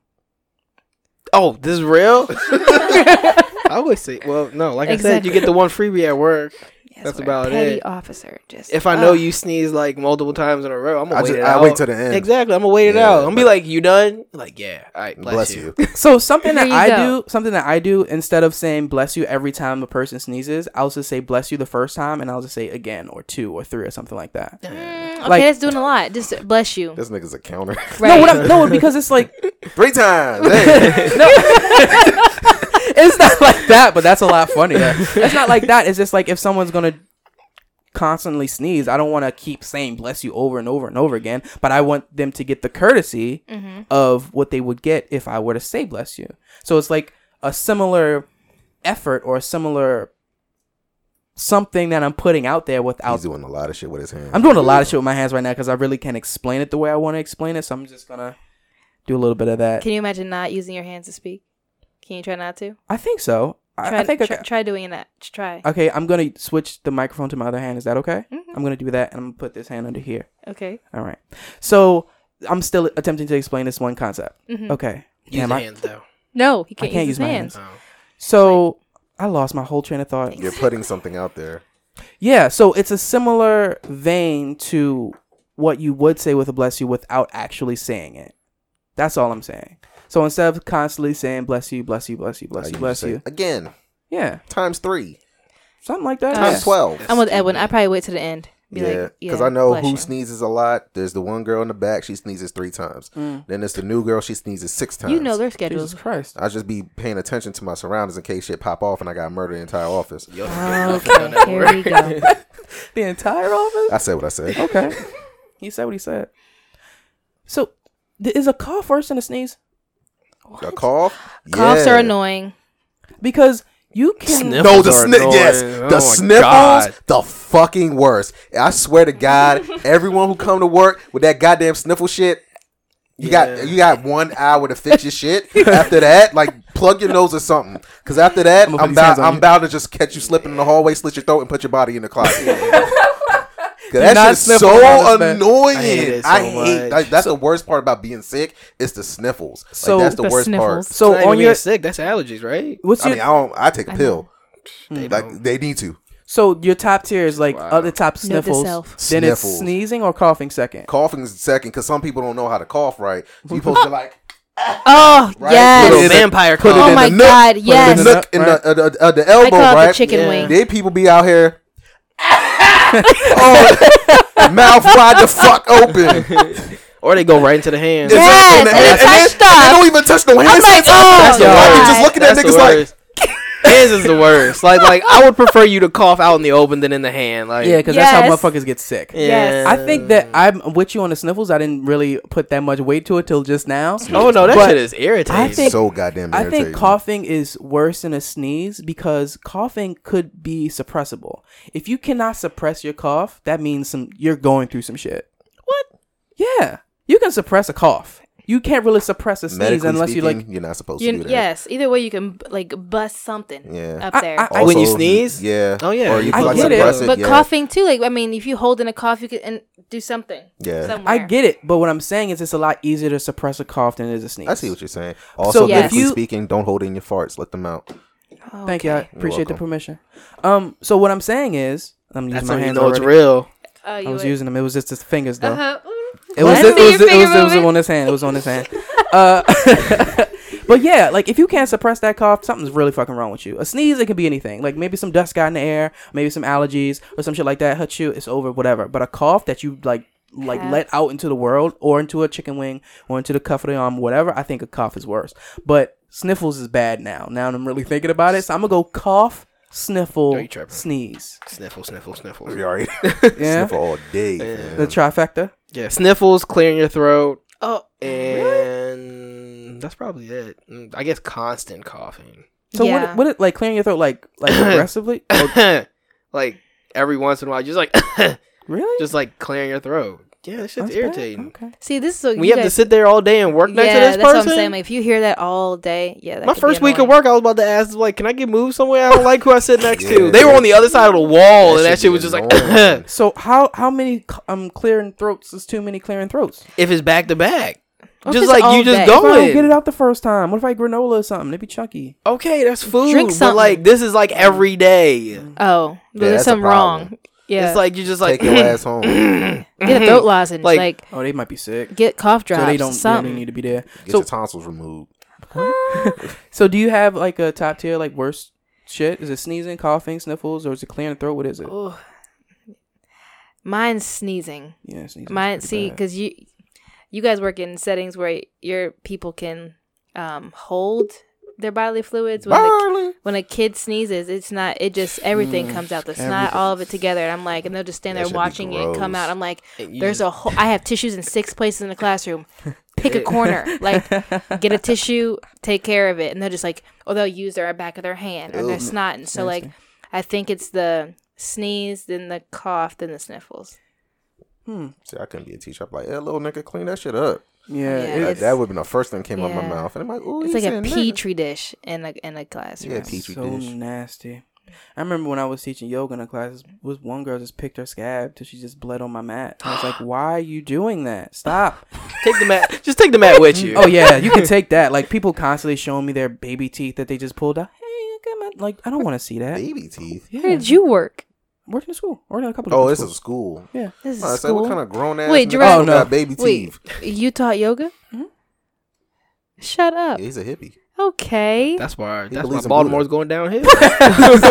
[SPEAKER 2] Oh, this is real. I always say, well, no. Like I said, you
[SPEAKER 4] Exactly.
[SPEAKER 2] get the one freebie at work.
[SPEAKER 4] Yes,
[SPEAKER 2] That's
[SPEAKER 4] we're a
[SPEAKER 2] about
[SPEAKER 4] petty
[SPEAKER 2] it.
[SPEAKER 4] Officer, just oh.
[SPEAKER 2] If I know
[SPEAKER 4] ugh.
[SPEAKER 2] you sneeze like multiple times in a row, I'm gonna
[SPEAKER 3] I
[SPEAKER 2] wait
[SPEAKER 3] just
[SPEAKER 2] it
[SPEAKER 3] I
[SPEAKER 2] out.
[SPEAKER 3] wait to the end.
[SPEAKER 2] Exactly, I'm gonna wait it
[SPEAKER 3] Yeah,
[SPEAKER 2] out. I'm gonna be
[SPEAKER 3] but-
[SPEAKER 2] like, "You done?" Like, yeah. All right, bless,
[SPEAKER 3] Bless,
[SPEAKER 2] you.
[SPEAKER 3] you.
[SPEAKER 1] So something that
[SPEAKER 4] Here you
[SPEAKER 1] I
[SPEAKER 4] go.
[SPEAKER 1] do, something that I do, instead of saying bless you every time a person sneezes, I'll just say bless you the first time and I'll just say again or two or three or something like that.
[SPEAKER 4] Mm, okay,
[SPEAKER 1] like-
[SPEAKER 4] that's doing a lot. Just bless you.
[SPEAKER 3] This nigga's a counter.
[SPEAKER 1] No,
[SPEAKER 4] Right.
[SPEAKER 1] what I'm, no, because it's like
[SPEAKER 3] Three times. Hey.
[SPEAKER 1] it's not like that, but that's a lot funnier. It's not like that. It's just like if someone's gonna constantly sneeze, I don't want to keep saying "bless you" over and over and over again, but I want them to get the courtesy
[SPEAKER 4] Mm-hmm.
[SPEAKER 1] of what they would get if I were to say "bless you." So it's like a similar effort or a similar something that I'm putting out there
[SPEAKER 3] He's
[SPEAKER 1] without.
[SPEAKER 3] doing a lot of shit with his hands.
[SPEAKER 1] I'm doing a lot of shit with my hands right now because I really can't explain it the way I want to explain it. So I'm just gonna do a little bit of that.
[SPEAKER 4] Can you imagine not using your hands to speak? Can you try not to?
[SPEAKER 1] I think so. I,
[SPEAKER 4] Try,
[SPEAKER 1] I think I
[SPEAKER 4] try,
[SPEAKER 1] ca-
[SPEAKER 4] try doing that. Try.
[SPEAKER 1] Okay, I'm gonna switch the microphone to my other hand. Is that okay?
[SPEAKER 4] Mhm.
[SPEAKER 1] I'm gonna do that, and I'm gonna put this hand under here.
[SPEAKER 4] Okay.
[SPEAKER 1] All right. So I'm still attempting to explain this one concept.
[SPEAKER 4] Mhm.
[SPEAKER 1] Okay.
[SPEAKER 2] Use
[SPEAKER 1] Damn,
[SPEAKER 2] your
[SPEAKER 1] I-
[SPEAKER 2] hands though.
[SPEAKER 4] No, he can't,
[SPEAKER 1] can't
[SPEAKER 4] use,
[SPEAKER 1] use
[SPEAKER 4] his
[SPEAKER 1] my
[SPEAKER 4] hands.
[SPEAKER 2] Oh.
[SPEAKER 1] So I lost my whole train of thought.
[SPEAKER 3] You're putting something out there.
[SPEAKER 1] Yeah. So it's a similar vein to what you would say with a bless you without actually saying it. That's all I'm saying. So instead of constantly saying bless you, bless you, bless you,
[SPEAKER 3] Now
[SPEAKER 1] bless you,
[SPEAKER 3] just
[SPEAKER 1] bless
[SPEAKER 3] say,
[SPEAKER 1] you,
[SPEAKER 3] Again,
[SPEAKER 1] yeah,
[SPEAKER 3] times three,
[SPEAKER 1] something like that.
[SPEAKER 3] times
[SPEAKER 1] yeah.
[SPEAKER 3] twelve.
[SPEAKER 4] I'm with Edwin. I probably wait to the end. Be
[SPEAKER 3] yeah,
[SPEAKER 4] like,
[SPEAKER 3] because
[SPEAKER 4] yeah,
[SPEAKER 3] I know
[SPEAKER 4] bless
[SPEAKER 3] who
[SPEAKER 4] you.
[SPEAKER 3] sneezes a lot. There's the one girl in the back; she sneezes three times.
[SPEAKER 1] Mm.
[SPEAKER 3] Then there's the new girl; she sneezes six times.
[SPEAKER 4] You know their
[SPEAKER 1] Jesus
[SPEAKER 4] schedules.
[SPEAKER 1] Christ.
[SPEAKER 3] I just be paying attention to my surroundings in case shit pop off and I got murder the entire office.
[SPEAKER 2] Yo,
[SPEAKER 4] Okay, here we go.
[SPEAKER 1] The entire office?
[SPEAKER 3] I said what I said.
[SPEAKER 1] Okay. he said what he said. So, th- is a cough worse than a sneeze?
[SPEAKER 3] A cough.
[SPEAKER 4] Coughs are
[SPEAKER 3] Yeah.
[SPEAKER 4] annoying.
[SPEAKER 1] Because you can.
[SPEAKER 2] Sniff.
[SPEAKER 3] No, the
[SPEAKER 2] Those are
[SPEAKER 3] sniff. Yes,
[SPEAKER 2] annoying.
[SPEAKER 3] the
[SPEAKER 2] Oh my
[SPEAKER 3] sniffles,
[SPEAKER 2] God.
[SPEAKER 3] the fucking worst. I swear to God, everyone who come to work with that goddamn sniffle shit. You
[SPEAKER 2] Yeah.
[SPEAKER 3] got you got one hour to fix your shit. After that, like plug your nose or something. Cause after that,
[SPEAKER 1] I'ma put
[SPEAKER 3] I'm,
[SPEAKER 1] these hands
[SPEAKER 3] about
[SPEAKER 1] on
[SPEAKER 3] I'm
[SPEAKER 1] you.
[SPEAKER 3] about to just catch you slipping in the hallway, slit your throat, and put your body in the closet. Cause that
[SPEAKER 1] not
[SPEAKER 3] shit's
[SPEAKER 1] sniffling
[SPEAKER 3] so
[SPEAKER 1] around this man.
[SPEAKER 3] annoying.
[SPEAKER 2] I hate it so
[SPEAKER 3] I hate-
[SPEAKER 2] much.
[SPEAKER 3] that- that's the worst part about being sick. It's the sniffles. Like,
[SPEAKER 1] So-
[SPEAKER 3] that's the,
[SPEAKER 4] The
[SPEAKER 3] worst
[SPEAKER 4] sniffles.
[SPEAKER 1] So,
[SPEAKER 2] Not even
[SPEAKER 1] on
[SPEAKER 2] being
[SPEAKER 1] your.
[SPEAKER 2] sick, that's allergies, right?
[SPEAKER 1] What's
[SPEAKER 3] part. I
[SPEAKER 1] your
[SPEAKER 3] mean, I don't. I take a
[SPEAKER 4] I know.
[SPEAKER 3] pill.
[SPEAKER 2] They
[SPEAKER 3] Like
[SPEAKER 2] don't-
[SPEAKER 3] they need to.
[SPEAKER 1] so your top tier is like
[SPEAKER 2] Wow.
[SPEAKER 1] other top
[SPEAKER 4] Note to
[SPEAKER 1] sniffles.
[SPEAKER 4] self.
[SPEAKER 1] Then it's
[SPEAKER 3] Sniffles.
[SPEAKER 1] sneezing or coughing second.
[SPEAKER 3] coughing is second because some people don't know how to cough right. So you supposed to like
[SPEAKER 4] Oh
[SPEAKER 2] Little
[SPEAKER 3] Right? Put it
[SPEAKER 4] yes.
[SPEAKER 3] in-
[SPEAKER 2] vampire
[SPEAKER 3] put it
[SPEAKER 2] cough.
[SPEAKER 4] Oh
[SPEAKER 3] in
[SPEAKER 4] my
[SPEAKER 3] the nook,
[SPEAKER 4] god,
[SPEAKER 1] it in
[SPEAKER 3] the
[SPEAKER 4] yes.
[SPEAKER 1] nook,
[SPEAKER 3] nook and the, uh, the, uh, the elbow
[SPEAKER 4] I call it the
[SPEAKER 3] right.
[SPEAKER 4] chicken
[SPEAKER 2] Yeah.
[SPEAKER 4] wing.
[SPEAKER 3] They people be out here, oh, mouth wide the fuck open.
[SPEAKER 2] or they go right into the hand.
[SPEAKER 4] Yeah. Yes,
[SPEAKER 3] And,
[SPEAKER 4] and it
[SPEAKER 3] then-
[SPEAKER 4] touched up.
[SPEAKER 3] they don't even touch no hands.
[SPEAKER 4] like, oh,
[SPEAKER 3] that's the I be
[SPEAKER 4] God.
[SPEAKER 3] just looking at
[SPEAKER 2] That's
[SPEAKER 3] niggas
[SPEAKER 2] the
[SPEAKER 3] like
[SPEAKER 2] worst. hands is the worst. Like, like I would prefer you to cough out in the open than in the hand. Like,
[SPEAKER 1] Yeah, because that's
[SPEAKER 4] Yes.
[SPEAKER 1] how motherfuckers get sick.
[SPEAKER 4] Yes.
[SPEAKER 1] I think that I'm with you on the sniffles. I didn't really put that much weight to it till just now.
[SPEAKER 2] Oh no, that
[SPEAKER 1] But
[SPEAKER 2] shit is irritating.
[SPEAKER 1] I think-
[SPEAKER 3] so goddamn.
[SPEAKER 1] I
[SPEAKER 3] irritating.
[SPEAKER 1] think coughing is worse than a sneeze because coughing could be suppressible. If you cannot suppress your cough, that means some you're going through some shit. What? Yeah, you can suppress a cough. You can't really suppress a sneeze
[SPEAKER 3] Medically
[SPEAKER 1] unless
[SPEAKER 3] speaking,
[SPEAKER 1] you like.
[SPEAKER 3] you're not supposed to
[SPEAKER 4] You,
[SPEAKER 3] do that.
[SPEAKER 4] yes. Either way, you can like bust something
[SPEAKER 3] Yeah.
[SPEAKER 4] up there.
[SPEAKER 1] I- I-
[SPEAKER 2] When you sneeze?
[SPEAKER 3] yeah.
[SPEAKER 2] Oh, yeah.
[SPEAKER 3] Or you
[SPEAKER 1] I
[SPEAKER 3] like
[SPEAKER 1] get it.
[SPEAKER 3] suppress it.
[SPEAKER 4] but
[SPEAKER 3] yeah.
[SPEAKER 4] coughing too, like I mean, if you hold in a cough, you can and do something.
[SPEAKER 3] Yeah.
[SPEAKER 4] somewhere.
[SPEAKER 1] I get it, but what I'm saying is it's a lot easier to suppress a cough than it is a sneeze.
[SPEAKER 3] I see what you're saying. Also,
[SPEAKER 1] So,
[SPEAKER 4] yes.
[SPEAKER 3] medically
[SPEAKER 1] You-
[SPEAKER 3] speaking, don't hold in your farts. Let them out.
[SPEAKER 1] Thank you. I
[SPEAKER 4] Okay.
[SPEAKER 1] appreciate the
[SPEAKER 3] welcome.
[SPEAKER 1] permission. Um, so what I'm saying is, I'm using
[SPEAKER 2] that's
[SPEAKER 1] my
[SPEAKER 2] when you
[SPEAKER 1] hands
[SPEAKER 2] know it's
[SPEAKER 1] already.
[SPEAKER 2] real.
[SPEAKER 4] Oh, you
[SPEAKER 1] I was
[SPEAKER 4] would-
[SPEAKER 1] using them. It was just his fingers though.
[SPEAKER 4] Uh-huh.
[SPEAKER 1] It was,
[SPEAKER 4] Let's
[SPEAKER 1] it, was,
[SPEAKER 4] see your
[SPEAKER 1] it, was,
[SPEAKER 4] finger
[SPEAKER 1] it was
[SPEAKER 4] moving.
[SPEAKER 1] on his hand. It was on his hand. Uh, but yeah, like if you can't suppress that cough, something's really fucking wrong with you. A sneeze, it could be anything. Like maybe some dust got in the air, maybe some allergies or some shit like that hurt you. It's over, whatever. But a cough that you like, like
[SPEAKER 4] Have.
[SPEAKER 1] let out into the world or into a chicken wing or into the cuff of the arm, whatever. I think a cough is worse. But sniffles is bad now. Now that I'm really thinking about it, so I'm gonna go cough,
[SPEAKER 2] No,
[SPEAKER 1] sniffle,
[SPEAKER 2] you tripping.
[SPEAKER 1] sneeze.
[SPEAKER 2] Sniffle, sniffle, sniffle.
[SPEAKER 3] We already
[SPEAKER 1] Yeah,
[SPEAKER 3] sniffle all day.
[SPEAKER 2] Yeah.
[SPEAKER 1] the
[SPEAKER 3] man.
[SPEAKER 1] trifecta.
[SPEAKER 2] Yeah, sniffles, clearing your throat,
[SPEAKER 4] Oh,
[SPEAKER 2] and that's probably it. Mm, I guess constant coughing.
[SPEAKER 1] So
[SPEAKER 4] Yeah.
[SPEAKER 1] what? What? It, like clearing your throat, like like aggressively? Or-
[SPEAKER 2] like every once in a while, just like
[SPEAKER 1] really?
[SPEAKER 2] just like clearing your throat. Yeah, that shit's
[SPEAKER 1] That's bad.
[SPEAKER 2] irritating.
[SPEAKER 1] Okay.
[SPEAKER 4] see, this is so
[SPEAKER 2] We
[SPEAKER 4] you
[SPEAKER 2] have to
[SPEAKER 4] guys-
[SPEAKER 2] sit there all day and work next
[SPEAKER 4] yeah,
[SPEAKER 2] to this
[SPEAKER 4] that's
[SPEAKER 2] person.
[SPEAKER 4] what I'm saying. Like, if you hear that all day, yeah. That
[SPEAKER 2] My
[SPEAKER 4] could be
[SPEAKER 2] first week of
[SPEAKER 4] annoying.
[SPEAKER 2] work, I was about to ask, like, can I get moved somewhere? I don't like who I sit next to.
[SPEAKER 3] Yeah.
[SPEAKER 2] They were on the other side of the wall, and that shit
[SPEAKER 3] be
[SPEAKER 2] was just like,
[SPEAKER 3] annoying.
[SPEAKER 1] So how how many c- um clearing throats is too many clearing throats?
[SPEAKER 2] if it's back to back,
[SPEAKER 4] Or if
[SPEAKER 2] just
[SPEAKER 4] it's
[SPEAKER 2] like
[SPEAKER 4] all
[SPEAKER 2] you just
[SPEAKER 4] day.
[SPEAKER 1] If I
[SPEAKER 2] going.
[SPEAKER 1] don't get it out the first time, what if I eat granola or something? It'd be chunky.
[SPEAKER 2] Okay, that's food,
[SPEAKER 4] Drink
[SPEAKER 2] but
[SPEAKER 4] something. Mm.
[SPEAKER 2] like this is like every day.
[SPEAKER 4] Oh, there's
[SPEAKER 3] that's a
[SPEAKER 4] something
[SPEAKER 3] problem.
[SPEAKER 4] wrong. Yeah,
[SPEAKER 2] It's like you just like
[SPEAKER 3] Take your ass home.
[SPEAKER 4] get a throat lozenge.
[SPEAKER 2] Like-
[SPEAKER 4] Like,
[SPEAKER 1] Oh, they might be sick.
[SPEAKER 4] get cough drops.
[SPEAKER 1] So they don't
[SPEAKER 4] something.
[SPEAKER 1] really need to be there.
[SPEAKER 3] Get
[SPEAKER 1] so
[SPEAKER 3] your tonsils removed.
[SPEAKER 1] so do you have like a top tier like worst shit? Is it sneezing, coughing, sniffles, or is it clearing throat? What is it?
[SPEAKER 4] Ugh. Mine's sneezing.
[SPEAKER 1] Yeah, sneezing.
[SPEAKER 4] Mine, see, because you you guys work in settings where your people can um, hold their bodily fluids when the, when a kid sneezes, it's not. It just everything comes out. It's not all of it together. And I'm like, and they'll just stand
[SPEAKER 3] That
[SPEAKER 4] there
[SPEAKER 3] should be
[SPEAKER 4] watching it come
[SPEAKER 3] gross.
[SPEAKER 4] out. I'm like,
[SPEAKER 2] you
[SPEAKER 4] there's a whole. I have tissues in six places in the classroom. Pick a corner, like get a tissue, take care of it, and they'll just like, or they'll use their back of their hand and they're
[SPEAKER 3] Ew.
[SPEAKER 4] snotting. So like, I think it's the sneeze, then the cough, then the sniffles.
[SPEAKER 1] Hmm.
[SPEAKER 3] See, I couldn't be a teacher. I'm like, yeah, little nigga, clean that shit up.
[SPEAKER 1] Yeah,
[SPEAKER 4] Yeah,
[SPEAKER 1] it-
[SPEAKER 3] Like,
[SPEAKER 4] it's-
[SPEAKER 3] that would have been the first thing that came out my
[SPEAKER 4] yeah.
[SPEAKER 3] mouth. And I'm like, ooh, you
[SPEAKER 4] It's like a
[SPEAKER 3] said nigga.
[SPEAKER 4] petri dish in a in a classroom.
[SPEAKER 3] Yeah, petri
[SPEAKER 1] so
[SPEAKER 3] dish.
[SPEAKER 1] nasty. I remember when I was teaching yoga in a class, this- was one girl just picked her scab till she just bled on my mat. And I was like, "Why are you doing that? Stop!"
[SPEAKER 2] take the mat, just take the mat with you.
[SPEAKER 1] oh yeah, you can take that. Like people constantly showing me their baby teeth that they just pulled out. Hey, look at my like. I don't want to see that.
[SPEAKER 3] Baby teeth.
[SPEAKER 1] Yeah,
[SPEAKER 4] Where did you work?
[SPEAKER 1] working in school? Working in a couple. Of
[SPEAKER 3] Oh,
[SPEAKER 1] different
[SPEAKER 3] this
[SPEAKER 1] schools.
[SPEAKER 3] is school.
[SPEAKER 4] This is
[SPEAKER 3] Oh, I said,
[SPEAKER 4] school.
[SPEAKER 3] what kind of grown ass
[SPEAKER 4] Wait,
[SPEAKER 3] nigga
[SPEAKER 4] Gerard-
[SPEAKER 1] Oh, no.
[SPEAKER 3] got baby
[SPEAKER 4] Wait.
[SPEAKER 3] teeth?
[SPEAKER 4] You taught yoga?
[SPEAKER 1] Mhm.
[SPEAKER 4] Shut up.
[SPEAKER 3] Mm-hmm. Yeah, he's a hippie.
[SPEAKER 4] Okay.
[SPEAKER 2] That's why. That's why
[SPEAKER 3] believes in
[SPEAKER 2] Baltimore's going downhill.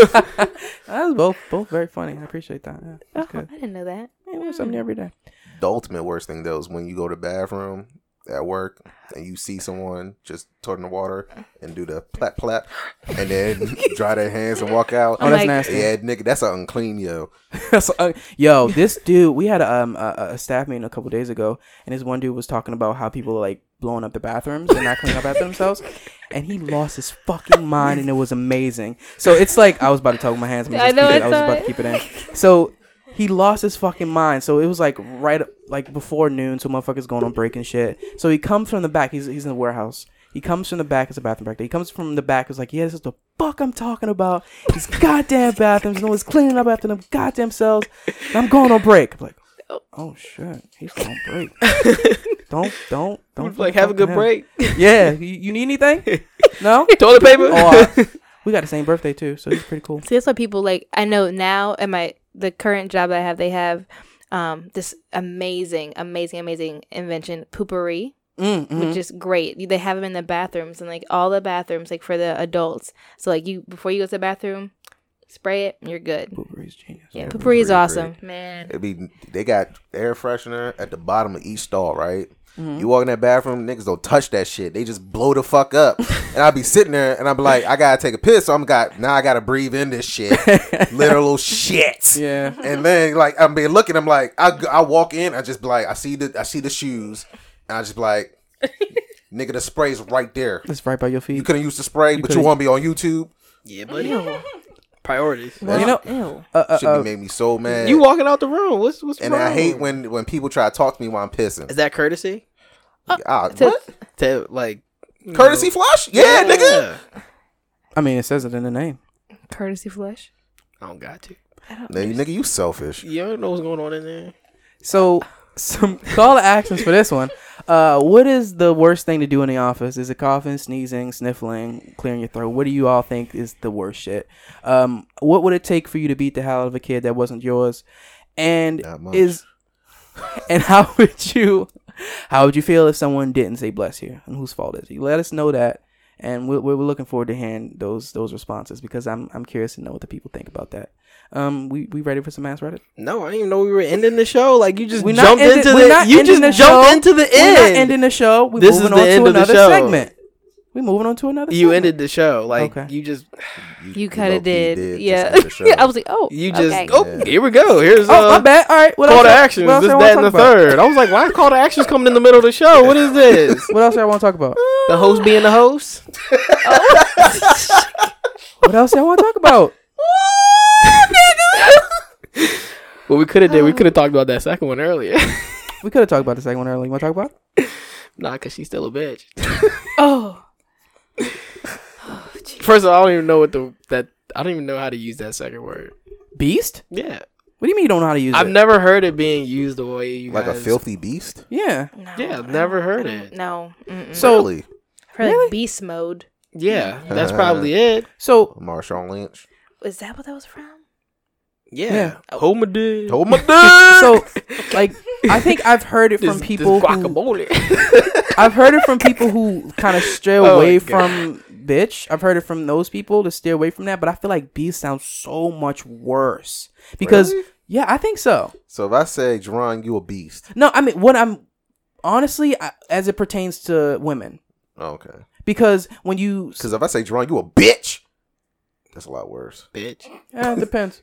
[SPEAKER 1] That was both both very funny. I appreciate that. Yeah,
[SPEAKER 4] Oh,
[SPEAKER 1] that's
[SPEAKER 4] I
[SPEAKER 1] good.
[SPEAKER 4] didn't know that. Mm.
[SPEAKER 1] Yeah, we have something new every day.
[SPEAKER 3] The ultimate worst thing though is when you go to bathroom at work and you see someone just turn the water and do the plap plap and then dry their hands and walk out.
[SPEAKER 1] Oh, that's
[SPEAKER 4] Like-
[SPEAKER 1] nasty.
[SPEAKER 3] yeah, nigga, that's an unclean yo.
[SPEAKER 1] So, uh, yo, this dude, we had a, um, a, a staff meeting a couple days ago, and this one dude was talking about how people are like blowing up the bathrooms and not cleaning up after themselves, and he lost his fucking mind, and it was amazing. So it's like I was about to talk with my hands, but
[SPEAKER 4] I
[SPEAKER 1] just
[SPEAKER 4] know,
[SPEAKER 1] keep it-
[SPEAKER 4] I
[SPEAKER 1] I was
[SPEAKER 4] saw
[SPEAKER 1] about to
[SPEAKER 4] it.
[SPEAKER 1] keep it in. So he lost his fucking mind. So it was like right like before noon, so motherfuckers going on break and shit. So he comes from the back. He's he's in the warehouse. He comes from the back. It's a bathroom break. He comes from the back. It's like, yeah, this is the fuck I'm talking about. These goddamn bathrooms. No one's cleaning up after them goddamn selves. And I'm going on break. I'm like, oh shit, he's going on break. don't don't don't
[SPEAKER 2] like, have a
[SPEAKER 1] fucking
[SPEAKER 2] good
[SPEAKER 1] him.
[SPEAKER 2] break.
[SPEAKER 1] Yeah, you, you need anything? No.
[SPEAKER 2] Toilet paper.
[SPEAKER 1] Oh, uh, we got the same birthday too, so it's pretty cool.
[SPEAKER 4] See, that's why people like I know now at my the current job I have, they have um this amazing, amazing, amazing invention, poopery,
[SPEAKER 1] Mm, mhm.
[SPEAKER 4] which is great. They have them in the bathrooms and like all the bathrooms, like for the adults. So like you before you go to the bathroom, spray it, and you're good.
[SPEAKER 1] Blueberry's genius.
[SPEAKER 4] Yeah,
[SPEAKER 3] Yeah,
[SPEAKER 4] poopery is
[SPEAKER 3] Poo-pourri,
[SPEAKER 4] awesome, man.
[SPEAKER 3] It be they got air freshener at the bottom of each stall, right?
[SPEAKER 1] Mm-hmm.
[SPEAKER 3] You walk in that bathroom, niggas don't touch that shit. They just blow the fuck up. and I'll be sitting there and I'll be like, I gotta take a piss, so I'm got now I gotta breathe in this shit. Literal shit.
[SPEAKER 1] Yeah.
[SPEAKER 3] And then like I'm being looking, I'm like, I, I walk in, I just be like, I see the I see the shoes, and I just be like, nigga, the spray's right there.
[SPEAKER 1] It's right by your feet.
[SPEAKER 3] You couldn't use the spray, but you
[SPEAKER 1] could've-
[SPEAKER 3] want to be on YouTube.
[SPEAKER 2] yeah, buddy. Priorities.
[SPEAKER 1] you know,
[SPEAKER 4] Ew.
[SPEAKER 1] uh, uh,
[SPEAKER 3] Should
[SPEAKER 1] uh,
[SPEAKER 3] be made me so mad.
[SPEAKER 2] You walking out the room. What's what's
[SPEAKER 3] and
[SPEAKER 2] wrong?
[SPEAKER 3] I hate when when people try to talk to me while I'm pissing.
[SPEAKER 2] Is that courtesy?
[SPEAKER 3] Ah,
[SPEAKER 4] To-
[SPEAKER 3] what?
[SPEAKER 2] To like you
[SPEAKER 3] Courtesy flush? Yeah,
[SPEAKER 2] know-
[SPEAKER 3] nigga.
[SPEAKER 1] uh, I mean, it says it in the name.
[SPEAKER 4] courtesy flush.
[SPEAKER 2] I don't got to.
[SPEAKER 3] Nigga, nigga, you selfish.
[SPEAKER 2] You don't know what's going on in there.
[SPEAKER 1] So, some call to actions for this one. Uh, what is the worst thing to do in the office? Is it coughing, sneezing, sniffling, clearing your throat? What do you all think is the worst shit? Um, what would it take for you to beat the hell out of a kid that wasn't yours? And
[SPEAKER 3] Not much.
[SPEAKER 1] is and how would you how would you feel if someone didn't say bless you and whose fault is it? You let us know that, and we're, we're looking forward to hearing those those responses because I'm I'm curious to know what the people think about that. Um, we we ready for some ass Reddit?
[SPEAKER 2] No, I didn't even know we were ending the show. Like you just
[SPEAKER 1] We're not
[SPEAKER 2] jumped
[SPEAKER 1] ending-
[SPEAKER 2] into
[SPEAKER 1] we're
[SPEAKER 2] the
[SPEAKER 1] not
[SPEAKER 2] you
[SPEAKER 1] ending
[SPEAKER 2] just
[SPEAKER 1] the
[SPEAKER 2] jumped
[SPEAKER 1] show.
[SPEAKER 2] into the
[SPEAKER 1] We're
[SPEAKER 2] end.
[SPEAKER 1] not ending the show. We're
[SPEAKER 2] This is
[SPEAKER 1] moving
[SPEAKER 2] the
[SPEAKER 1] on
[SPEAKER 2] end
[SPEAKER 1] to
[SPEAKER 2] of the
[SPEAKER 1] another
[SPEAKER 2] show.
[SPEAKER 1] segment. We're moving on to another.
[SPEAKER 2] you
[SPEAKER 1] segment.
[SPEAKER 2] ended the show. Like
[SPEAKER 1] Okay.
[SPEAKER 2] you just
[SPEAKER 4] You kind of
[SPEAKER 3] low-key
[SPEAKER 4] did.
[SPEAKER 3] just
[SPEAKER 4] yeah.
[SPEAKER 3] end the show.
[SPEAKER 4] I was like, oh,
[SPEAKER 2] you just
[SPEAKER 4] okay.
[SPEAKER 2] oh
[SPEAKER 3] Yeah.
[SPEAKER 2] here we go. Here's
[SPEAKER 1] Oh,
[SPEAKER 2] uh,
[SPEAKER 1] my bad. All right. What else
[SPEAKER 2] call to
[SPEAKER 1] y'all-
[SPEAKER 2] actions.
[SPEAKER 1] What else
[SPEAKER 2] This,
[SPEAKER 1] y'all
[SPEAKER 2] that, and
[SPEAKER 1] wanna
[SPEAKER 2] the
[SPEAKER 1] talk about?
[SPEAKER 2] third. I was like, why call to actions coming in the middle of the show? What is this?
[SPEAKER 1] What else y'all want to talk about?
[SPEAKER 2] the host being the host.
[SPEAKER 1] What else y'all want to talk about?
[SPEAKER 2] What we could have did, we could have talked about that second one earlier.
[SPEAKER 1] We could have talked about the second one earlier. You want to talk about? it?
[SPEAKER 2] nah, cause she's still a bitch.
[SPEAKER 4] oh,
[SPEAKER 2] First of all, I don't even know what the that I don't even know how to use that second word.
[SPEAKER 1] Beast?
[SPEAKER 2] Yeah,
[SPEAKER 1] What do you mean you don't know how to use
[SPEAKER 2] I've
[SPEAKER 1] it?
[SPEAKER 2] never heard it being used the way you
[SPEAKER 3] Like a
[SPEAKER 2] guys-
[SPEAKER 3] filthy beast?
[SPEAKER 1] yeah.
[SPEAKER 4] no.
[SPEAKER 2] Yeah, I've never heard it.
[SPEAKER 4] No. Mm-mm.
[SPEAKER 1] So-
[SPEAKER 3] Really?
[SPEAKER 4] Probably
[SPEAKER 1] Really?
[SPEAKER 4] beast mode.
[SPEAKER 2] Yeah, that's probably it.
[SPEAKER 1] So
[SPEAKER 3] Marshawn Lynch.
[SPEAKER 4] Is that what that was from?
[SPEAKER 2] Yeah,
[SPEAKER 1] Yeah.
[SPEAKER 2] Homer did.
[SPEAKER 3] Hold my dick.
[SPEAKER 1] so like I think I've heard it from people who, I've heard it from people who kind of stray
[SPEAKER 2] Oh my
[SPEAKER 1] away
[SPEAKER 2] God.
[SPEAKER 1] from bitch. I've heard it from those people to stay away from that, but I feel like beast sounds so much worse because yeah, I think so.
[SPEAKER 3] So if I say, Jerron, you a beast.
[SPEAKER 1] No, I mean what I'm honestly I, as it pertains to women
[SPEAKER 3] Oh, okay.
[SPEAKER 1] because when you
[SPEAKER 3] Because if I say, Jerron, you a bitch, that's a lot worse.
[SPEAKER 2] bitch.
[SPEAKER 1] yeah, it depends.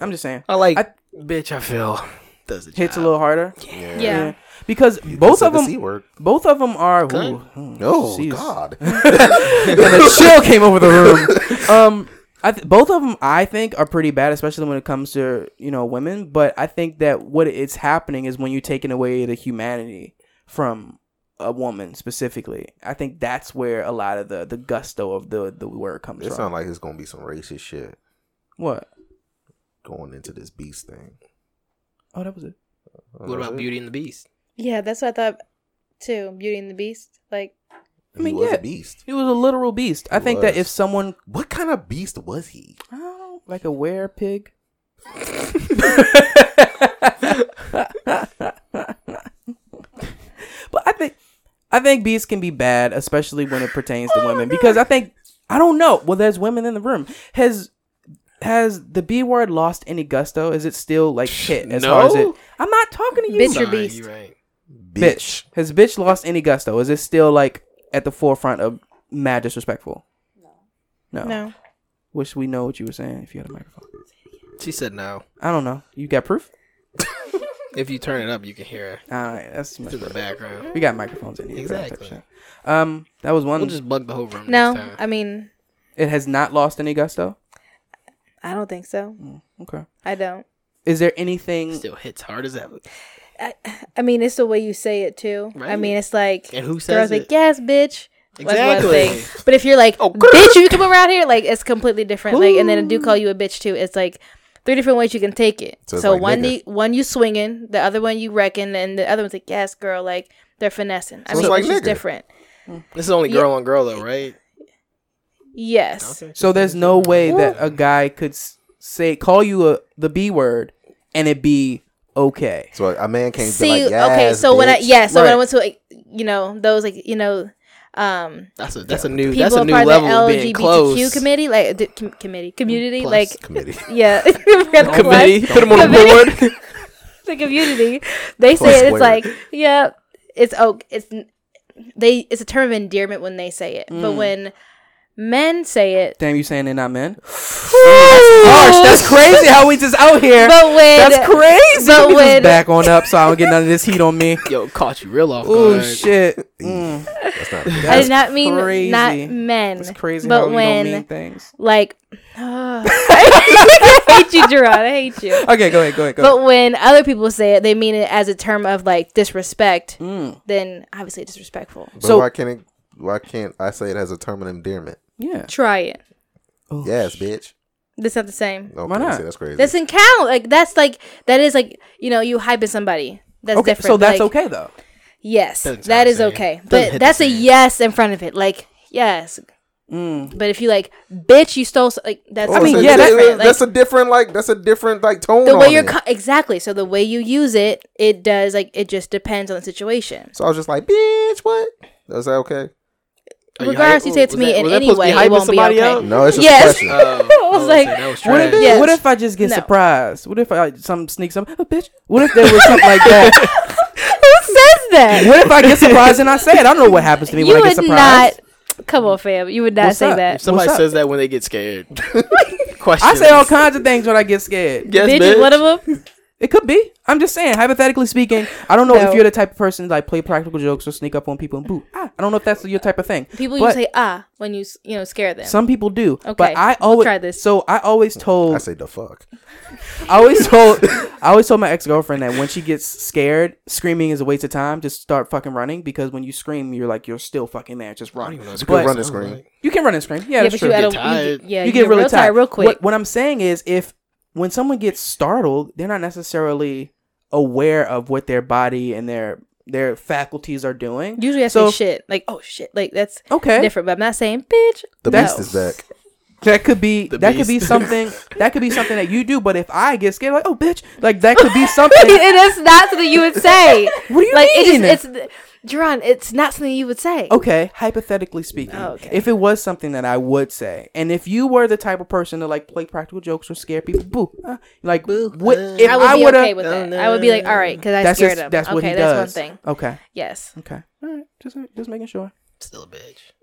[SPEAKER 1] I'm just saying
[SPEAKER 2] I like
[SPEAKER 1] I-
[SPEAKER 2] bitch. I feel does it
[SPEAKER 1] hits a little harder.
[SPEAKER 3] Yeah.
[SPEAKER 4] Yeah.
[SPEAKER 1] Because both of
[SPEAKER 3] Said the
[SPEAKER 1] them
[SPEAKER 3] C word.
[SPEAKER 1] both of them are ooh, hmm, ooh,
[SPEAKER 3] Oh,
[SPEAKER 1] jeez.
[SPEAKER 3] God.
[SPEAKER 1] and a chill came over the room. Um, I th- both of them I think are pretty bad, especially when it comes to you know women. But I think that what it's happening is when you're taking away the humanity from a woman specifically. I think that's where a lot of the the gusto of the the word comes
[SPEAKER 3] It
[SPEAKER 1] from.
[SPEAKER 3] sounds like it's going to be some racist shit
[SPEAKER 1] what?
[SPEAKER 3] going into this beast thing.
[SPEAKER 1] Oh, that was it.
[SPEAKER 2] What about Beauty and the Beast?
[SPEAKER 4] Yeah, that's what I thought too. Beauty and the Beast. Like,
[SPEAKER 1] I mean,
[SPEAKER 3] he was
[SPEAKER 1] yeah.
[SPEAKER 3] a beast.
[SPEAKER 1] It was a literal beast. I
[SPEAKER 3] It
[SPEAKER 1] think that
[SPEAKER 3] was.
[SPEAKER 1] if someone
[SPEAKER 3] What kind of beast was he?
[SPEAKER 1] oh, like a were pig. but I think I think beats can be bad, especially when it pertains to women, because I think I don't know. Well, there's women in the room. Has has the B word lost any gusto? Is it still like shit as far as it?
[SPEAKER 2] No.
[SPEAKER 1] I'm not talking to you,
[SPEAKER 4] Bitch,
[SPEAKER 1] bitch.
[SPEAKER 4] you're
[SPEAKER 2] Nah,
[SPEAKER 4] beast.
[SPEAKER 2] you right.
[SPEAKER 3] Bitch.
[SPEAKER 1] Has bitch lost any gusto? Is it still like at the forefront of mad disrespectful? No. No.
[SPEAKER 4] No.
[SPEAKER 1] Wish we know what you were saying if you had a microphone.
[SPEAKER 2] She said no.
[SPEAKER 1] I don't know. You got proof?
[SPEAKER 2] If you turn it up, you can hear
[SPEAKER 1] All right, that's too much.
[SPEAKER 2] it in the
[SPEAKER 1] proof.
[SPEAKER 2] background.
[SPEAKER 1] We got microphones in here. for that type of
[SPEAKER 2] Exactly.
[SPEAKER 1] shit. Um, that was one.
[SPEAKER 2] We'll just bug the whole room. next
[SPEAKER 4] No.
[SPEAKER 2] time.
[SPEAKER 4] I mean,
[SPEAKER 1] it has not lost any gusto.
[SPEAKER 4] I don't think so.
[SPEAKER 1] Okay.
[SPEAKER 4] I don't.
[SPEAKER 1] Is there anything?
[SPEAKER 2] still hits hard as ever.
[SPEAKER 4] I mean, it's the way you say it too. I
[SPEAKER 2] Right.
[SPEAKER 4] mean, it's like
[SPEAKER 2] And who
[SPEAKER 4] girls
[SPEAKER 2] says
[SPEAKER 4] like,
[SPEAKER 2] it?
[SPEAKER 4] yes, bitch. That's one
[SPEAKER 2] Exactly.
[SPEAKER 4] thing. But if you're like,
[SPEAKER 2] Oh,
[SPEAKER 4] bitch, you come around here, like it's completely different. Like, and then I do call you a bitch too. It's like three different ways you can take it.
[SPEAKER 3] So
[SPEAKER 4] So,
[SPEAKER 3] it's like
[SPEAKER 4] one,
[SPEAKER 3] nigga.
[SPEAKER 4] the, one you swinging, the other one you wrecking, and the other one's like, yes, girl, like they're finessing. I
[SPEAKER 3] So it's
[SPEAKER 4] mean,
[SPEAKER 3] like
[SPEAKER 4] it's just
[SPEAKER 3] nigga.
[SPEAKER 4] different.
[SPEAKER 2] This is only
[SPEAKER 4] Yeah.
[SPEAKER 2] girl on girl though, right?
[SPEAKER 4] Yes.
[SPEAKER 1] So there's no way that a guy could s- say call you a the B word and it be okay.
[SPEAKER 3] So a man can't
[SPEAKER 4] See,
[SPEAKER 3] be like, yes,
[SPEAKER 4] okay, so when I
[SPEAKER 3] bitch."
[SPEAKER 4] yeah, so when I
[SPEAKER 1] Right.
[SPEAKER 4] went to like, you know those like you know. Um,
[SPEAKER 2] That's a that's a new
[SPEAKER 4] people
[SPEAKER 2] that's a new
[SPEAKER 4] part
[SPEAKER 2] level
[SPEAKER 4] of
[SPEAKER 2] of
[SPEAKER 4] the
[SPEAKER 2] being
[SPEAKER 4] LGBTQ
[SPEAKER 2] close.
[SPEAKER 4] committee, like d- com- committee, community,
[SPEAKER 2] Plus.
[SPEAKER 4] like
[SPEAKER 3] committee.
[SPEAKER 4] yeah, committee.
[SPEAKER 2] committee. Put them on the board.
[SPEAKER 4] the community. They
[SPEAKER 3] Plus
[SPEAKER 4] say it, it's
[SPEAKER 3] squared.
[SPEAKER 4] like, yeah, it's oh, it's they. It's a term of endearment when they say it, but when men say it,
[SPEAKER 1] Damn, you saying they're not men? Harsh. That's crazy how we just out here.
[SPEAKER 4] but when
[SPEAKER 1] That's crazy.
[SPEAKER 4] but
[SPEAKER 1] Let me
[SPEAKER 4] when-
[SPEAKER 1] just back on up so I don't get none of this heat on me.
[SPEAKER 2] Yo, caught you real off
[SPEAKER 1] Oh
[SPEAKER 2] guard.
[SPEAKER 1] shit. Mm,
[SPEAKER 3] That's not
[SPEAKER 4] I
[SPEAKER 1] That's
[SPEAKER 4] did not mean
[SPEAKER 1] crazy.
[SPEAKER 4] not men,
[SPEAKER 1] it's crazy
[SPEAKER 4] but
[SPEAKER 1] how
[SPEAKER 4] when
[SPEAKER 1] you don't mean things.
[SPEAKER 4] like, I hate you, Gerard. I hate you.
[SPEAKER 1] Okay, go ahead, go ahead, go ahead.
[SPEAKER 4] But when other people say it, they mean it as a term of like disrespect.
[SPEAKER 1] Mm,
[SPEAKER 4] Then obviously disrespectful.
[SPEAKER 3] But
[SPEAKER 1] So-
[SPEAKER 3] why can't it, why can't I say it as a term of endearment?
[SPEAKER 1] Yeah.
[SPEAKER 4] Try it.
[SPEAKER 1] Oh,
[SPEAKER 3] Yes, bitch.
[SPEAKER 4] That's not the same.
[SPEAKER 3] Okay,
[SPEAKER 1] Why not?
[SPEAKER 3] See, that's crazy.
[SPEAKER 4] That's in count. Like that's like that is like you know you hyping somebody. That's
[SPEAKER 1] Okay,
[SPEAKER 4] different.
[SPEAKER 1] so that's
[SPEAKER 4] Like,
[SPEAKER 1] okay though.
[SPEAKER 4] Yes,
[SPEAKER 2] Doesn't sound
[SPEAKER 4] that
[SPEAKER 2] the
[SPEAKER 4] is
[SPEAKER 2] same.
[SPEAKER 4] okay.
[SPEAKER 2] Doesn't hit
[SPEAKER 4] But
[SPEAKER 2] the
[SPEAKER 4] that's a
[SPEAKER 2] same.
[SPEAKER 4] yes in front of it. Like yes.
[SPEAKER 1] Mm.
[SPEAKER 4] But if you like, bitch, you stole. So, like that's.
[SPEAKER 3] Oh,
[SPEAKER 4] I
[SPEAKER 1] mean,
[SPEAKER 3] so
[SPEAKER 1] yeah,
[SPEAKER 3] that-
[SPEAKER 4] different. Like,
[SPEAKER 3] that's a different like that's a different like tone.
[SPEAKER 4] the way
[SPEAKER 3] on
[SPEAKER 4] you're
[SPEAKER 3] it.
[SPEAKER 4] co- exactly. So the way you use it, it does like it just depends on the situation.
[SPEAKER 3] so I was just like, bitch, what? Is that okay?
[SPEAKER 2] Are you hype-
[SPEAKER 4] Regardless,
[SPEAKER 2] Oh,
[SPEAKER 4] you say it to
[SPEAKER 2] was
[SPEAKER 4] me
[SPEAKER 2] that-
[SPEAKER 4] in
[SPEAKER 2] was that
[SPEAKER 4] any
[SPEAKER 2] supposed to be
[SPEAKER 4] way, it
[SPEAKER 2] hyping
[SPEAKER 4] won't be
[SPEAKER 2] somebody
[SPEAKER 4] okay.
[SPEAKER 2] up?
[SPEAKER 3] No, it's just
[SPEAKER 4] Yes.
[SPEAKER 3] a question.
[SPEAKER 2] Oh,
[SPEAKER 4] I was
[SPEAKER 2] oh,
[SPEAKER 4] like,
[SPEAKER 2] so that was
[SPEAKER 1] What if,
[SPEAKER 2] trash.
[SPEAKER 4] Yes.
[SPEAKER 1] what if I just get
[SPEAKER 4] No.
[SPEAKER 1] surprised? What if I some sneak some oh, bitch? What if there was something like that?
[SPEAKER 4] Who says that?
[SPEAKER 1] What if I get surprised and I say it? I don't know what happens to me
[SPEAKER 4] You
[SPEAKER 1] when I get
[SPEAKER 4] would
[SPEAKER 1] surprised.
[SPEAKER 4] not. Come on, fam. You would not
[SPEAKER 1] What's
[SPEAKER 4] say
[SPEAKER 1] up?
[SPEAKER 2] If
[SPEAKER 4] that.
[SPEAKER 2] somebody
[SPEAKER 1] What's up?
[SPEAKER 2] says that when they get scared. Question.
[SPEAKER 1] I say all kinds of things when I get scared.
[SPEAKER 2] Yes,
[SPEAKER 4] bitch, is one of them.
[SPEAKER 1] It could be. I'm just saying, hypothetically speaking, I don't know
[SPEAKER 4] No.
[SPEAKER 1] if you're the type of person to like play practical jokes or sneak up on people and boo. Ah, I don't know if that's your type of thing.
[SPEAKER 4] People
[SPEAKER 1] But-
[SPEAKER 4] you say ah when you s- you know scare them.
[SPEAKER 1] Some people do.
[SPEAKER 4] Okay,
[SPEAKER 1] But I
[SPEAKER 4] we'll
[SPEAKER 1] always
[SPEAKER 4] try this.
[SPEAKER 1] So I always told
[SPEAKER 3] I say the fuck.
[SPEAKER 1] I always told I always told my ex girlfriend that when she gets scared, screaming is a waste of time. Just start fucking running because when you scream, you're like you're still fucking there. Just run.
[SPEAKER 2] know.
[SPEAKER 3] You
[SPEAKER 1] But-
[SPEAKER 3] can run the screen.
[SPEAKER 1] You can run and scream. Yeah,
[SPEAKER 4] yeah,
[SPEAKER 1] that's
[SPEAKER 4] but
[SPEAKER 1] true.
[SPEAKER 4] you, at a,
[SPEAKER 2] Get
[SPEAKER 4] you
[SPEAKER 2] tired.
[SPEAKER 4] get, yeah,
[SPEAKER 1] you, get really tired.
[SPEAKER 4] real quick.
[SPEAKER 1] What, what I'm saying is, if when someone gets startled, they're not necessarily aware of what their body and their their faculties are doing.
[SPEAKER 4] Usually I
[SPEAKER 1] So-
[SPEAKER 4] say shit. Like, oh shit. Like that's
[SPEAKER 1] Okay,
[SPEAKER 4] different, but I'm not saying bitch.
[SPEAKER 3] The
[SPEAKER 1] That-
[SPEAKER 3] beast is back.
[SPEAKER 1] that could be
[SPEAKER 2] The
[SPEAKER 1] that could be
[SPEAKER 2] beast.
[SPEAKER 1] something that could be something that you do. But if I get scared, like oh bitch, like that could be something.
[SPEAKER 4] it is not something you would say.
[SPEAKER 1] What do you
[SPEAKER 4] like
[SPEAKER 1] mean?
[SPEAKER 4] it just it's Jerron, it's not something you would say.
[SPEAKER 1] okay, hypothetically speaking,
[SPEAKER 4] Oh, okay.
[SPEAKER 1] if it was something that I would say, and if you were the type of person to like play practical jokes or scare people, boo, uh, like what, if
[SPEAKER 4] Uh, I would
[SPEAKER 1] I
[SPEAKER 4] be
[SPEAKER 1] would have.
[SPEAKER 4] okay with that. I would be like, all right, because I
[SPEAKER 1] that's
[SPEAKER 4] scared
[SPEAKER 1] just,
[SPEAKER 4] him.
[SPEAKER 1] that's
[SPEAKER 4] okay,
[SPEAKER 1] what he
[SPEAKER 4] that's
[SPEAKER 1] does.
[SPEAKER 4] one thing.
[SPEAKER 1] Okay,
[SPEAKER 4] Yes.
[SPEAKER 1] okay, all right, just just making sure.
[SPEAKER 2] Still a bitch.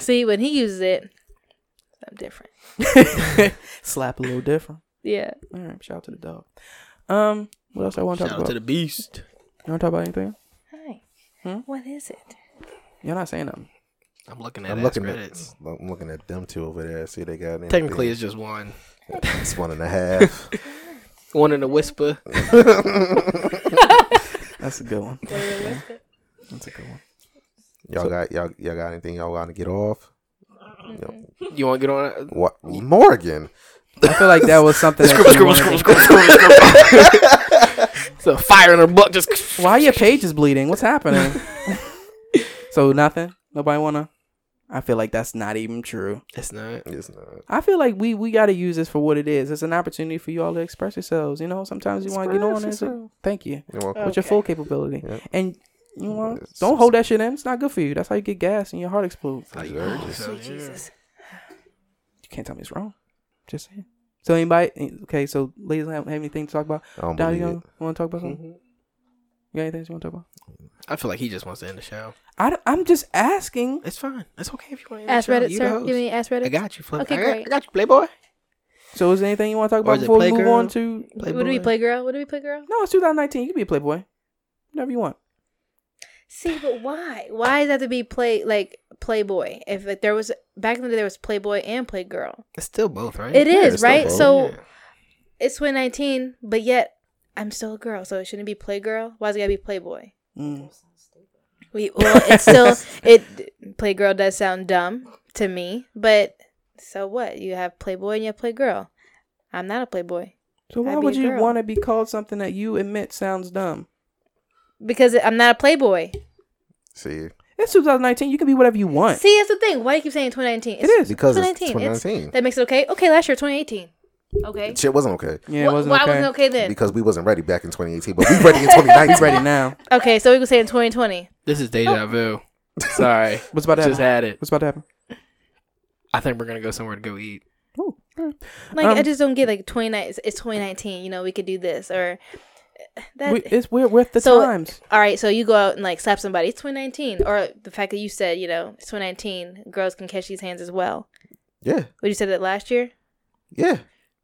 [SPEAKER 4] See, when he uses it, I'm different.
[SPEAKER 1] Slap a little different.
[SPEAKER 4] Yeah.
[SPEAKER 1] All right, shout out to the dog. Um, what else I want to
[SPEAKER 2] Shout
[SPEAKER 1] talk
[SPEAKER 2] out
[SPEAKER 1] about?
[SPEAKER 2] to the beast.
[SPEAKER 1] you want to talk about anything?
[SPEAKER 4] Hi. What is it?
[SPEAKER 1] You're not saying nothing.
[SPEAKER 2] I'm looking at
[SPEAKER 3] I'm
[SPEAKER 2] ass
[SPEAKER 3] looking at
[SPEAKER 2] credits.
[SPEAKER 3] I'm looking at them two over there. See they got
[SPEAKER 2] Technically, it's just one.
[SPEAKER 3] anything. it's one and a half.
[SPEAKER 2] One in a whisper.
[SPEAKER 1] That's a good one. That's a good one.
[SPEAKER 3] Y'all got y'all y'all got anything y'all want to get off?
[SPEAKER 2] You want to get on? it?
[SPEAKER 3] What Morgan?
[SPEAKER 1] I feel like that was something. that
[SPEAKER 2] Scribble,
[SPEAKER 1] you
[SPEAKER 2] scribble,
[SPEAKER 1] wanted to-
[SPEAKER 2] scribble, scribble, scribble, scribble. It's a fire in her butt. Just
[SPEAKER 1] Why your page is bleeding? What's happening? so nothing. Nobody wanna. I feel like that's not even true.
[SPEAKER 2] it's not.
[SPEAKER 3] It's not.
[SPEAKER 1] I feel like we we gotta use this for what it is. It's an opportunity for you all to express yourselves. You know, sometimes you want to get on.
[SPEAKER 3] Express
[SPEAKER 1] And so, thank you.
[SPEAKER 3] You're welcome.
[SPEAKER 1] With your full capability,
[SPEAKER 3] Yeah.
[SPEAKER 1] and You know, don't hold that shit in. It's not good for you. That's how you get gas and your heart explodes.
[SPEAKER 3] Like,
[SPEAKER 2] Oh,
[SPEAKER 4] Sweet Jesus.
[SPEAKER 1] You can't tell me it's wrong. Just saying. So anybody? eh, Okay, so ladies have, have anything to talk about?
[SPEAKER 3] I don't
[SPEAKER 1] Don, you
[SPEAKER 3] believe it. Mm-hmm.
[SPEAKER 1] gonna- want to talk about something?
[SPEAKER 2] Mhm.
[SPEAKER 1] You got anything else you want to talk about?
[SPEAKER 2] I feel like he just wants to end the show.
[SPEAKER 1] I don't- I'm just asking.
[SPEAKER 2] It's fine. It's okay if you want to end
[SPEAKER 4] Ask
[SPEAKER 2] the show.
[SPEAKER 4] Reddit,
[SPEAKER 2] you the
[SPEAKER 4] sir.
[SPEAKER 2] host.
[SPEAKER 4] You mean ask Reddit?
[SPEAKER 2] I got you, Flip.
[SPEAKER 4] Okay,
[SPEAKER 2] I, got,
[SPEAKER 4] great.
[SPEAKER 2] I got you, Playboy.
[SPEAKER 1] So is there anything you want to talk
[SPEAKER 2] Or
[SPEAKER 1] about
[SPEAKER 2] is it
[SPEAKER 1] before we move
[SPEAKER 2] Playgirl?
[SPEAKER 1] on to?
[SPEAKER 4] What do we play, girl? What do we play, girl?
[SPEAKER 1] No, it's 2019. You can be a Playboy, whatever you want.
[SPEAKER 4] See, but why? Why does that have to be play like Playboy? If like, there was back in the day, there was Playboy and Playgirl.
[SPEAKER 2] It's still both, right?
[SPEAKER 4] It
[SPEAKER 3] Yeah,
[SPEAKER 4] is
[SPEAKER 3] it's still
[SPEAKER 4] right.
[SPEAKER 3] both.
[SPEAKER 4] So
[SPEAKER 2] Yeah.
[SPEAKER 4] it's 2019, but yet I'm still a girl. So it shouldn't be Playgirl. Why does it gotta be Playboy?
[SPEAKER 1] Mm.
[SPEAKER 4] We well, it's still it. Playgirl does sound dumb to me, but so what? You have Playboy and you have Playgirl. I'm not a Playboy
[SPEAKER 1] So why
[SPEAKER 4] I'd be
[SPEAKER 1] would
[SPEAKER 4] a
[SPEAKER 1] you
[SPEAKER 4] girl.
[SPEAKER 1] want to be called something that you admit sounds dumb?
[SPEAKER 4] because I'm not a Playboy.
[SPEAKER 3] See,
[SPEAKER 1] It's 2019. You can be whatever you want.
[SPEAKER 4] See, that's the thing. Why do you keep saying 2019?
[SPEAKER 1] it is.
[SPEAKER 3] because it's
[SPEAKER 4] 2019. It's-
[SPEAKER 3] 2019.
[SPEAKER 4] That makes it okay. Okay, last year 2018. Okay.
[SPEAKER 3] Shit wasn't okay
[SPEAKER 1] Yeah,
[SPEAKER 4] Wh-
[SPEAKER 1] it wasn't
[SPEAKER 4] why
[SPEAKER 1] okay.
[SPEAKER 4] wasn't it okay then?
[SPEAKER 3] because we wasn't ready back in 2018, but we ready in 2019.
[SPEAKER 1] Ready now.
[SPEAKER 4] Okay, so we can say in 2020.
[SPEAKER 2] This is deja vu. Sorry,
[SPEAKER 1] What's about to happen?
[SPEAKER 2] just had it.
[SPEAKER 1] What's about to happen?
[SPEAKER 2] I think we're gonna go somewhere to go eat.
[SPEAKER 1] Ooh.
[SPEAKER 4] Like I
[SPEAKER 1] Um,
[SPEAKER 4] just don't get like 29. It's, it's 2019. You know, we could do this or eh, that.
[SPEAKER 1] We, it's we're with the
[SPEAKER 4] So-
[SPEAKER 1] times.
[SPEAKER 4] all right, so you go out and like slap somebody. It's 2019, or the fact that you said you know it's 2019. Girls can catch these hands as well.
[SPEAKER 3] Yeah,
[SPEAKER 4] Would you said that last year?
[SPEAKER 3] yeah.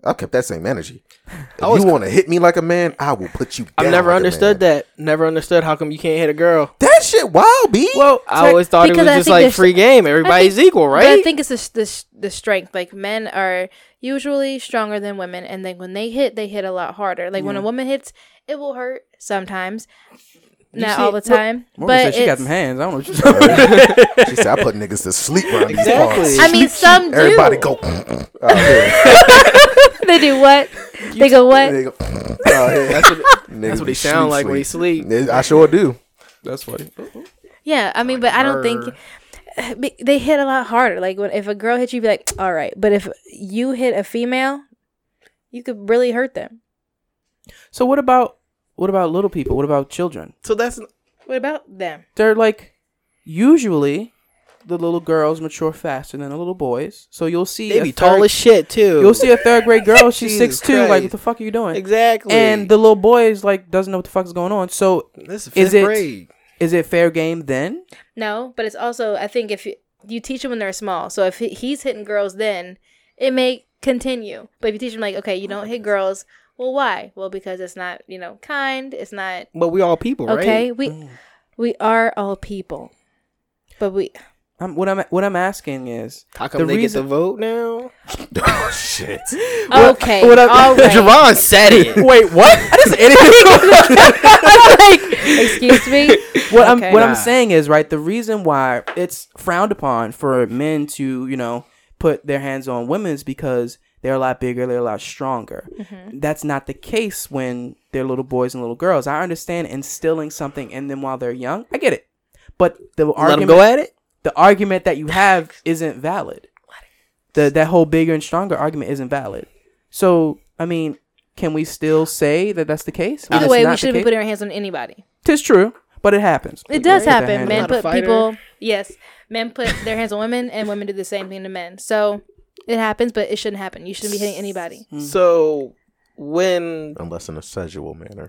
[SPEAKER 3] I kept that same energy. If
[SPEAKER 2] I was-
[SPEAKER 3] you want to hit me like a man, I will put you. Down
[SPEAKER 2] I've never
[SPEAKER 3] like a
[SPEAKER 2] understood
[SPEAKER 3] man.
[SPEAKER 2] that. Never understood how come you can't hit a girl.
[SPEAKER 3] That shit wild, b.
[SPEAKER 2] Well, I
[SPEAKER 4] Tech-
[SPEAKER 2] always thought it was
[SPEAKER 4] because I
[SPEAKER 2] just
[SPEAKER 4] think
[SPEAKER 2] like
[SPEAKER 4] there's-
[SPEAKER 2] free game. Everybody's equal,
[SPEAKER 4] But I
[SPEAKER 2] right?
[SPEAKER 4] think it's the, s- the s- the strength. Like men are usually stronger than women, and then when they hit, they hit a lot harder. Like when a woman hits, it will hurt sometimes, not
[SPEAKER 2] see-
[SPEAKER 4] all the time.
[SPEAKER 1] Morgan
[SPEAKER 4] but
[SPEAKER 1] said she got
[SPEAKER 4] it's-
[SPEAKER 1] some hands. I don't know what you're talking about.
[SPEAKER 3] she said, "I put niggas to sleep around
[SPEAKER 2] Exactly.
[SPEAKER 3] these parts."
[SPEAKER 4] I mean, some do.
[SPEAKER 3] Everybody go. "Oh, out here.
[SPEAKER 4] they do what? They go what?
[SPEAKER 3] They go, out here.
[SPEAKER 2] that's what,
[SPEAKER 3] oh, Niggas
[SPEAKER 2] that's what he
[SPEAKER 3] be
[SPEAKER 2] sound
[SPEAKER 3] sleep,
[SPEAKER 2] like when he
[SPEAKER 3] sleep.
[SPEAKER 2] sleep.
[SPEAKER 3] I sure do.
[SPEAKER 1] That's funny.
[SPEAKER 4] Yeah, I mean, but I don't think be- they hit a lot harder. Like when if a girl hits you, you'd be like, all right. But if you hit a female, you could really hurt them.
[SPEAKER 1] So what about what about little people? What about children?
[SPEAKER 2] So that's
[SPEAKER 4] What about them?
[SPEAKER 1] They're like usually the little girls mature faster than the little boys. So you'll see
[SPEAKER 2] they
[SPEAKER 1] a
[SPEAKER 2] be
[SPEAKER 1] third-
[SPEAKER 2] tall as shit too.
[SPEAKER 1] You'll see a third grade girl, she's
[SPEAKER 2] Jesus
[SPEAKER 1] six two. Like
[SPEAKER 2] Christ.
[SPEAKER 1] what the fuck are you doing?
[SPEAKER 2] exactly.
[SPEAKER 1] And the little boy is like doesn't know what the fuck's going on. So
[SPEAKER 2] this is,
[SPEAKER 1] is
[SPEAKER 2] fifth
[SPEAKER 1] it-
[SPEAKER 2] grade.
[SPEAKER 1] is it fair game then?
[SPEAKER 4] No, but it's also I think if you, you teach them when they're small, so if he- he's hitting girls, then it may continue. But if you teach them like, okay, you don't hit girls. Well, why? Well, because it's not you know kind. It's not
[SPEAKER 2] But we all people, right?
[SPEAKER 4] okay.
[SPEAKER 1] Mm.
[SPEAKER 4] We we are all people, but we
[SPEAKER 1] I'm, what I'm what I'm asking is
[SPEAKER 2] How come
[SPEAKER 1] The
[SPEAKER 2] they
[SPEAKER 1] reason-
[SPEAKER 2] get the vote now?
[SPEAKER 3] Oh shit!
[SPEAKER 4] okay.
[SPEAKER 1] what I-
[SPEAKER 4] all right.
[SPEAKER 2] Javon said it.
[SPEAKER 1] wait what? I didn't say anything.
[SPEAKER 4] Excuse me.
[SPEAKER 1] what I'm
[SPEAKER 4] Okay.
[SPEAKER 1] what
[SPEAKER 2] Nah.
[SPEAKER 1] I'm saying is right. The reason why it's frowned upon for men to you know put their hands on women is because they're a lot bigger, they're a lot stronger.
[SPEAKER 4] Mm-hmm.
[SPEAKER 1] That's not the case when they're little boys and little girls. I understand instilling something in them while they're young. I get it, but the
[SPEAKER 2] Let him
[SPEAKER 1] argument
[SPEAKER 2] go at it.
[SPEAKER 1] the argument that you have isn't valid. The that whole bigger and stronger argument isn't valid. So I mean, can we still say that that's the case?
[SPEAKER 4] Either
[SPEAKER 1] It's
[SPEAKER 4] way, we
[SPEAKER 1] not the
[SPEAKER 4] shouldn't be
[SPEAKER 1] case.
[SPEAKER 4] putting our hands on anybody.
[SPEAKER 1] Tis true, but it happens.
[SPEAKER 4] It does
[SPEAKER 1] Put their
[SPEAKER 4] happen.
[SPEAKER 1] hand
[SPEAKER 4] Men
[SPEAKER 1] up.
[SPEAKER 2] Not a
[SPEAKER 4] put
[SPEAKER 2] fighter.
[SPEAKER 4] people. Yes, men put their hands on women, and women do the same thing to men. So it happens, but it shouldn't happen. You shouldn't be hitting anybody.
[SPEAKER 2] So when
[SPEAKER 3] Unless in a sexual manner,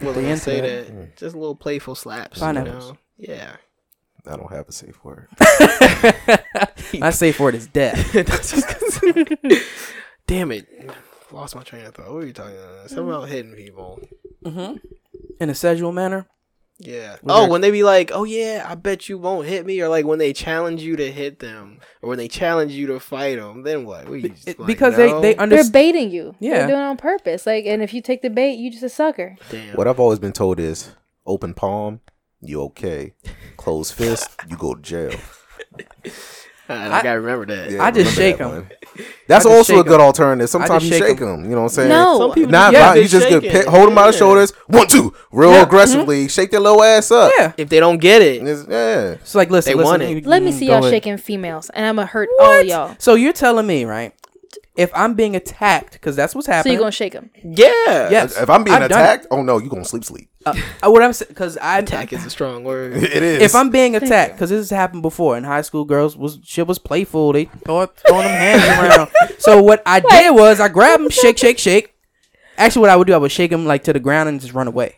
[SPEAKER 2] well,
[SPEAKER 1] They
[SPEAKER 2] they
[SPEAKER 1] into
[SPEAKER 2] say
[SPEAKER 1] it.
[SPEAKER 2] that, just little playful slaps.
[SPEAKER 1] I
[SPEAKER 2] you
[SPEAKER 1] know.
[SPEAKER 2] know? Yeah.
[SPEAKER 3] I don't have a safe word.
[SPEAKER 1] My safe word is death.
[SPEAKER 2] That's just- Damn it. Lost my train of thought. What were you talking about? Something about hitting people.
[SPEAKER 1] In a sexual manner.
[SPEAKER 2] Yeah.
[SPEAKER 1] Was
[SPEAKER 2] Oh,
[SPEAKER 1] there-
[SPEAKER 2] when they be like, "Oh yeah, I bet you won't hit me," or like when they challenge you to hit them, or when they challenge you to fight them, then what? What you just
[SPEAKER 1] It-
[SPEAKER 2] like,
[SPEAKER 1] because
[SPEAKER 2] no?
[SPEAKER 1] they, they
[SPEAKER 4] They're
[SPEAKER 1] understand.
[SPEAKER 4] baiting you.
[SPEAKER 1] Yeah.
[SPEAKER 4] they're doing it on purpose. Like, and if you take the bait, you just a sucker.
[SPEAKER 2] Damn.
[SPEAKER 3] What I've always been told is open palm, you okay. Closed fist, you go to jail.
[SPEAKER 2] I, I gotta remember that.
[SPEAKER 3] Yeah,
[SPEAKER 1] I just
[SPEAKER 3] remember
[SPEAKER 1] shake
[SPEAKER 3] that
[SPEAKER 1] 'em.
[SPEAKER 3] one. That's
[SPEAKER 1] I just
[SPEAKER 3] also a
[SPEAKER 1] shake
[SPEAKER 3] good alternative. Sometimes you
[SPEAKER 1] shake
[SPEAKER 3] shake them. You know what I'm saying?
[SPEAKER 4] No,
[SPEAKER 2] people-
[SPEAKER 3] Not
[SPEAKER 2] Yeah,
[SPEAKER 3] violent.
[SPEAKER 2] they
[SPEAKER 3] you just
[SPEAKER 2] shake
[SPEAKER 3] get
[SPEAKER 2] it.
[SPEAKER 3] pick, hold them by the
[SPEAKER 2] Yeah.
[SPEAKER 3] shoulders. One, two, real
[SPEAKER 1] Yeah. Mm-hmm.
[SPEAKER 3] aggressively. Shake their little ass up.
[SPEAKER 1] Yeah.
[SPEAKER 2] If they don't get it,
[SPEAKER 3] It's- yeah.
[SPEAKER 1] It's like listen,
[SPEAKER 2] They
[SPEAKER 1] listen,
[SPEAKER 2] want it.
[SPEAKER 1] you-
[SPEAKER 4] let me
[SPEAKER 1] mm,
[SPEAKER 4] see
[SPEAKER 1] go
[SPEAKER 4] y'all
[SPEAKER 1] ahead.
[SPEAKER 4] shaking females, and I'm gonna hurt all
[SPEAKER 1] What?
[SPEAKER 4] y'all.
[SPEAKER 1] So you're telling me, right? if I'm being attacked, because that's what's
[SPEAKER 4] So
[SPEAKER 1] happening.
[SPEAKER 4] you're gonna shake him.
[SPEAKER 2] Yeah.
[SPEAKER 1] Yes.
[SPEAKER 3] If I'm being
[SPEAKER 1] I've done it.
[SPEAKER 3] attacked, oh no, you gonna sleep sleep.
[SPEAKER 1] Uh, what I'm because I
[SPEAKER 2] Attack is a strong word.
[SPEAKER 3] It is.
[SPEAKER 1] if I'm being attacked, because this has happened before in high school, girls was shit was playful. They throwing, throwing them hands around. So what I did was I grabbed him, shake, shake, shake. Actually, what I would do, I would shake him like to the ground and just run away.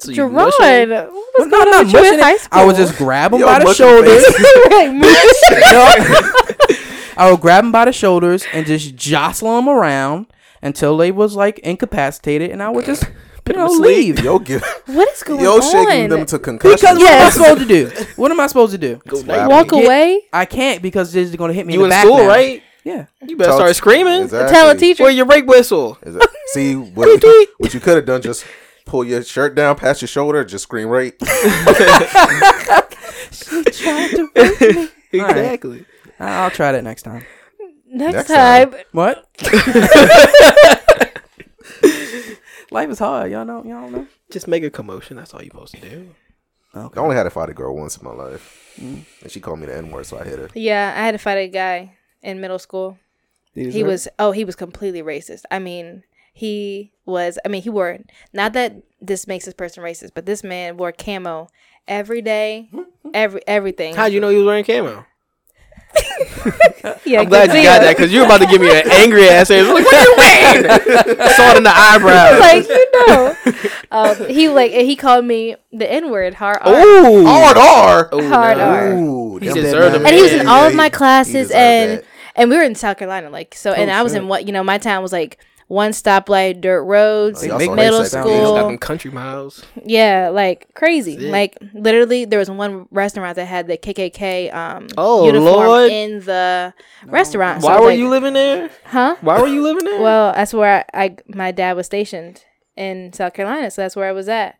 [SPEAKER 2] So you
[SPEAKER 4] Jerron, what's
[SPEAKER 2] mushing-
[SPEAKER 1] Well,
[SPEAKER 4] going
[SPEAKER 1] no,
[SPEAKER 4] on
[SPEAKER 1] not
[SPEAKER 4] with you
[SPEAKER 1] mushing
[SPEAKER 4] in high
[SPEAKER 1] it.
[SPEAKER 4] school?
[SPEAKER 1] I would just grab him
[SPEAKER 3] Yo,
[SPEAKER 1] by the
[SPEAKER 3] mushing
[SPEAKER 1] shoulders.
[SPEAKER 3] face.
[SPEAKER 4] like, move.
[SPEAKER 1] I would grab him by the shoulders and just jostle him around until they was like incapacitated, and I would just you
[SPEAKER 2] him
[SPEAKER 1] know
[SPEAKER 2] to sleep.
[SPEAKER 1] leave.
[SPEAKER 3] yo give
[SPEAKER 4] What is going
[SPEAKER 3] yo
[SPEAKER 4] on?
[SPEAKER 3] shaking them to concussion.
[SPEAKER 1] Because what am I
[SPEAKER 4] Yes.
[SPEAKER 1] supposed to do? What am I supposed to do?
[SPEAKER 2] Go
[SPEAKER 3] Slap
[SPEAKER 2] walk.
[SPEAKER 4] Walk away.
[SPEAKER 1] I can't because they're just gonna hit me. in
[SPEAKER 2] You in
[SPEAKER 1] the back
[SPEAKER 2] school,
[SPEAKER 1] now.
[SPEAKER 2] right?
[SPEAKER 1] Yeah.
[SPEAKER 2] You better start screaming.
[SPEAKER 3] Exactly.
[SPEAKER 4] Tell a teacher.
[SPEAKER 2] Or your brake whistle.
[SPEAKER 3] Is that- See what, what you could have done? Just pull your shirt down past your shoulder, just scream rape.
[SPEAKER 2] Exactly.
[SPEAKER 1] I- I'll try that next time.
[SPEAKER 3] Next
[SPEAKER 4] Next, time.
[SPEAKER 1] What? Life is hard. Y'all know. Y'all know.
[SPEAKER 2] Just make a commotion. That's all you're supposed to do.
[SPEAKER 3] I only had to fight a girl once in my life, and she called me the N word, so I hit her.
[SPEAKER 4] Yeah, I had to fight a guy in middle school. He was oh, he was completely racist. I mean, he was. I mean, he wore not that this makes this person racist, but this man wore camo every day, every everything.
[SPEAKER 2] How'd you know he was wearing camo?
[SPEAKER 4] yeah,
[SPEAKER 2] I'm glad you got that because you were about to give me an angry ass answer. Like, what are you wearing? I saw it in the eyebrow.
[SPEAKER 4] like you know, um, he like he called me the N word hard. R.
[SPEAKER 2] Ooh.
[SPEAKER 3] Hard R.
[SPEAKER 2] Ooh,
[SPEAKER 4] Hard
[SPEAKER 2] no.
[SPEAKER 4] R.
[SPEAKER 3] Ooh,
[SPEAKER 2] He
[SPEAKER 3] them
[SPEAKER 2] deserved
[SPEAKER 3] bad
[SPEAKER 2] it.
[SPEAKER 4] and he was
[SPEAKER 2] Yeah,
[SPEAKER 4] in all of
[SPEAKER 3] he-
[SPEAKER 4] my
[SPEAKER 3] he
[SPEAKER 4] classes
[SPEAKER 3] deserved
[SPEAKER 4] and
[SPEAKER 3] that.
[SPEAKER 4] and we were in south carolina like so and
[SPEAKER 1] Oh,
[SPEAKER 4] i was
[SPEAKER 1] shit.
[SPEAKER 4] in what you know my town was like one stoplight dirt roads
[SPEAKER 3] Oh, y'all
[SPEAKER 1] saw that
[SPEAKER 4] middle
[SPEAKER 3] shit down there.
[SPEAKER 2] Got
[SPEAKER 4] school
[SPEAKER 2] them country miles.
[SPEAKER 4] yeah like crazy
[SPEAKER 2] Sick.
[SPEAKER 4] like literally there was one restaurant that had the kkk um
[SPEAKER 2] Oh,
[SPEAKER 4] uniform
[SPEAKER 2] Lord.
[SPEAKER 4] in the restaurant So I
[SPEAKER 2] Why
[SPEAKER 4] was
[SPEAKER 2] were
[SPEAKER 4] like,
[SPEAKER 2] you living there?
[SPEAKER 4] huh
[SPEAKER 2] Why were you living there?
[SPEAKER 4] well that's where I, I my dad was stationed in south carolina so that's where i was at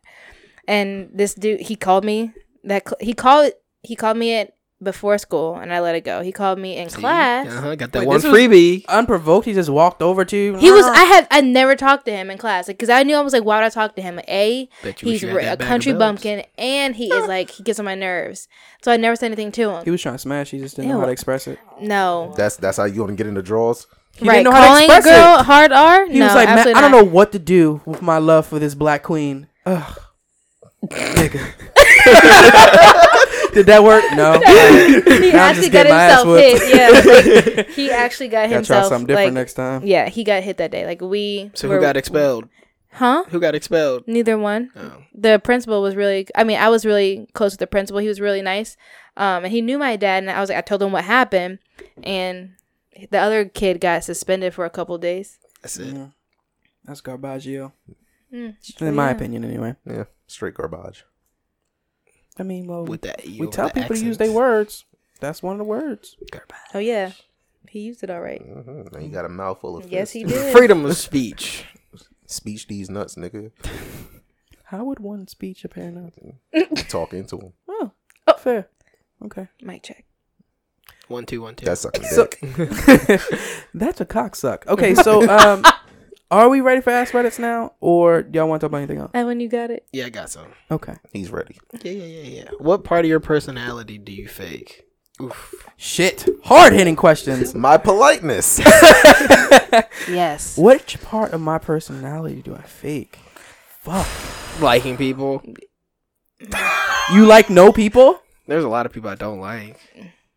[SPEAKER 4] and this dude he called me that cl- he called he called me it before school and i let it go he called me in class
[SPEAKER 2] Uh-huh, got that
[SPEAKER 1] Wait,
[SPEAKER 2] one
[SPEAKER 1] this was-
[SPEAKER 2] freebie.
[SPEAKER 1] unprovoked. He just walked over to you.
[SPEAKER 4] He was. I had. I never talked to him in class because I knew I was like, why would I talk to him? A,
[SPEAKER 2] Bet you wish
[SPEAKER 4] he's
[SPEAKER 2] you had
[SPEAKER 4] re-
[SPEAKER 2] that
[SPEAKER 4] a
[SPEAKER 2] bag of
[SPEAKER 4] country
[SPEAKER 2] bells.
[SPEAKER 4] bumpkin, and he is like he gets on my nerves. So I never said anything to him.
[SPEAKER 1] He was trying to smash. He just didn't know
[SPEAKER 4] Ew.
[SPEAKER 1] how to express it.
[SPEAKER 4] no,
[SPEAKER 3] That's that's how you gonna get in the draws.
[SPEAKER 1] He
[SPEAKER 4] right?
[SPEAKER 1] didn't know how to
[SPEAKER 4] Calling a
[SPEAKER 1] express it.
[SPEAKER 4] girl hard R.
[SPEAKER 1] He
[SPEAKER 4] no,
[SPEAKER 1] was like, man,
[SPEAKER 4] absolutely
[SPEAKER 1] I don't
[SPEAKER 4] not.
[SPEAKER 1] know what to do with my love for this black queen. Ugh. Nigga. Did that work? No.
[SPEAKER 4] he
[SPEAKER 1] I'm
[SPEAKER 4] actually
[SPEAKER 1] just
[SPEAKER 4] got
[SPEAKER 1] getting my ass
[SPEAKER 4] himself hit. Yeah, like, he actually got
[SPEAKER 1] Gotta try
[SPEAKER 4] himself.
[SPEAKER 1] something different
[SPEAKER 4] like,
[SPEAKER 1] next time.
[SPEAKER 4] Yeah, he got hit that day. Like we.
[SPEAKER 2] So
[SPEAKER 4] were-
[SPEAKER 2] who got expelled?
[SPEAKER 4] Huh?
[SPEAKER 2] Who got expelled?
[SPEAKER 4] Neither one.
[SPEAKER 2] Oh.
[SPEAKER 4] the principal was really i mean i was really close with the principal he was really nice um and he knew my dad and i was like i told him what happened and the other kid got suspended for a couple days
[SPEAKER 2] That's it.
[SPEAKER 1] Yeah. That's Garbaggio.
[SPEAKER 4] Mm,
[SPEAKER 1] In my
[SPEAKER 4] yeah.
[SPEAKER 1] opinion, anyway.
[SPEAKER 3] Yeah, straight garbage.
[SPEAKER 1] I mean, well,
[SPEAKER 2] With that, E
[SPEAKER 1] Mm. we
[SPEAKER 2] over
[SPEAKER 1] tell
[SPEAKER 2] the
[SPEAKER 1] people to use
[SPEAKER 2] accents.
[SPEAKER 1] their words. That's one of the words.
[SPEAKER 4] oh yeah he used it all right
[SPEAKER 3] Mhm. Now you got a mouthful of
[SPEAKER 4] yes
[SPEAKER 3] fist.
[SPEAKER 4] he did
[SPEAKER 2] Freedom of speech.
[SPEAKER 3] Speech these nuts, nigga.
[SPEAKER 1] How would one speech appear now?
[SPEAKER 3] Talking to him.
[SPEAKER 1] Oh, fair. Okay.
[SPEAKER 4] mic check
[SPEAKER 2] One two one two.
[SPEAKER 3] That's sucking dick.
[SPEAKER 1] So- That's a cocksuck. Okay, so um, are we ready for Ask Reddits now, or do y'all want to talk about anything else?
[SPEAKER 4] evan you got it
[SPEAKER 2] yeah, I got some.
[SPEAKER 1] Okay.
[SPEAKER 3] He's ready.
[SPEAKER 2] Yeah, yeah, yeah, yeah. What part of your personality do you fake? Oof.
[SPEAKER 1] Shit. Hard hitting questions.
[SPEAKER 3] My politeness.
[SPEAKER 4] yes
[SPEAKER 1] Which part of my personality do I fake? Fuck.
[SPEAKER 2] Liking people.
[SPEAKER 1] You like no people?
[SPEAKER 2] There's a lot of people I don't like,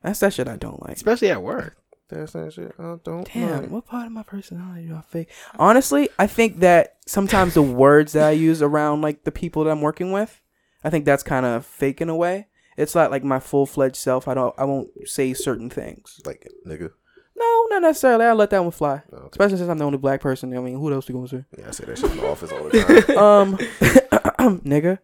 [SPEAKER 1] That's that shit I don't like.
[SPEAKER 2] especially at work.
[SPEAKER 3] That's that shit. I don't
[SPEAKER 1] Damn,
[SPEAKER 3] like.
[SPEAKER 1] what part of my personality do I fake? Honestly, I think that sometimes the words that I use around like the people that I'm working with, I think that's kind of fake in a way. It's not like my full fledged self. I don't. I won't say certain things.
[SPEAKER 3] Like it, nigga.
[SPEAKER 1] No, not necessarily. I let that one fly.
[SPEAKER 3] No, okay.
[SPEAKER 1] Especially since I'm the only black person. I mean, who else you gonna say?
[SPEAKER 3] Yeah, I say that shit in the office all the time.
[SPEAKER 1] Um, nigga,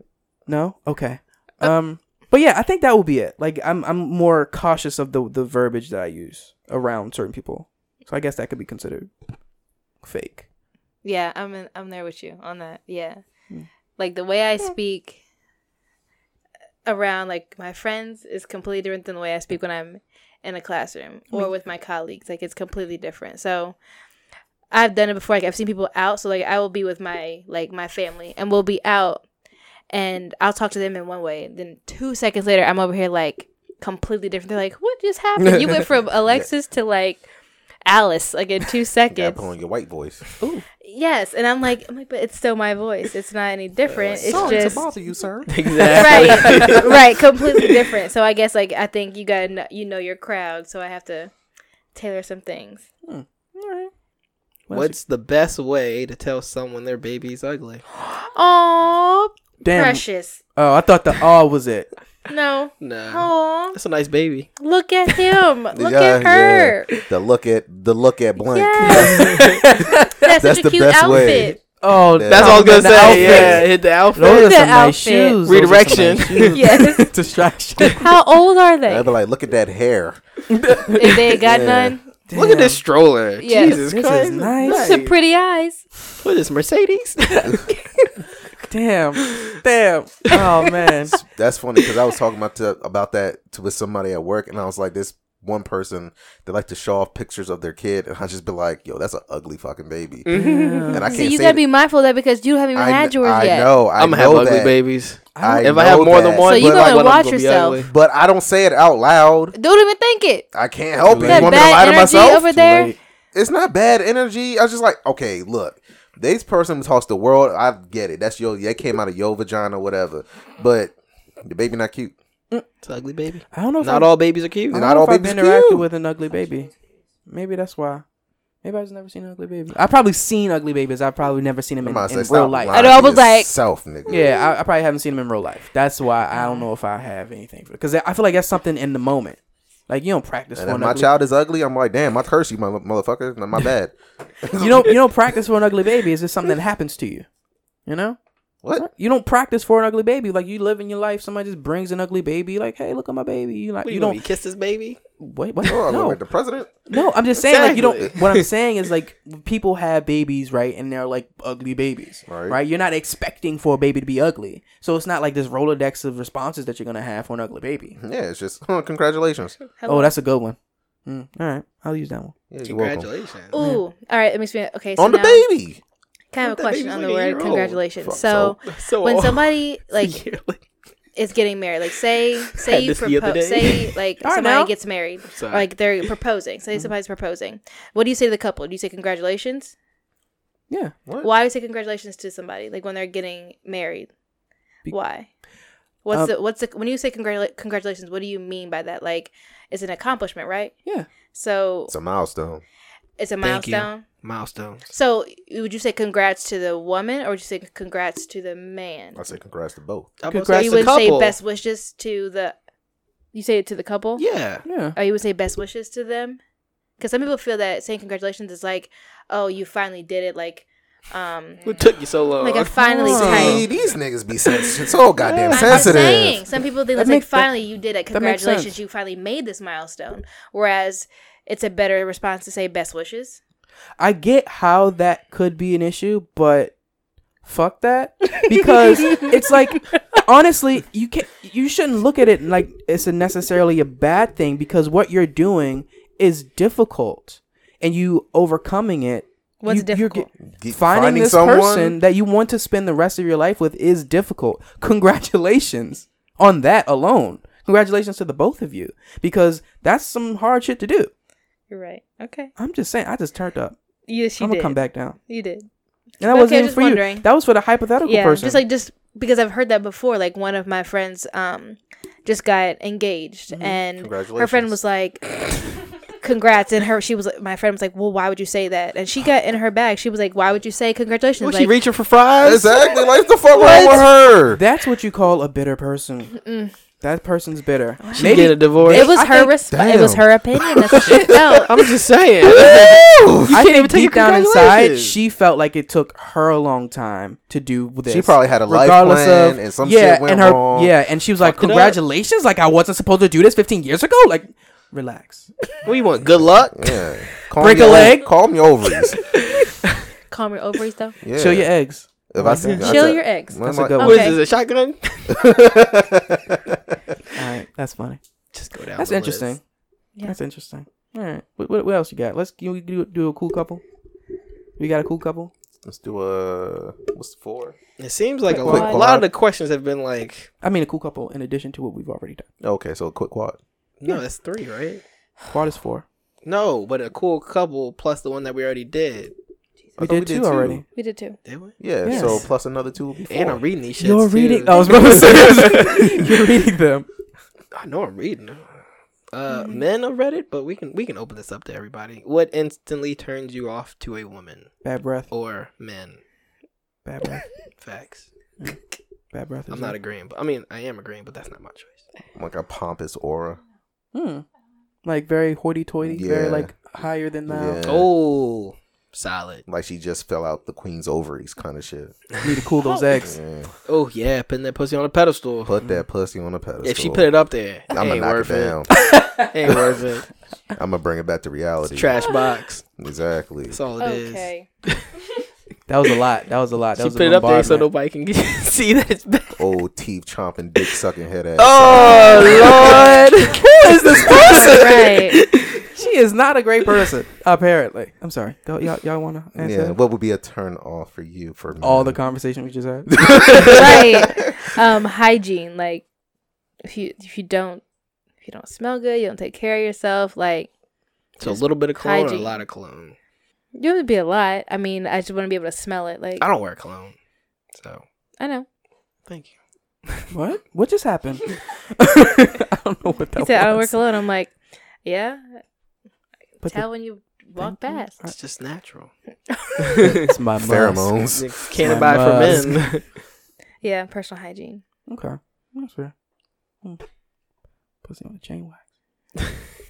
[SPEAKER 1] no, okay. Um, but yeah, I think that will be it. Like, I'm I'm more cautious of the the verbiage that I use around certain people. So I guess that could be considered fake.
[SPEAKER 4] yeah i'm in, i'm there with you on that yeah
[SPEAKER 1] Mm.
[SPEAKER 4] like the way i speak around like my friends is completely different than the way i speak when i'm in a classroom or with my colleagues like it's completely different so i've done it before like i've seen people out so like i will be with my like my family and we'll be out and i'll talk to them in one way then two seconds later i'm over here like completely different they're like what just happened you went from alexis to like Alice like in two
[SPEAKER 3] You gotta put
[SPEAKER 4] seconds.
[SPEAKER 3] on your white voice.
[SPEAKER 4] Yes, and I'm like, I'm like, but it's still my voice. It's not any different. It's just
[SPEAKER 3] you, sir.
[SPEAKER 2] Exactly.
[SPEAKER 4] right, right, completely different. So I guess like I think you got to you know your crowd, so I have to tailor some things.
[SPEAKER 2] What's the best way to tell someone their baby's ugly?
[SPEAKER 4] Oh,
[SPEAKER 1] Damn.
[SPEAKER 4] precious.
[SPEAKER 1] Oh, I thought the all was it.
[SPEAKER 4] No.
[SPEAKER 2] Nah.
[SPEAKER 4] Oh,
[SPEAKER 2] That's a nice baby.
[SPEAKER 4] look at him. Look
[SPEAKER 3] Yeah,
[SPEAKER 4] at her.
[SPEAKER 3] yeah. The look at the look at blank.
[SPEAKER 4] Yes.
[SPEAKER 3] That's
[SPEAKER 4] That's, such
[SPEAKER 3] the
[SPEAKER 4] a cute
[SPEAKER 3] best
[SPEAKER 4] outfit.
[SPEAKER 3] way.
[SPEAKER 1] Oh,
[SPEAKER 3] Yeah.
[SPEAKER 2] That's all I was
[SPEAKER 1] the
[SPEAKER 2] gonna say. Yeah,
[SPEAKER 1] outfit.
[SPEAKER 2] hit the
[SPEAKER 1] Those
[SPEAKER 2] outfit.
[SPEAKER 1] are
[SPEAKER 4] The
[SPEAKER 1] some nice
[SPEAKER 4] outfit.
[SPEAKER 1] shoes. Those are some
[SPEAKER 2] Redirection.
[SPEAKER 1] nice shoes.
[SPEAKER 4] Yes.
[SPEAKER 1] Distraction.
[SPEAKER 4] How old are they?
[SPEAKER 3] I'd be like, look at that hair.
[SPEAKER 4] if they ain't got
[SPEAKER 3] Yeah.
[SPEAKER 4] none,
[SPEAKER 2] Look at this stroller.
[SPEAKER 4] Yeah.
[SPEAKER 2] Jesus
[SPEAKER 1] This is
[SPEAKER 2] Christ.
[SPEAKER 1] nice.
[SPEAKER 4] some pretty eyes.
[SPEAKER 2] What is this, Mercedes?
[SPEAKER 1] Damn. Damn. Oh man.
[SPEAKER 3] That's funny because I was talking about to, about that to, with somebody at work, and I was like, this one person they like to show off pictures of their kid, and I just be like, yo, that's an ugly fucking baby,
[SPEAKER 1] Mm-hmm.
[SPEAKER 3] and I can't
[SPEAKER 4] So you
[SPEAKER 3] say
[SPEAKER 4] gotta
[SPEAKER 3] that-
[SPEAKER 4] be mindful of that because you haven't even
[SPEAKER 3] I, kn-
[SPEAKER 4] had yours
[SPEAKER 3] I
[SPEAKER 4] yet.
[SPEAKER 3] know. I
[SPEAKER 2] I'm gonna have
[SPEAKER 3] know
[SPEAKER 2] ugly
[SPEAKER 3] that.
[SPEAKER 2] babies.
[SPEAKER 1] I
[SPEAKER 2] If I have
[SPEAKER 3] know
[SPEAKER 2] more than
[SPEAKER 3] that,
[SPEAKER 2] one,
[SPEAKER 4] So you
[SPEAKER 3] but,
[SPEAKER 2] but like,
[SPEAKER 4] gotta
[SPEAKER 2] one of them
[SPEAKER 4] watch
[SPEAKER 2] gonna be
[SPEAKER 4] yourself.
[SPEAKER 2] ugly.
[SPEAKER 3] but I don't say it out loud.
[SPEAKER 4] Don't even think it.
[SPEAKER 3] I can't help
[SPEAKER 2] That
[SPEAKER 3] it. You
[SPEAKER 4] That
[SPEAKER 3] want me to lie
[SPEAKER 4] bad
[SPEAKER 3] to
[SPEAKER 4] energy
[SPEAKER 3] myself?
[SPEAKER 4] over there.
[SPEAKER 3] it's not bad energy. I was just like, okay, look, this person talks the world. I get it. That's your that came out of your vagina, whatever. But the baby not cute.
[SPEAKER 2] It's an ugly baby.
[SPEAKER 1] I don't know if
[SPEAKER 2] Not
[SPEAKER 1] I've,
[SPEAKER 2] all babies are cute.
[SPEAKER 1] I don't
[SPEAKER 3] not
[SPEAKER 1] know
[SPEAKER 3] all
[SPEAKER 1] if I've
[SPEAKER 3] babies
[SPEAKER 1] interacted
[SPEAKER 3] cute.
[SPEAKER 1] with an ugly baby. Maybe that's why. Maybe I've just never seen an ugly baby. I've probably seen ugly babies. I've probably never seen them
[SPEAKER 3] I'm
[SPEAKER 1] in,
[SPEAKER 3] about to
[SPEAKER 1] in
[SPEAKER 3] say,
[SPEAKER 1] real
[SPEAKER 3] stop
[SPEAKER 1] life.
[SPEAKER 3] lying
[SPEAKER 4] know, I
[SPEAKER 3] to
[SPEAKER 4] was like-
[SPEAKER 3] yourself, nigga.
[SPEAKER 1] Yeah, I, I probably haven't seen them in real life. That's why I don't know if I have anything because I feel like that's something in the moment. Like you don't practice
[SPEAKER 3] And
[SPEAKER 1] for
[SPEAKER 3] if
[SPEAKER 1] an
[SPEAKER 3] my
[SPEAKER 1] ugly.
[SPEAKER 3] child is ugly, I'm like, damn, I curse you, my motherfucker. Not my bad.
[SPEAKER 1] you don't you don't practice for an ugly baby. It's just something that happens to you. You know.
[SPEAKER 3] What?
[SPEAKER 1] You don't practice for an ugly baby. Like you live in your life, somebody just brings an ugly baby. Like, hey, look at my baby. You like
[SPEAKER 2] What,
[SPEAKER 1] you don't
[SPEAKER 2] kiss this baby?
[SPEAKER 1] wait what?
[SPEAKER 3] Oh, I look
[SPEAKER 1] no
[SPEAKER 3] like the president.
[SPEAKER 1] no. I'm just saying like you don't.
[SPEAKER 2] Exactly.
[SPEAKER 1] What I'm saying is like people have babies right, and they're like ugly babies
[SPEAKER 3] Right.
[SPEAKER 1] right. You're not expecting for a baby to be ugly, so it's not like this rolodex of responses that you're gonna have for an ugly baby.
[SPEAKER 3] Yeah, it's just huh, congratulations.
[SPEAKER 4] Mm-hmm.
[SPEAKER 1] Oh, that's a good one. Mm, all right, I'll use that one.
[SPEAKER 3] Yeah, you're welcome.
[SPEAKER 2] Congratulations.
[SPEAKER 4] Ooh. All right. Let me speak. Okay. So
[SPEAKER 3] On the
[SPEAKER 4] now,
[SPEAKER 3] baby.
[SPEAKER 4] Kind of
[SPEAKER 2] That
[SPEAKER 4] a question
[SPEAKER 2] baby's
[SPEAKER 4] on
[SPEAKER 2] like a
[SPEAKER 4] the
[SPEAKER 2] year
[SPEAKER 4] word
[SPEAKER 2] old.
[SPEAKER 4] congratulations.
[SPEAKER 3] Fuck,
[SPEAKER 4] so
[SPEAKER 2] So Oh.
[SPEAKER 4] when
[SPEAKER 2] old.
[SPEAKER 4] somebody like
[SPEAKER 2] Yearly.
[SPEAKER 4] is getting married, like say say you
[SPEAKER 2] this the other
[SPEAKER 4] propose,
[SPEAKER 2] day.
[SPEAKER 4] say like
[SPEAKER 1] All right,
[SPEAKER 4] somebody
[SPEAKER 1] now.
[SPEAKER 4] gets married, or,
[SPEAKER 2] Sorry.
[SPEAKER 4] like they're proposing. Say somebody's proposing. What do you say to the couple? Do you say congratulations?
[SPEAKER 1] Yeah,
[SPEAKER 3] What?
[SPEAKER 4] Why do you say congratulations to somebody like when they're getting married?
[SPEAKER 1] Be-
[SPEAKER 4] Why? What's
[SPEAKER 1] Uh,
[SPEAKER 4] the what's the when you say congratu- congratulations? What do you mean by that? Like, it's an accomplishment, right?
[SPEAKER 1] yeah.
[SPEAKER 4] So
[SPEAKER 3] It's a milestone.
[SPEAKER 4] it's a
[SPEAKER 2] Thank you.
[SPEAKER 4] milestone.
[SPEAKER 2] Milestones.
[SPEAKER 4] So would you say congrats to the woman, or would you say congrats to the man?
[SPEAKER 3] I say congrats to both.
[SPEAKER 2] I'm
[SPEAKER 1] Congrats
[SPEAKER 4] Or
[SPEAKER 2] gonna
[SPEAKER 1] That's
[SPEAKER 4] you
[SPEAKER 2] the
[SPEAKER 4] would say
[SPEAKER 2] couple.
[SPEAKER 4] best wishes to the. You say it to the couple.
[SPEAKER 2] Yeah.
[SPEAKER 1] Yeah.
[SPEAKER 4] Or you would say best wishes to them, because some people feel that saying congratulations is like, oh, you finally did it. Like, um,
[SPEAKER 2] What took you so long?
[SPEAKER 4] like I finally
[SPEAKER 1] Oh.
[SPEAKER 3] See,
[SPEAKER 4] typed.
[SPEAKER 3] these niggas be sensitive. so goddamn
[SPEAKER 4] I'm just
[SPEAKER 3] sensitive.
[SPEAKER 4] saying. Some people
[SPEAKER 1] That
[SPEAKER 4] think that's like
[SPEAKER 1] makes- that-
[SPEAKER 4] finally you did it.
[SPEAKER 1] that makes sense.
[SPEAKER 4] Congratulations, you finally made this milestone. Whereas it's a better response to say best wishes.
[SPEAKER 1] I get how that could be an issue, but fuck that because it's like honestly, you can not you shouldn't look at it like it's a necessarily a bad thing because what you're doing is difficult and you overcoming it.
[SPEAKER 4] What's
[SPEAKER 1] you, you're get-
[SPEAKER 4] difficult?
[SPEAKER 3] Get-
[SPEAKER 1] finding,
[SPEAKER 3] finding
[SPEAKER 1] this
[SPEAKER 3] someone-
[SPEAKER 1] person that you want to spend the rest of your life with is difficult. Congratulations on that alone. Congratulations to the both of you because that's some hard shit to do.
[SPEAKER 4] You're right. Okay.
[SPEAKER 1] I'm just saying, I just turned up.
[SPEAKER 4] Yes, you
[SPEAKER 1] I'm
[SPEAKER 4] did.
[SPEAKER 1] gonna come back down.
[SPEAKER 4] You did.
[SPEAKER 1] And that wasn't
[SPEAKER 4] Okay, I was
[SPEAKER 1] even
[SPEAKER 4] just
[SPEAKER 1] for
[SPEAKER 4] wondering.
[SPEAKER 1] you. That was for the hypothetical
[SPEAKER 4] yeah,
[SPEAKER 1] person.
[SPEAKER 4] just like just because I've heard that before. Like one of my friends, um, just got engaged, and her friend
[SPEAKER 3] Congratulations.
[SPEAKER 4] was like, "Congrats!" And her, she was like, my friend was like, "Well, why would you say that?" And she got in her bag. She was like, "Why would you say congratulations?"
[SPEAKER 2] Was
[SPEAKER 4] like,
[SPEAKER 2] she reaching for fries?
[SPEAKER 3] Exactly. Like the fuck wrong with her?
[SPEAKER 1] That's what you call a bitter person. That person's bitter.
[SPEAKER 2] She get a divorce.
[SPEAKER 4] Oh, it was
[SPEAKER 1] I
[SPEAKER 4] her
[SPEAKER 1] think-
[SPEAKER 4] resp- It was
[SPEAKER 3] Damn.
[SPEAKER 4] her opinion. That's what she felt.
[SPEAKER 2] I'm just saying.
[SPEAKER 1] I
[SPEAKER 2] can't
[SPEAKER 1] think
[SPEAKER 2] even take
[SPEAKER 1] deep
[SPEAKER 2] your
[SPEAKER 1] down inside,
[SPEAKER 2] congratulations.
[SPEAKER 1] she felt like it took her a long time to do this.
[SPEAKER 3] She probably had a life plan and some shit went
[SPEAKER 1] and her,
[SPEAKER 3] wrong.
[SPEAKER 1] Yeah, and she was like,
[SPEAKER 2] Fucked it up.
[SPEAKER 1] "Congratulations! Like I wasn't supposed to do this 15 years ago." Like, relax.
[SPEAKER 2] we want good luck.
[SPEAKER 3] Yeah. Calm
[SPEAKER 1] Break a
[SPEAKER 3] your-
[SPEAKER 1] leg?
[SPEAKER 3] Calm your ovaries.
[SPEAKER 4] Calm your ovaries though.
[SPEAKER 3] Yeah.
[SPEAKER 1] Chill your eggs.
[SPEAKER 3] If I see,
[SPEAKER 4] Chill your eggs.
[SPEAKER 1] That's a good
[SPEAKER 4] Okay.
[SPEAKER 2] What is this? A shotgun?
[SPEAKER 1] All right, that's funny.
[SPEAKER 2] just go down.
[SPEAKER 1] That's
[SPEAKER 2] the
[SPEAKER 1] interesting.
[SPEAKER 2] list.
[SPEAKER 4] Yeah.
[SPEAKER 1] That's interesting. All right, what, what, what else you got? Let's can we do, do a cool couple? We got a cool couple.
[SPEAKER 3] Let's do a what's the four?
[SPEAKER 2] It seems like a
[SPEAKER 3] Quick
[SPEAKER 2] lot, a
[SPEAKER 3] quad.
[SPEAKER 2] lot of the questions have been like,
[SPEAKER 1] I mean, a cool couple in addition to what we've already done.
[SPEAKER 3] Okay, so a quick quad.
[SPEAKER 2] no, that's three, right?
[SPEAKER 1] Quad is four.
[SPEAKER 2] No, but a cool couple plus the one that we already did.
[SPEAKER 1] We did, two already.
[SPEAKER 4] We did too.
[SPEAKER 2] Did we?
[SPEAKER 3] Yeah,
[SPEAKER 1] Yes.
[SPEAKER 3] so plus another two will be four.
[SPEAKER 2] And I'm reading these shits.
[SPEAKER 1] You're
[SPEAKER 2] too.
[SPEAKER 1] reading. Oh, I was about to say you're reading them.
[SPEAKER 2] I know I'm reading. them. Uh, men of Reddit, but we can we can open this up to everybody. What instantly turns you off to a woman
[SPEAKER 1] Bad breath.
[SPEAKER 2] or men?
[SPEAKER 1] Bad breath.
[SPEAKER 2] Facts.
[SPEAKER 1] Bad breath.
[SPEAKER 2] I'm not agreeing, but I mean I am agreeing, but that's not my choice.
[SPEAKER 3] like a pompous aura.
[SPEAKER 1] A- hmm. Like very hoity-toity. Very
[SPEAKER 3] Yeah.
[SPEAKER 1] like higher than thou.
[SPEAKER 3] Yeah.
[SPEAKER 2] Oh, solid.
[SPEAKER 3] Like she just fell out the queen's ovaries kind of shit.
[SPEAKER 1] Need to cool those eggs.
[SPEAKER 3] Yeah.
[SPEAKER 2] Oh yeah, putting that pussy on a pedestal.
[SPEAKER 3] Put that pussy on a pedestal.
[SPEAKER 2] if she put it up there,
[SPEAKER 3] I'm gonna
[SPEAKER 2] ain't
[SPEAKER 3] knock it
[SPEAKER 2] worth it.
[SPEAKER 3] down.
[SPEAKER 2] Ain't worth it.
[SPEAKER 3] I'm gonna bring it back to reality.
[SPEAKER 2] It's a trash box.
[SPEAKER 3] Exactly.
[SPEAKER 2] That's all it is.
[SPEAKER 4] Okay.
[SPEAKER 1] That was a lot. That was a lot. That
[SPEAKER 2] She
[SPEAKER 1] was
[SPEAKER 2] put it up there so
[SPEAKER 1] bombardment.
[SPEAKER 2] nobody can get, see that it's back.
[SPEAKER 3] Old teeth chomping, dick sucking head ass.
[SPEAKER 1] Oh Lord, who is this person?
[SPEAKER 4] right.
[SPEAKER 1] She is not a great person, apparently. I'm sorry. Go, y'all, y'all want to answer
[SPEAKER 3] Yeah. What would be a turn off for you for
[SPEAKER 1] all the
[SPEAKER 3] men?
[SPEAKER 1] conversation we just had?
[SPEAKER 4] Right. Um, hygiene. Like if you if you don't if you don't smell good, you don't take care of yourself, like
[SPEAKER 2] So a little bit of cologne or a
[SPEAKER 4] hygiene.
[SPEAKER 2] lot of cologne.
[SPEAKER 4] you don't have to be a lot. I mean, I just want to be able to smell it. Like
[SPEAKER 2] I don't wear cologne, so
[SPEAKER 4] I know.
[SPEAKER 2] thank you.
[SPEAKER 1] what? What just happened? I don't know what that
[SPEAKER 4] He
[SPEAKER 1] was.
[SPEAKER 4] said I don't work alone. I'm like, yeah.
[SPEAKER 1] But
[SPEAKER 4] Tell when you walk
[SPEAKER 1] Thank you.
[SPEAKER 4] past.
[SPEAKER 2] It's just natural.
[SPEAKER 1] the- it's my pheromone.
[SPEAKER 3] pheromones.
[SPEAKER 2] Can't
[SPEAKER 1] My
[SPEAKER 2] buy
[SPEAKER 1] musk.
[SPEAKER 2] for men.
[SPEAKER 4] Yeah, personal hygiene.
[SPEAKER 1] Okay, that's fair. Hmm. Pussy on a chain wax.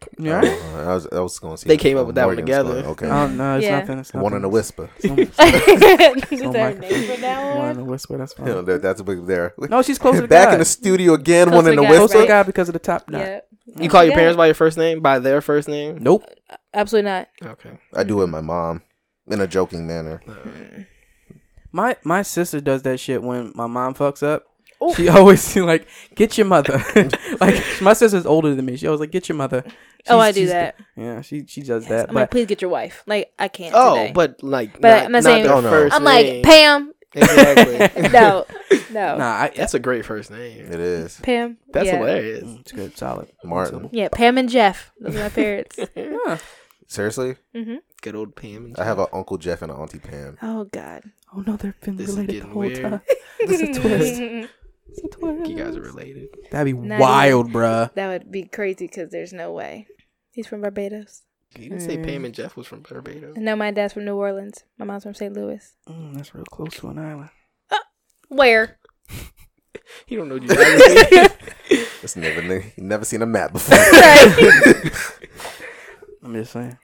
[SPEAKER 3] Oh,
[SPEAKER 1] yeah. Right?
[SPEAKER 3] I was, I was gonna see.
[SPEAKER 2] They
[SPEAKER 3] if,
[SPEAKER 2] came up
[SPEAKER 3] uh,
[SPEAKER 2] with that one
[SPEAKER 3] Morgan's
[SPEAKER 2] together.
[SPEAKER 3] going, okay.
[SPEAKER 1] Oh no, it's
[SPEAKER 4] Yeah.
[SPEAKER 1] nothing. It's nothing.
[SPEAKER 3] one in a whisper.
[SPEAKER 1] It's not-
[SPEAKER 4] Is
[SPEAKER 1] Oh
[SPEAKER 4] there a
[SPEAKER 1] my-
[SPEAKER 4] name for that
[SPEAKER 1] Oh one
[SPEAKER 4] one?
[SPEAKER 1] in a whisper. That's
[SPEAKER 3] You know,
[SPEAKER 1] fine.
[SPEAKER 3] that, that's a big there.
[SPEAKER 1] No, she's close to
[SPEAKER 3] Back
[SPEAKER 1] God.
[SPEAKER 3] in the studio again.
[SPEAKER 4] Close
[SPEAKER 3] one
[SPEAKER 4] to
[SPEAKER 3] in the
[SPEAKER 4] God,
[SPEAKER 3] whisper.
[SPEAKER 1] close to
[SPEAKER 4] right?
[SPEAKER 1] God because of the top knot.
[SPEAKER 4] Yeah,
[SPEAKER 2] You call your
[SPEAKER 4] Yeah.
[SPEAKER 2] parents by your first name, by their first name.
[SPEAKER 1] Nope.
[SPEAKER 4] absolutely not.
[SPEAKER 2] Okay.
[SPEAKER 3] I do it with my mom in a joking manner.
[SPEAKER 1] Mm.
[SPEAKER 4] Oh,
[SPEAKER 1] My my sister does that shit when my mom fucks up. She always she like get your mother. like my sister's older than me. She always like get your mother.
[SPEAKER 4] oh,
[SPEAKER 1] She's-
[SPEAKER 4] I do
[SPEAKER 1] she's-
[SPEAKER 4] that.
[SPEAKER 1] Yeah, she she does
[SPEAKER 4] Yes,
[SPEAKER 1] that.
[SPEAKER 4] I'm
[SPEAKER 1] but
[SPEAKER 4] like, please get your wife. Like, I can't.
[SPEAKER 2] Oh,
[SPEAKER 4] today.
[SPEAKER 2] but like,
[SPEAKER 4] But I'm not saying-
[SPEAKER 2] their
[SPEAKER 3] Oh, no.
[SPEAKER 2] first
[SPEAKER 4] I'm like
[SPEAKER 2] name.
[SPEAKER 4] Pam.
[SPEAKER 2] exactly.
[SPEAKER 4] No, no,
[SPEAKER 1] nah, I,
[SPEAKER 2] That's a great first name.
[SPEAKER 3] It is
[SPEAKER 4] Pam.
[SPEAKER 2] That's
[SPEAKER 4] yeah.
[SPEAKER 2] hilarious.
[SPEAKER 1] mm, it's good, solid.
[SPEAKER 3] Martin.
[SPEAKER 4] Yeah, Pam and Jeff. Those are my parents.
[SPEAKER 1] Yeah.
[SPEAKER 3] Seriously,
[SPEAKER 4] hmm
[SPEAKER 2] Good old Pam. and
[SPEAKER 3] I have
[SPEAKER 2] Jeff.
[SPEAKER 3] an uncle Jeff and an auntie Pam.
[SPEAKER 4] Oh God.
[SPEAKER 1] Oh no, they've been
[SPEAKER 2] This is
[SPEAKER 1] related the
[SPEAKER 2] getting
[SPEAKER 1] whole
[SPEAKER 2] weird.
[SPEAKER 1] time. This is a twist. It's a twist.
[SPEAKER 2] You guys are related.
[SPEAKER 1] That'd be
[SPEAKER 4] Not
[SPEAKER 1] wild, bruh.
[SPEAKER 4] that would be crazy because there's no way. He's from Barbados.
[SPEAKER 2] You didn't say
[SPEAKER 1] Mm.
[SPEAKER 2] Pam and Jeff was from Barbados.
[SPEAKER 4] No, my dad's from New Orleans. My mom's from St. Louis.
[SPEAKER 1] Mm, that's real close to an island.
[SPEAKER 4] Where?
[SPEAKER 2] You don't know geography.
[SPEAKER 3] It's never ne- never seen a map before.
[SPEAKER 1] I'm just saying.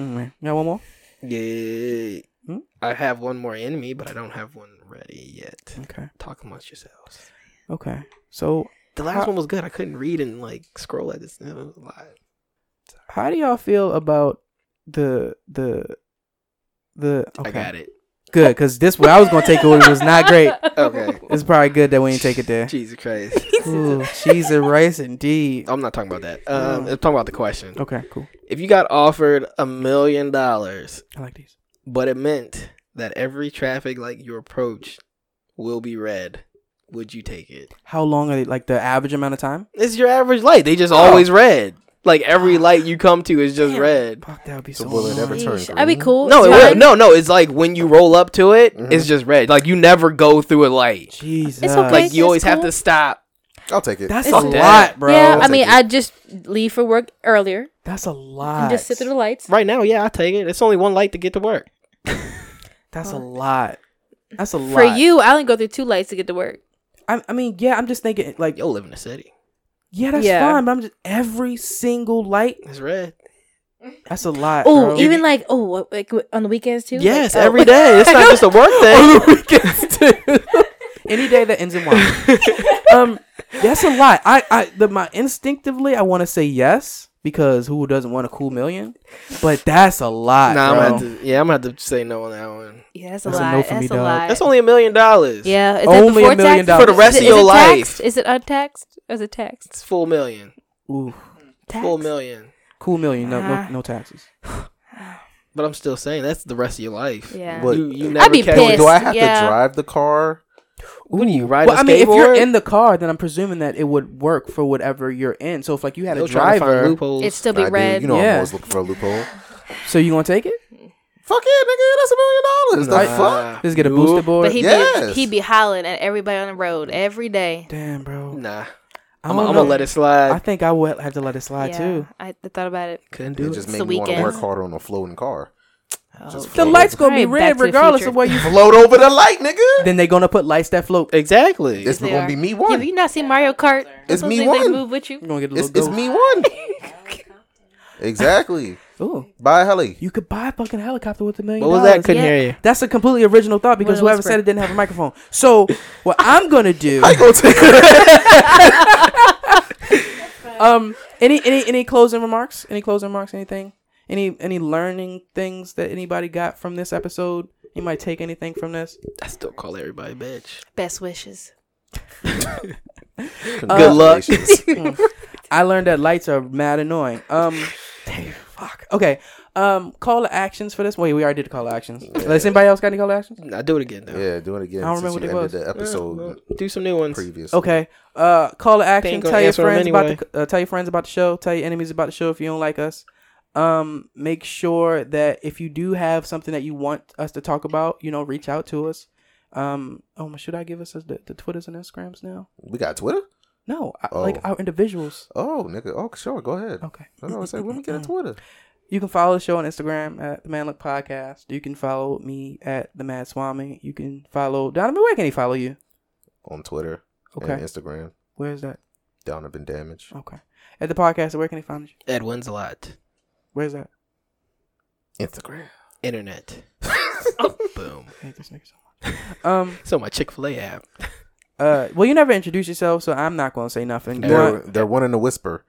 [SPEAKER 1] Mm, you got one more?
[SPEAKER 2] yeah.
[SPEAKER 1] Hmm?
[SPEAKER 2] I have one more in me, but I don't have one ready yet.
[SPEAKER 1] Okay.
[SPEAKER 2] Talk amongst yourselves.
[SPEAKER 1] Okay. So
[SPEAKER 2] The last one was good. I couldn't read and like scroll at this. It was a lot.
[SPEAKER 1] how do y'all feel about the the the okay.
[SPEAKER 2] I got it.
[SPEAKER 1] Good, because this what I was gonna take away was not great.
[SPEAKER 2] Okay.
[SPEAKER 1] It's probably good that we didn't take it there.
[SPEAKER 2] Jesus Christ.
[SPEAKER 1] Ooh, cheese and rice indeed.
[SPEAKER 2] I'm not talking about that. Um,
[SPEAKER 1] Mm.
[SPEAKER 2] I'm talking about the question.
[SPEAKER 1] Okay, cool.
[SPEAKER 2] If you got offered a million dollars,
[SPEAKER 1] I like these.
[SPEAKER 2] but it meant that every traffic light you approach will be red, would you take it?
[SPEAKER 1] How long are they? Like the average amount of time?
[SPEAKER 2] It's your average light. They just always red. Like every light you come to is just red.
[SPEAKER 1] Fuck, that would be so.
[SPEAKER 3] So will it ever
[SPEAKER 1] annoying.
[SPEAKER 3] turn
[SPEAKER 4] I'd be
[SPEAKER 3] green?
[SPEAKER 4] cool.
[SPEAKER 2] No, it
[SPEAKER 4] It's
[SPEAKER 2] will.
[SPEAKER 4] fine.
[SPEAKER 2] No, no. It's like when you roll up to it,
[SPEAKER 3] Mhm.
[SPEAKER 2] it's just red. Like you never go through a light.
[SPEAKER 1] Jesus.
[SPEAKER 4] okay.
[SPEAKER 2] Like you
[SPEAKER 4] that's
[SPEAKER 2] always have
[SPEAKER 4] cool.
[SPEAKER 2] to stop.
[SPEAKER 3] I'll take it.
[SPEAKER 1] That's
[SPEAKER 4] It's
[SPEAKER 1] a
[SPEAKER 4] okay.
[SPEAKER 1] lot, bro.
[SPEAKER 4] Yeah, I
[SPEAKER 3] I'll
[SPEAKER 4] mean,
[SPEAKER 3] take it.
[SPEAKER 4] I just leave for work earlier
[SPEAKER 1] That's a lot.
[SPEAKER 4] and just sit through the lights.
[SPEAKER 2] Right now, yeah, I take it. It's only one light to get to work.
[SPEAKER 1] That's a lot. That's a lot.
[SPEAKER 4] For you, I only go through two lights to get to work.
[SPEAKER 1] I, I mean, yeah. I'm just thinking, like,
[SPEAKER 2] Yo, live in the city.
[SPEAKER 1] yeah, that's
[SPEAKER 4] Yeah.
[SPEAKER 1] fine. But I'm just every single light.
[SPEAKER 2] It's red.
[SPEAKER 1] That's a lot.
[SPEAKER 4] Oh,
[SPEAKER 1] bro.
[SPEAKER 4] even like oh, what, like w- on the weekends too.
[SPEAKER 2] Yes,
[SPEAKER 4] Like, oh.
[SPEAKER 2] every day. It's not just a work thing.
[SPEAKER 1] on the weekends too. Any day that ends in one. um, that's a lot. I, I, the, my instinctively, I want to say yes because who doesn't want a cool million? But that's a lot,
[SPEAKER 2] Nah, I'm
[SPEAKER 1] bro.
[SPEAKER 2] gonna have to, yeah, I'm gonna have to say no on that one.
[SPEAKER 4] yeah, that's a
[SPEAKER 1] That's a
[SPEAKER 4] lot.
[SPEAKER 1] no for me,
[SPEAKER 4] that's a
[SPEAKER 1] dog.
[SPEAKER 4] lot.
[SPEAKER 2] That's only a million dollars.
[SPEAKER 4] yeah. Is
[SPEAKER 1] Only a
[SPEAKER 4] it before
[SPEAKER 1] million
[SPEAKER 4] tax?
[SPEAKER 1] dollars.
[SPEAKER 2] For the rest
[SPEAKER 4] Is
[SPEAKER 2] of
[SPEAKER 4] it- is
[SPEAKER 2] your
[SPEAKER 4] it
[SPEAKER 2] life.
[SPEAKER 4] taxed? Is it untaxed? Or is it taxed?
[SPEAKER 2] It's full million.
[SPEAKER 1] Ooh,
[SPEAKER 4] Taxed.
[SPEAKER 2] Full million.
[SPEAKER 1] cool million, no, no,
[SPEAKER 4] Ah.
[SPEAKER 1] no taxes.
[SPEAKER 2] But I'm still saying that's the rest of your life.
[SPEAKER 4] Yeah.
[SPEAKER 3] What-
[SPEAKER 2] You, you
[SPEAKER 3] I'd
[SPEAKER 2] never
[SPEAKER 4] be
[SPEAKER 2] catch-
[SPEAKER 4] pissed.
[SPEAKER 3] Do I have
[SPEAKER 4] yeah.
[SPEAKER 3] to drive the car
[SPEAKER 2] What do you ride
[SPEAKER 1] Well,
[SPEAKER 2] a
[SPEAKER 1] I mean, if you're
[SPEAKER 2] skateboard?
[SPEAKER 1] in the car, then I'm presuming that it would work for whatever you're in. So if like you had
[SPEAKER 2] They'll
[SPEAKER 1] a
[SPEAKER 2] try to find
[SPEAKER 1] driver,
[SPEAKER 2] loopholes.
[SPEAKER 4] It'd still be
[SPEAKER 3] I do.
[SPEAKER 4] red.
[SPEAKER 3] You know,
[SPEAKER 1] Yeah.
[SPEAKER 3] I'm always looking for a loophole.
[SPEAKER 1] so you gonna take it?
[SPEAKER 3] Fuck yeah, nigga, that's a million dollars. The
[SPEAKER 1] Right.
[SPEAKER 3] fuck?
[SPEAKER 1] Just get a
[SPEAKER 2] Nope.
[SPEAKER 1] booster board.
[SPEAKER 4] But he'd
[SPEAKER 3] Yes.
[SPEAKER 4] be he'd be hollering at everybody on the road every day.
[SPEAKER 1] Damn, bro.
[SPEAKER 2] Nah,
[SPEAKER 1] I
[SPEAKER 2] I'm
[SPEAKER 1] don't
[SPEAKER 2] gonna
[SPEAKER 1] know.
[SPEAKER 2] let it slide.
[SPEAKER 1] I think I would have to let it slide
[SPEAKER 4] yeah,
[SPEAKER 1] too.
[SPEAKER 4] I I thought about it.
[SPEAKER 2] Couldn't
[SPEAKER 3] It
[SPEAKER 2] do it.
[SPEAKER 3] just
[SPEAKER 4] It's
[SPEAKER 3] made
[SPEAKER 4] the
[SPEAKER 3] me want to
[SPEAKER 4] weekend.
[SPEAKER 3] work harder on a floating car.
[SPEAKER 4] Oh,
[SPEAKER 1] The
[SPEAKER 3] Float
[SPEAKER 1] lights
[SPEAKER 3] over-
[SPEAKER 1] gonna be
[SPEAKER 4] Right, Back
[SPEAKER 1] red
[SPEAKER 4] to the
[SPEAKER 1] regardless
[SPEAKER 4] Future.
[SPEAKER 1] of where you.
[SPEAKER 3] Float over the light, nigga.
[SPEAKER 1] then they gonna put lights that float.
[SPEAKER 2] Exactly.
[SPEAKER 3] It's
[SPEAKER 4] they
[SPEAKER 3] gonna
[SPEAKER 4] are.
[SPEAKER 3] be me
[SPEAKER 4] Have
[SPEAKER 3] one.
[SPEAKER 4] you not seen Mario Kart?
[SPEAKER 3] It's me
[SPEAKER 4] Supposedly They
[SPEAKER 3] one.
[SPEAKER 4] move with you.
[SPEAKER 1] I'm gonna get a
[SPEAKER 3] It's,
[SPEAKER 1] little.
[SPEAKER 3] it's
[SPEAKER 1] ghost.
[SPEAKER 3] me one. Exactly.
[SPEAKER 1] Ooh,
[SPEAKER 3] Buy a heli.
[SPEAKER 1] you could buy a fucking helicopter with a million.
[SPEAKER 2] what was that?
[SPEAKER 1] dollars.
[SPEAKER 2] Couldn't
[SPEAKER 4] Yeah.
[SPEAKER 2] hear you.
[SPEAKER 1] That's a completely original thought because
[SPEAKER 4] With a
[SPEAKER 1] whoever said
[SPEAKER 4] whisper.
[SPEAKER 1] it didn't have a microphone. So what I'm gonna do?
[SPEAKER 3] I go take it.
[SPEAKER 1] Um, any any any closing remarks? Any closing remarks? Anything? Any any learning things that anybody got from this episode? You might take anything from this.
[SPEAKER 2] I still call everybody bitch.
[SPEAKER 4] Best wishes.
[SPEAKER 2] Good
[SPEAKER 1] Uh,
[SPEAKER 2] luck.
[SPEAKER 1] I learned that lights are mad annoying. Um, damn, fuck. Okay. Um, call to actions for this. Wait, we already did call to actions. Does anybody else got any call to actions?
[SPEAKER 2] Nah, do it again though.
[SPEAKER 3] yeah, do it again.
[SPEAKER 1] I don't remember what
[SPEAKER 3] since you
[SPEAKER 1] it
[SPEAKER 3] ended
[SPEAKER 1] was.
[SPEAKER 3] the episode
[SPEAKER 2] Well, Do some new ones.
[SPEAKER 3] previous.
[SPEAKER 1] Okay. Uh, call to action.
[SPEAKER 2] gonna
[SPEAKER 1] Tell your
[SPEAKER 2] answer 'em
[SPEAKER 1] friends
[SPEAKER 2] anyway.
[SPEAKER 1] about the, uh, tell your friends about the show. Tell your enemies about the show if you don't like us. Um, make sure that if you do have something that you want us to talk about, you know, reach out to us. Um, oh, my- should I give us the, the Twitters and Instagrams now?
[SPEAKER 3] We got Twitter?
[SPEAKER 1] No, I,
[SPEAKER 3] Oh.
[SPEAKER 1] like our individuals.
[SPEAKER 3] Oh, nigga. Oh, sure. Go ahead.
[SPEAKER 1] Okay.
[SPEAKER 3] I know. I said, let me get a Twitter.
[SPEAKER 1] You can follow the show on Instagram at the Man Look Podcast. You can follow me at the Mad Swami. You can follow Donovan. Where can he follow you?
[SPEAKER 3] On Twitter and
[SPEAKER 1] Okay,
[SPEAKER 3] Instagram.
[SPEAKER 1] where is that?
[SPEAKER 3] Down up in damage.
[SPEAKER 1] Okay, at the podcast. Where can he find you?
[SPEAKER 2] Ed wins a lot.
[SPEAKER 1] Where's that?
[SPEAKER 3] Instagram.
[SPEAKER 2] Internet. Boom.
[SPEAKER 1] I hate this nigga so much. Um.
[SPEAKER 2] So my Chick Fil A app.
[SPEAKER 1] Uh. Well, you never introduce yourself, so I'm not gonna say nothing. You
[SPEAKER 3] They're,
[SPEAKER 1] want,
[SPEAKER 3] they're one in the whisper.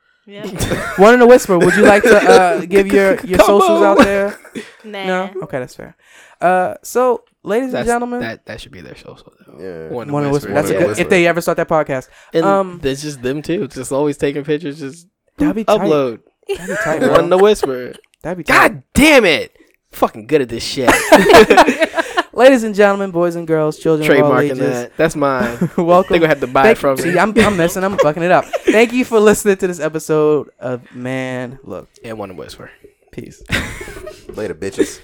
[SPEAKER 1] one in a whisper. Would you like to uh, give your your
[SPEAKER 2] Come
[SPEAKER 1] socials out
[SPEAKER 2] on.
[SPEAKER 1] there?
[SPEAKER 4] Nah.
[SPEAKER 1] No. Okay, that's fair. Uh. So, ladies
[SPEAKER 2] That's,
[SPEAKER 1] and gentlemen,
[SPEAKER 2] that that should be their social. Though.
[SPEAKER 3] Yeah.
[SPEAKER 2] One,
[SPEAKER 1] one in a whisper. That's a
[SPEAKER 3] One
[SPEAKER 1] good.
[SPEAKER 3] in a
[SPEAKER 1] If they ever start that podcast,
[SPEAKER 2] And
[SPEAKER 1] um,
[SPEAKER 2] there's just them too. Just always taking pictures. Just
[SPEAKER 1] that'd be tight.
[SPEAKER 2] upload.
[SPEAKER 1] That'd be tight.
[SPEAKER 2] One in
[SPEAKER 1] bro.
[SPEAKER 2] the whisper.
[SPEAKER 1] That'd be tight.
[SPEAKER 2] God damn it! Fucking good at this shit.
[SPEAKER 1] Ladies and gentlemen, boys and girls, children of all
[SPEAKER 2] Trademarking
[SPEAKER 1] ages.
[SPEAKER 2] that. That's mine. They're
[SPEAKER 1] Welcome.
[SPEAKER 2] gonna have to buy
[SPEAKER 1] Thank-
[SPEAKER 2] it from
[SPEAKER 1] See,
[SPEAKER 2] me.
[SPEAKER 1] I'm, I'm messing. I'm fucking it up. Thank you for listening to this episode of Man Look.
[SPEAKER 2] And one in whisper.
[SPEAKER 1] Peace.
[SPEAKER 3] Later, bitches.